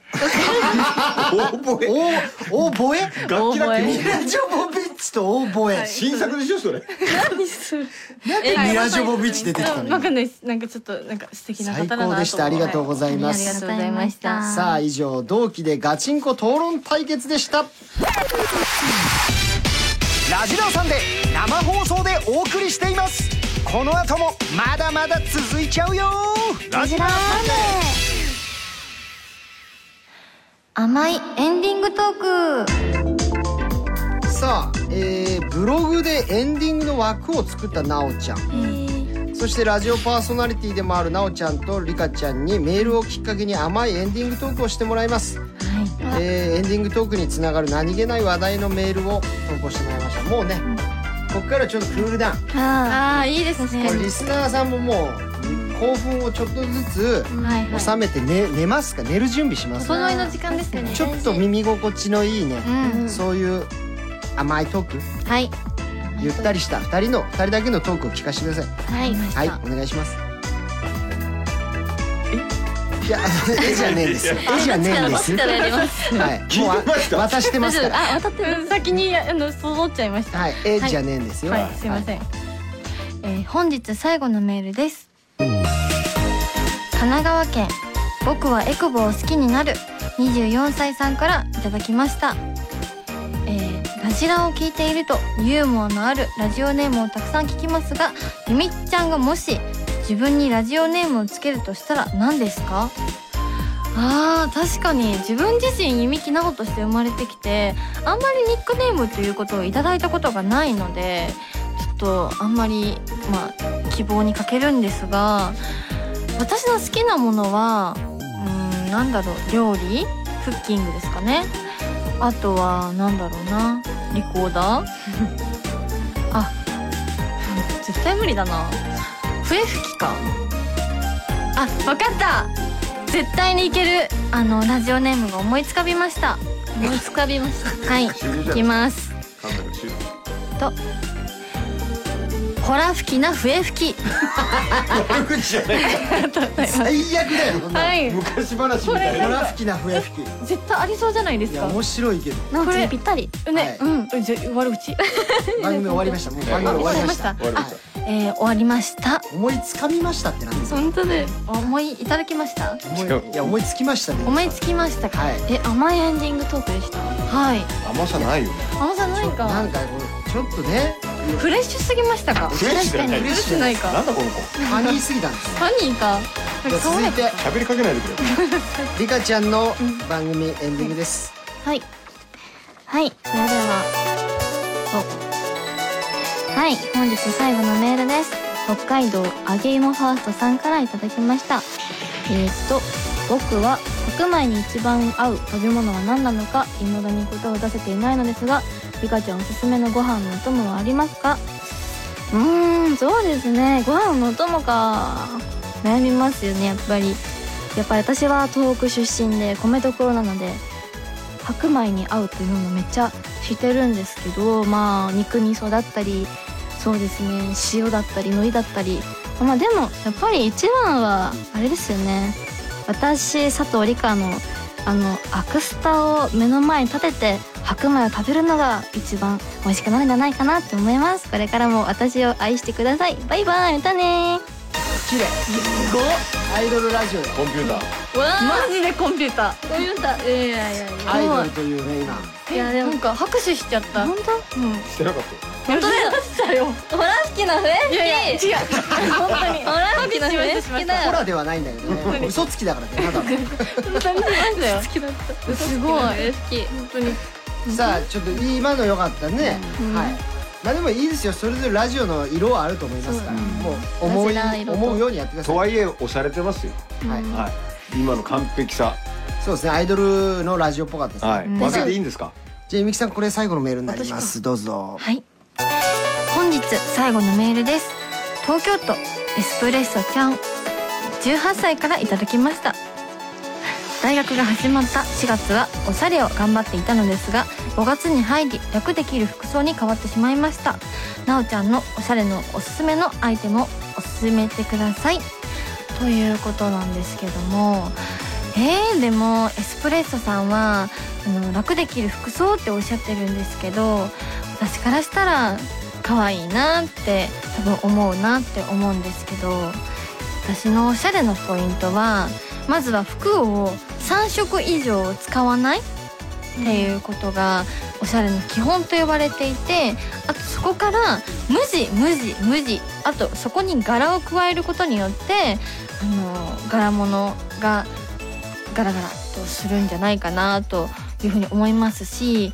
[SPEAKER 3] 覚え
[SPEAKER 1] おおボエ
[SPEAKER 3] 楽器だっ
[SPEAKER 1] ミ
[SPEAKER 3] け
[SPEAKER 1] ラジョボビッチとオーボエ
[SPEAKER 3] 新作でしょそれ
[SPEAKER 1] なんでミラジョボビッチ出て
[SPEAKER 4] え
[SPEAKER 1] きた
[SPEAKER 4] わ
[SPEAKER 1] の
[SPEAKER 4] かんないですなんかちょっとなんか素敵な方
[SPEAKER 1] 最
[SPEAKER 4] だなと
[SPEAKER 1] 高でしたありがとうございま
[SPEAKER 7] ありが
[SPEAKER 1] す
[SPEAKER 7] とうございました
[SPEAKER 1] さあ以上同期でガチンコ討論対決でしたラジラさんで生放送でお送りしていますこの後もまだまだ続いちゃうよラジラ
[SPEAKER 7] 甘いエンディングトーク
[SPEAKER 1] さあ、えーブログでエンディングの枠を作ったなおちゃんそしてラジオパーソナリティでもあるなおちゃんとりかちゃんにメールをきっかけに甘いエンディングトークをしてもらいます、えーエンディングトークにつながる何気ない話題のメールを投稿してもらいましたもうね、ここからちょっとクールダウンこ
[SPEAKER 7] ああいいですね
[SPEAKER 1] れリスナーさんももう興奮をちょっとずつ
[SPEAKER 7] はいはい
[SPEAKER 1] 収めて寝寝ますか寝る準備します
[SPEAKER 7] 整いの時間ですね
[SPEAKER 1] ちょっと耳心地のいいね
[SPEAKER 7] う、ん
[SPEAKER 1] そういう甘いトーク
[SPEAKER 7] はい
[SPEAKER 1] ゆったりした二人の二人だけのトークを聞かせてください
[SPEAKER 7] はい
[SPEAKER 1] はいお願いしますいやあの絵じゃねえんですよ絵じゃねえんです
[SPEAKER 7] 力入れます
[SPEAKER 1] はい
[SPEAKER 3] 聞いてました
[SPEAKER 1] もう渡してますから
[SPEAKER 7] あ渡ってる
[SPEAKER 4] うん先にあのそうっちゃいました
[SPEAKER 1] はい絵じゃねえんですよ
[SPEAKER 4] はい、すいません、
[SPEAKER 7] えー本日最後のメールです神奈川県僕はエクボを好きになる24歳さんからいただきました、えーラジラを聞いているとユーモアのあるラジオネームをたくさん聞きますがゆみっちゃんがもし自分にラジオネームをつけるとしたら何ですかあー確かに自分自身弓木直として生まれてきてあんまりニックネームということをいただいたことがないのでちょっとあんまり、まあ、希望に欠けるんですが私の好きなものはうんなんだろう料理クッキングですかねあとはなんだろうなリコー ダーあ絶対無理だな笛吹きかあわかった絶対にいけるあのラジオネームが思いつかびました思いつかびましたはいいきます
[SPEAKER 3] 噛んだら終了
[SPEAKER 7] 「ほら吹きな笛吹 き
[SPEAKER 10] 悪口じゃない
[SPEAKER 1] 最悪だよこんなの
[SPEAKER 7] はい
[SPEAKER 10] 昔話みたい
[SPEAKER 1] ほら吹きな笛吹き
[SPEAKER 7] 絶対ありそうじゃないで
[SPEAKER 1] い
[SPEAKER 7] す
[SPEAKER 1] や
[SPEAKER 7] か
[SPEAKER 1] 面白いけど
[SPEAKER 13] なおちゃんぴったり
[SPEAKER 1] はい
[SPEAKER 7] うんじゃ悪口
[SPEAKER 1] 番組終わりましたもう番組終わりました
[SPEAKER 3] 終わりました
[SPEAKER 7] えー、終わりました
[SPEAKER 1] 思いつかみましたってなんですか
[SPEAKER 7] 本当で思いいただきました
[SPEAKER 1] 思いいや思いつきましたね
[SPEAKER 7] 思いつきましたか、
[SPEAKER 1] はい
[SPEAKER 7] え甘いエンディングトークでしたはい
[SPEAKER 3] 甘さないよね
[SPEAKER 7] 甘さない
[SPEAKER 1] な
[SPEAKER 7] か
[SPEAKER 1] んかこうちょっとね
[SPEAKER 7] フレッシュすぎましたか
[SPEAKER 3] フレッシュじゃない
[SPEAKER 7] フレッシュないか
[SPEAKER 3] なんだこの子
[SPEAKER 1] ハニーすぎたんですよ
[SPEAKER 7] ハニーか
[SPEAKER 1] じ ゃあ続いて
[SPEAKER 3] 喋りかけないでくれ
[SPEAKER 1] リカちゃんの番組エンディングです
[SPEAKER 2] はい。はい、それでは。おはい、本日最後のメールです。北海道揚げ芋ファーストさんからいただきました。えーっと、僕は白米に一番合う食べ物は何なのか、未だに答えを出せていないのですが、リカちゃんおすすめのご飯のお供はありますかうーん、そうですね。ご飯のお供か。悩みますよね、やっぱり。やっぱり私は東北出身で米どころなので白米に合うというのもめっちゃ知ってるんですけどまあ肉味噌だったりそうですね塩だったり海苔だったりまあでもやっぱり一番はあれですよね私佐藤理香のあのアクスタを目の前に立てて白米を食べるのが一番美味しくなるんじゃないかなって思いますこれからも私を愛してくださいバイバイまたねー
[SPEAKER 1] 綺麗アイドルラジオよ
[SPEAKER 3] コンピューター
[SPEAKER 4] マジでコンピューターコンピューターいやいやいや
[SPEAKER 1] アイドルというね今
[SPEAKER 4] いやでもなんか拍手しちゃった
[SPEAKER 2] 本当
[SPEAKER 3] してなかったよ
[SPEAKER 4] 本当だよ
[SPEAKER 7] ほら吹きな笛吹き
[SPEAKER 4] 違う本当に
[SPEAKER 7] ほら吹きな笛
[SPEAKER 4] 拍手しまし
[SPEAKER 7] 吹
[SPEAKER 4] た
[SPEAKER 7] きだ
[SPEAKER 1] ホ
[SPEAKER 7] よ
[SPEAKER 1] ラではないんだけどね嘘つきだからねただの
[SPEAKER 7] すごい笛吹き
[SPEAKER 1] さあちょっと今の良かったね、はいまあでもいいですよそれぞれラジオの色はあると思いますから、もう思い
[SPEAKER 2] ラジラ色と
[SPEAKER 1] 思うようにやってくださ
[SPEAKER 3] と
[SPEAKER 1] い、
[SPEAKER 3] は
[SPEAKER 1] はい、
[SPEAKER 3] いえ押されてますよはい今の完璧さ
[SPEAKER 1] そうですねアイドルのラジオっぽかったです、
[SPEAKER 3] はい負けていいんですか
[SPEAKER 1] じゃあゆみきさんこれ最後のメールになりますどうぞ
[SPEAKER 7] はい本日最後のメールです東京都エスプレッソちゃん18歳からいただきました大学が始まった4月はおしゃれを頑張っていたのですが5月に入り楽できる服装に変わってしまいましたなおちゃんのおしゃれのおすすめのアイテムをおすすめてくださいということなんですけどもえー、でもエスプレッソさんはあの楽できる服装っておっしゃってるんですけど私からしたら可愛いなって多分思うなって思うんですけど私のおしゃれのポイントはまずは服を3色以上使わないっていうことがおしゃれの基本と呼ばれていてあとそこから無地無地無地あとそこに柄を加えることによってあの柄物がガラガラとするんじゃないかなというふうに思いますし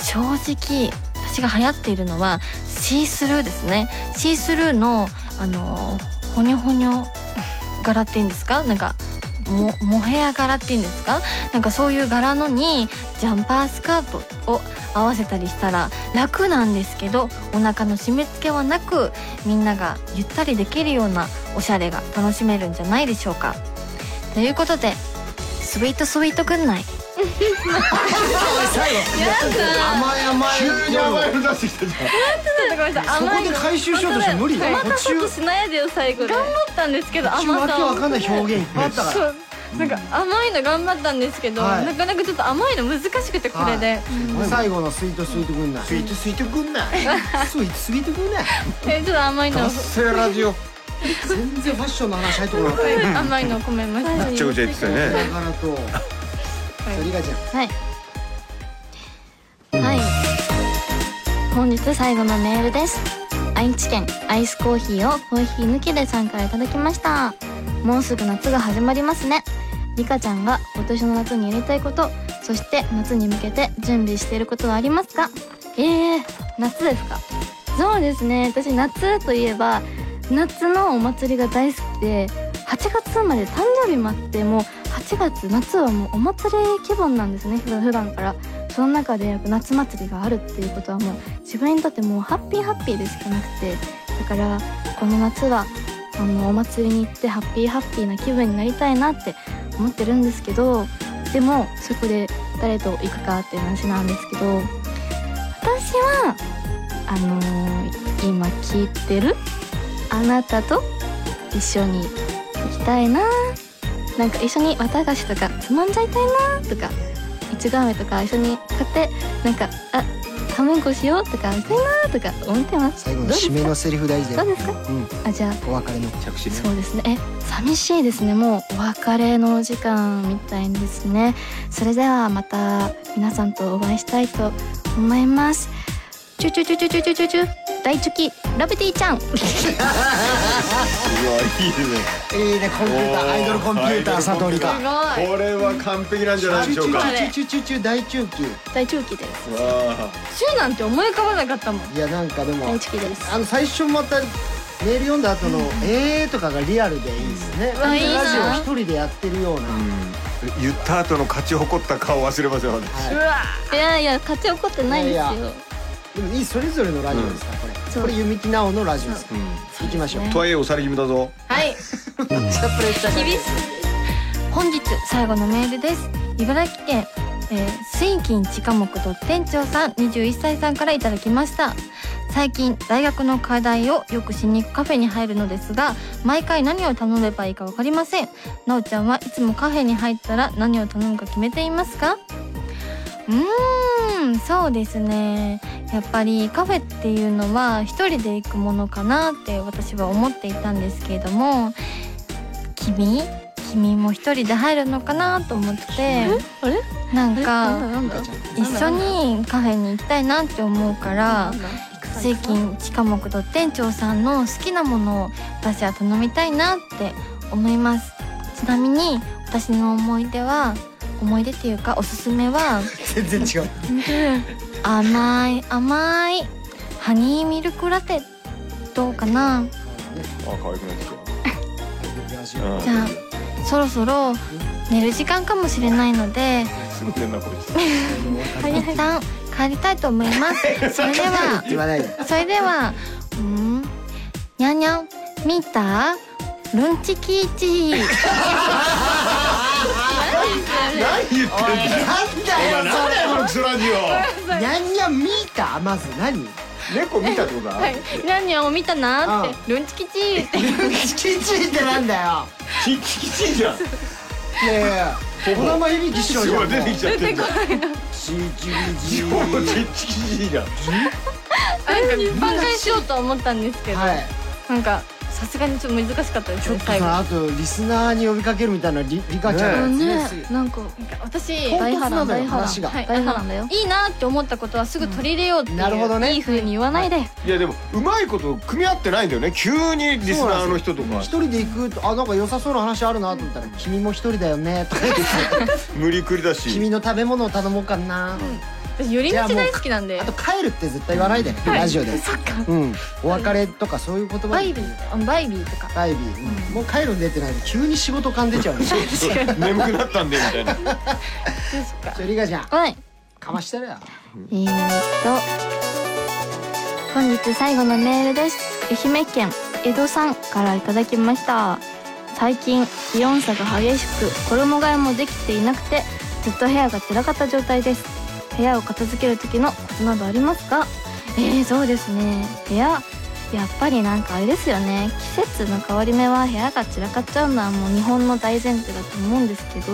[SPEAKER 7] 正直私が流行っているのはシースルーですねシースルーのあのほにょほにょ柄っていうんですかなんかもモヘア柄っていうんですかなんかそういう柄のにジャンパースカートを合わせたりしたら楽なんですけどお腹の締め付けはなくみんながゆったりできるようなおしゃれが楽しめるんじゃないでしょうかということでスイートスイートくんない
[SPEAKER 1] 最後甘い甘い
[SPEAKER 3] 急に甘 いの出してきたじ
[SPEAKER 4] ごめんなさい
[SPEAKER 1] そ
[SPEAKER 4] 甘
[SPEAKER 1] こ
[SPEAKER 4] い
[SPEAKER 1] で回収しようとして無理よ
[SPEAKER 4] 甘
[SPEAKER 1] 途中
[SPEAKER 4] ことしないでよ最後で頑張ったんですけど
[SPEAKER 1] 途中
[SPEAKER 4] 甘
[SPEAKER 1] わけ
[SPEAKER 4] さ
[SPEAKER 1] わ
[SPEAKER 4] を
[SPEAKER 1] かんない表現いっぱいあったから
[SPEAKER 4] そうなんか甘いの頑張ったんですけど、
[SPEAKER 1] はい
[SPEAKER 4] なかなかちょっと甘いの難しくてこれで、
[SPEAKER 1] 最後のスイートスイート軍団スイートスイート軍団スイートスイート軍団
[SPEAKER 4] えちょっと甘い
[SPEAKER 3] ゃん
[SPEAKER 4] の
[SPEAKER 3] ダッ
[SPEAKER 4] を
[SPEAKER 3] セーラジオ
[SPEAKER 1] 全然ファッションの話入ってこなかった
[SPEAKER 4] 甘いのを込めました
[SPEAKER 3] ぐちゃぐちゃ言ってたよね
[SPEAKER 1] だからとリカちゃん
[SPEAKER 2] はい。本日最後のメールです。愛知県アイスコーヒーをコーヒー抜きでさんからいただきました。もうすぐ夏が始まりますね。リカちゃんが今年の夏にやりたいこと、そして夏に向けて準備していることはありますかえー、夏ですかそうですね。私夏といえば、夏のお祭りが大好きで、8月生まで誕生日もあって、もう8月、夏はもうお祭り気分なんですね、普段普段から。その中でやっぱ夏祭りがあるっていうことはもう自分にとってもうハッピーハッピーでしかなくてだからこの夏はあのお祭りに行ってハッピーハッピーな気分になりたいなって思ってるんですけどでもそこで誰と行くかっていう話なんですけど私はあのー今聞いてるあなたと一緒に行きたいななんか一緒に綿菓子とかつまんじゃいたいなとかいちご飴とか一緒に買ってなんかあ卵しようとかしたいなとか思ってます
[SPEAKER 1] 最後
[SPEAKER 2] どう
[SPEAKER 1] の
[SPEAKER 2] です
[SPEAKER 1] 締め
[SPEAKER 2] か
[SPEAKER 1] のセリフ大事だ
[SPEAKER 2] どう
[SPEAKER 1] よ、
[SPEAKER 2] ですか
[SPEAKER 1] うん、
[SPEAKER 2] あじゃあ
[SPEAKER 1] お別れの
[SPEAKER 3] 着信
[SPEAKER 2] そうですね。え、寂しいですね。もうお別れのお時間みたいですね。それではまた皆さんとお会いしたいと思います。チュチュチュチュチュチュチュチュ大チュキラブティち ゃん。
[SPEAKER 1] いいねコンピューター
[SPEAKER 3] おー
[SPEAKER 1] アイドルコンピューター悟りか
[SPEAKER 3] これは完璧なんじゃないでしょうか
[SPEAKER 1] チュチュチュチュチュチュ大中期
[SPEAKER 2] 大チュキです。
[SPEAKER 3] わ
[SPEAKER 4] チューなんて思い浮かばなかったもん
[SPEAKER 1] いやなんかでも
[SPEAKER 2] 大チュキです。
[SPEAKER 1] あの最初またメール読んだ後の「えー」とかがリアルでいいですね、
[SPEAKER 2] わいいな
[SPEAKER 1] ラジオ一人でやってるような、
[SPEAKER 3] あうん言った後の勝ち誇った顔忘れません私
[SPEAKER 1] はい
[SPEAKER 2] いやいや勝ち怒ってないですよ。
[SPEAKER 1] いやいやでもいいそれぞれのラジオですから、これ
[SPEAKER 2] そう
[SPEAKER 1] これ弓木奈緒のラジオですか
[SPEAKER 3] うん
[SPEAKER 1] ら行きましょう
[SPEAKER 3] とはいえ押され気味だぞ
[SPEAKER 4] はい
[SPEAKER 1] めっちゃプレッシャーかけてる
[SPEAKER 7] 本日最後のメールです茨城県、えー、水金地下木と店長さん21歳さんからいただきました最近大学の課題をよくしに行くカフェに入るのですが毎回何を頼めばいいか分かりませんなおちゃんはいつもカフェに入ったら何を頼むか決めていますかうーんそうですねやっぱりカフェっていうのは一人で行くものかなって私は思っていたんですけれども君君も一人で入るのかなと思って
[SPEAKER 13] あれ
[SPEAKER 7] なん
[SPEAKER 13] なんだ
[SPEAKER 7] か
[SPEAKER 13] なんだ
[SPEAKER 7] 一緒にカフェに行きたいなって思うから水金地下木と店長さんの好きなものを私は頼みたいなって思いますちなみに私の思い出は思い出っていうかおすすめは
[SPEAKER 1] 全然違う
[SPEAKER 7] 甘い甘いハニーミルクラテどうかな
[SPEAKER 3] あ可愛くないですよ
[SPEAKER 1] ラジオ
[SPEAKER 7] じゃそろそろ寝る時間かもしれないので
[SPEAKER 3] すぐ出んなこいつ
[SPEAKER 7] 一旦帰りたいと思い ますそれでは
[SPEAKER 1] 言わないで
[SPEAKER 7] それではうんにゃんにゃん見たルンチキーチー
[SPEAKER 20] 何言ってんだよお前なん
[SPEAKER 1] なんだよ
[SPEAKER 20] だよこのクソラジオ
[SPEAKER 1] にゃんにゃん見たまず何
[SPEAKER 3] 猫見たってことだ
[SPEAKER 7] にゃんにゃんを見たなってルンチキチーって
[SPEAKER 1] チキチってなんだよ
[SPEAKER 20] キッチキチじゃん
[SPEAKER 1] いやいやいやお名前響きしろ
[SPEAKER 20] す
[SPEAKER 1] よ
[SPEAKER 20] ごい出てきちゃってんじゃん
[SPEAKER 1] チキチ
[SPEAKER 20] 地方のキッチキチじゃん
[SPEAKER 4] 挽回しようとは思ったんですけど、
[SPEAKER 1] はい
[SPEAKER 4] なんかさすがにちょっと難しかったです
[SPEAKER 1] ちょっ
[SPEAKER 4] ね
[SPEAKER 1] と
[SPEAKER 4] 最後
[SPEAKER 1] さあとリスナーに呼びかけるみたいなリリカちゃんのやつね
[SPEAKER 13] なんか
[SPEAKER 4] 私い
[SPEAKER 1] 唐
[SPEAKER 13] 大
[SPEAKER 1] 突
[SPEAKER 13] 波
[SPEAKER 1] な
[SPEAKER 13] 乱
[SPEAKER 1] の
[SPEAKER 13] 大波
[SPEAKER 1] よ
[SPEAKER 13] 乱
[SPEAKER 1] 話が
[SPEAKER 4] はい
[SPEAKER 13] 大波乱だよ
[SPEAKER 4] いなって思ったことはすぐ取り入れようっていう、
[SPEAKER 1] なるほどね
[SPEAKER 4] いい風に言わないで、
[SPEAKER 3] いやでもうまいこと組み合ってないんだよね急にリスナーの人とか
[SPEAKER 1] 一人で行くとあなんか良さそうな話あるなと思ったら「君も一人だよね」とか言って
[SPEAKER 3] 無理くり
[SPEAKER 1] 「
[SPEAKER 3] だ
[SPEAKER 1] 君
[SPEAKER 3] し
[SPEAKER 1] の食べ物を頼もうかな」
[SPEAKER 4] 私寄り
[SPEAKER 1] じゃあも
[SPEAKER 4] 道
[SPEAKER 1] う
[SPEAKER 4] 大好きなんで
[SPEAKER 1] あと「帰る」って絶対言わないでねラジオでうんお別れとかそういう言葉
[SPEAKER 4] バイビーあバイビーとか
[SPEAKER 1] バイビーうんもう帰るんでってないと急に仕事感出ちゃうねじ
[SPEAKER 3] 眠くなったんでみたいな
[SPEAKER 1] ゃあリカちゃん
[SPEAKER 2] はい。
[SPEAKER 1] かましてるよ
[SPEAKER 2] えー、っと本日最後のメールです愛媛県江戸さんからいただきました最近気温差が激しく衣替えもできていなくてずっと部屋がらかった状態です部屋を片付ける時のコツなどありますかえー、そうですね部屋やっぱりなんかあれですよね季節の変わり目は部屋が散らかっちゃうのはもう日本の大前提だと思うんですけど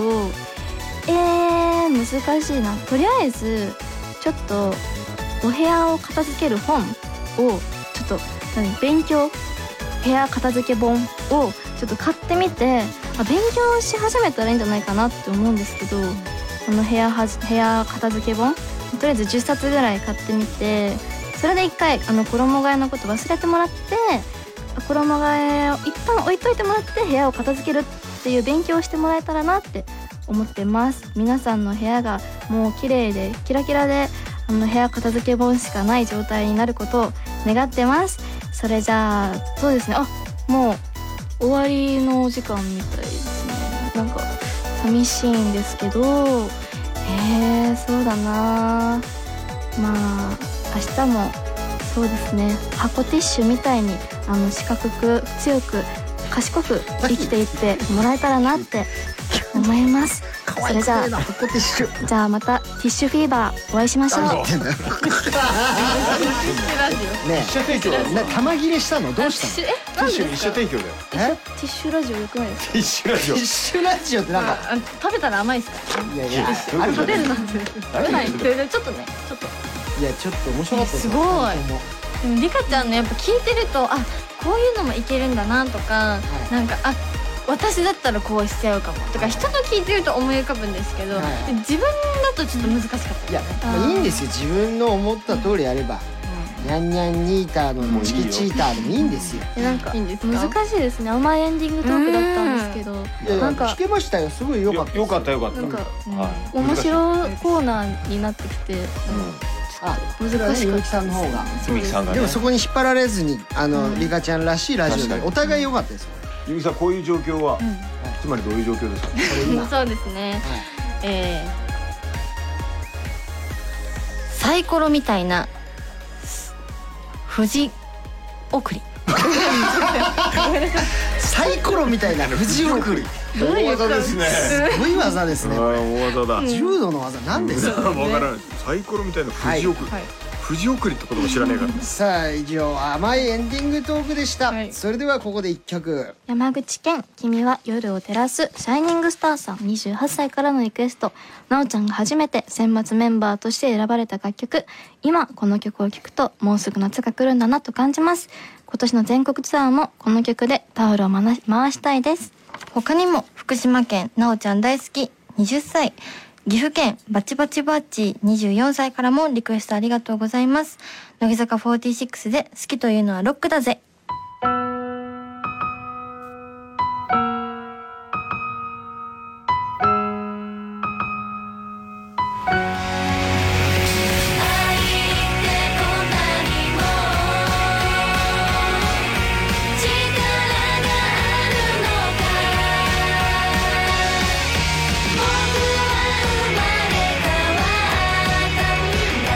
[SPEAKER 2] えー、難しいなとりあえずちょっとお部屋を片付ける本をちょっと何勉強部屋片付け本をちょっと買ってみてあ勉強し始めたらいいんじゃないかなって思うんですけどこの部屋はじ部屋片付け本とりあえず10冊ぐらい買ってみてそれで一回あの衣替えのこと忘れてもらって衣替えを一旦置いといてもらって部屋を片付けるっていう勉強をしてもらえたらなって思ってます皆さんの部屋がもう綺麗でキラキラであの部屋片付け本しかない状態になることを願ってますそれじゃあそうですねあもう終わりのお時間みたいですねなんか寂しいんですけどえー、そうだなまあ明日もそうですね箱ティッシュみたいにあの四角く強く賢く生きていってもらえたらなって思います。それじゃあ
[SPEAKER 1] だここティッシュ
[SPEAKER 2] じゃあまたティッシュフィーバーお会いしましょう
[SPEAKER 1] ね
[SPEAKER 3] 一社提供だよ
[SPEAKER 1] えな玉切れしたのどうしたの
[SPEAKER 3] ティッシュに一社提供だよ
[SPEAKER 1] え
[SPEAKER 7] ティッシュラジオよくないですか
[SPEAKER 3] ティッシュラジ
[SPEAKER 1] テ
[SPEAKER 3] オ
[SPEAKER 1] ィッシュラジオってなんか
[SPEAKER 7] あ食べたら甘いですか
[SPEAKER 1] いやいやある
[SPEAKER 7] 食
[SPEAKER 1] よ
[SPEAKER 7] べ
[SPEAKER 1] ね
[SPEAKER 7] るなんて食べないででちょっとねちょっと
[SPEAKER 1] いやちょっと面白かったです
[SPEAKER 7] すごいでもリカちゃんのやっぱ聞いてるとあこういうのもいけるんだなとか、なんかあ私だったらこうしちゃうかもとか人の聞いてると思い浮かぶんですけど、
[SPEAKER 1] はい
[SPEAKER 7] 自分だとちょっと難しかった
[SPEAKER 1] いや、まあ、いいんですよ自分の思った通りやれば、ニャンニャンニーターのチキチーターでもいいんですよ
[SPEAKER 13] えなんか
[SPEAKER 7] いいんですか
[SPEAKER 13] 難しいですね甘いエンディングトークだったんですけど
[SPEAKER 1] いやいや
[SPEAKER 13] なんか
[SPEAKER 1] 聞けましたよすごい良か
[SPEAKER 3] よ
[SPEAKER 1] ったです
[SPEAKER 3] よかったよかった
[SPEAKER 13] なんか
[SPEAKER 3] はい
[SPEAKER 13] 面
[SPEAKER 3] い
[SPEAKER 13] 白いコーナーになってきて
[SPEAKER 1] あ
[SPEAKER 13] 難し
[SPEAKER 1] それ
[SPEAKER 13] か
[SPEAKER 1] は
[SPEAKER 13] った
[SPEAKER 1] ねゆうきさんの方が
[SPEAKER 3] ゆうきさんがね
[SPEAKER 1] でもそこに引っ張られずにあの、リカちゃんらしいラジオ
[SPEAKER 3] 確
[SPEAKER 1] で
[SPEAKER 3] かに
[SPEAKER 1] お互い良かったですよ
[SPEAKER 3] ゆうきさんこういう状況はつまりどういう状況ですか
[SPEAKER 1] これ今
[SPEAKER 7] そうですね、
[SPEAKER 1] はい
[SPEAKER 7] えーサイコロみたいな藤送り
[SPEAKER 1] サイコロみたいな藤送り
[SPEAKER 3] 大技ですね
[SPEAKER 1] すごい技ですね
[SPEAKER 3] 大技だ
[SPEAKER 1] 柔道の技なんですか、
[SPEAKER 3] わからないサイコロみたいな藤送り藤送りって言葉知らねえからね
[SPEAKER 1] さあ以上甘いエンディングトークでした、それではここで一曲
[SPEAKER 2] 山口県君は夜を照らすシャイニングスターさん28歳からのリクエストなおちゃんが初めて選抜メンバーとして選ばれた楽曲今この曲を聴くともうすぐ夏が来るんだなと感じます今年の全国ツアーもこの曲でタオルをまな回したいです
[SPEAKER 7] 他にも福島県なおちゃん大好き20歳岐阜県バチバチバッチ24歳からもリクエストありがとうございます乃木坂46で好きというのはロックだぜ
[SPEAKER 8] 愛ってこんなにも力があるのか僕は生まれ変わったんだ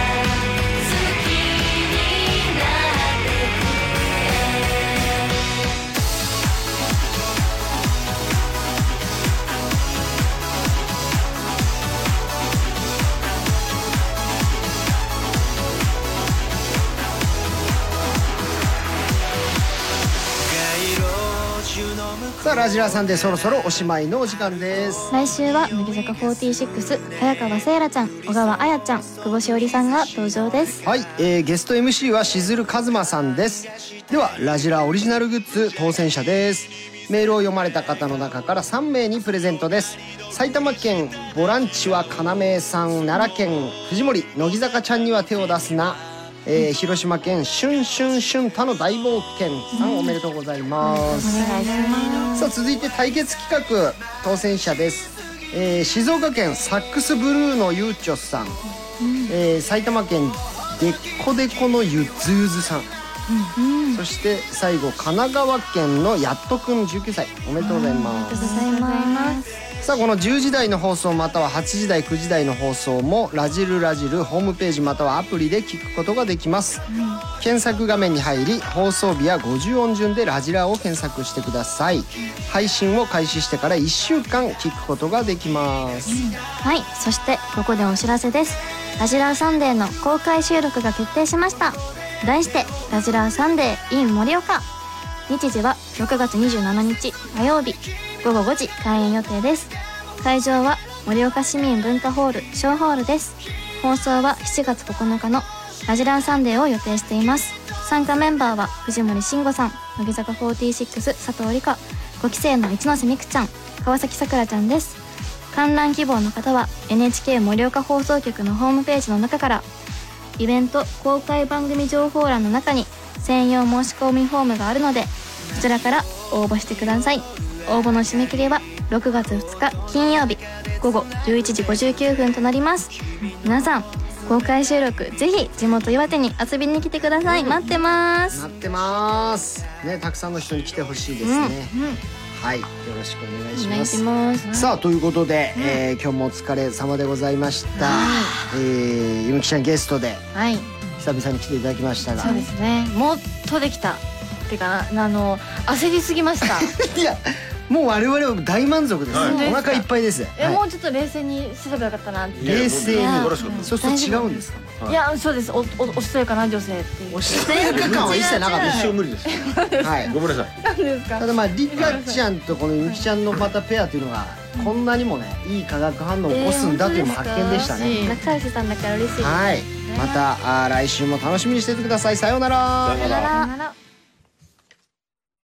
[SPEAKER 8] 好きになってくれ
[SPEAKER 1] さあラジラさんでそろそろおしまいのお時間です
[SPEAKER 2] 来週は乃木坂46早川せいらちゃん小川彩ちゃん久保しおりさんが登場です
[SPEAKER 1] はい、えーゲスト MC はしずるかずまさんですではラジラオリジナルグッズ当選者ですメールを読まれた方の中から3名にプレゼントです埼玉県ボランチは要さん奈良県藤森乃木坂ちゃんには手を出すな、えー広島県しゅんしゅんしゅんたの大冒険さんおめでとうございますさあ続いて対決企画当選者です、えー静岡県サックスブルーのゆうちょさん、えー埼玉県でっこでこのゆずゆずさん、そして最後神奈川県のやっとくん19歳おめでとうございますさあこの10時台の放送または8時台9時台の放送も「ラジルラジル」ホームページまたはアプリで聞くことができます、検索画面に入り放送日や50音順で「ラジラ」を検索してください配信を開始してから1週間聞くことができます、
[SPEAKER 2] はいそしてここでお知らせです「ラジラーサンデー」の公開収録が決定しました題して「ラジラーサンデー in 盛岡」日時は6月27日火曜日午後5時開演予定です会場は盛岡市民文化ホール小ホールです放送は7月9日の「ラジラーサンデー」を予定しています参加メンバーは藤森慎吾さん乃木坂46佐藤理香5期生の一ノ瀬美空ちゃん川崎さくらちゃんです観覧希望の方は NHK 盛岡放送局のホームページの中からイベント公開番組情報欄の中に専用申し込みフォームがあるのでそちらから応募してください応募の締め切りは6月2日金曜日午後11時59分となります皆さん公開収録ぜひ地元岩手に遊びに来てください待ってます
[SPEAKER 1] なってますねたくさんの人に来てほしいですね、はいよろしくお願いし
[SPEAKER 2] お願
[SPEAKER 1] ま
[SPEAKER 2] いし
[SPEAKER 1] す
[SPEAKER 2] ます
[SPEAKER 1] さあということで、えー今日もお疲れ様でございました、えー、ゆむきちゃんゲストで
[SPEAKER 7] はい
[SPEAKER 1] 久々に来ていただきましたが
[SPEAKER 7] そうですねもっとできたってかなあの焦りすぎました
[SPEAKER 1] いやもう我々は大満足です、
[SPEAKER 3] はい
[SPEAKER 1] お腹いっぱいです、
[SPEAKER 7] え、
[SPEAKER 1] はい
[SPEAKER 7] もうちょっと冷静にすればよかったなって。
[SPEAKER 1] 冷静に
[SPEAKER 3] いやもう素晴らしかったです
[SPEAKER 1] そうすると違うんですか
[SPEAKER 7] いや、そうです。お、お、おしとやかな女性っていう。
[SPEAKER 1] おしとやか感は一切なかったです
[SPEAKER 3] 一生無理です
[SPEAKER 1] はい
[SPEAKER 3] ごめんなさい
[SPEAKER 7] なんですか
[SPEAKER 1] た。だまあリカちゃんとこのゆきちゃんのまたペアというのがこんなにもねいい化学反応を起こすんだというのも発見でしたね、
[SPEAKER 2] 仲良しさんだから嬉しいです
[SPEAKER 1] はいまたあー来週も楽しみにしててくださいさようなら
[SPEAKER 2] さよなら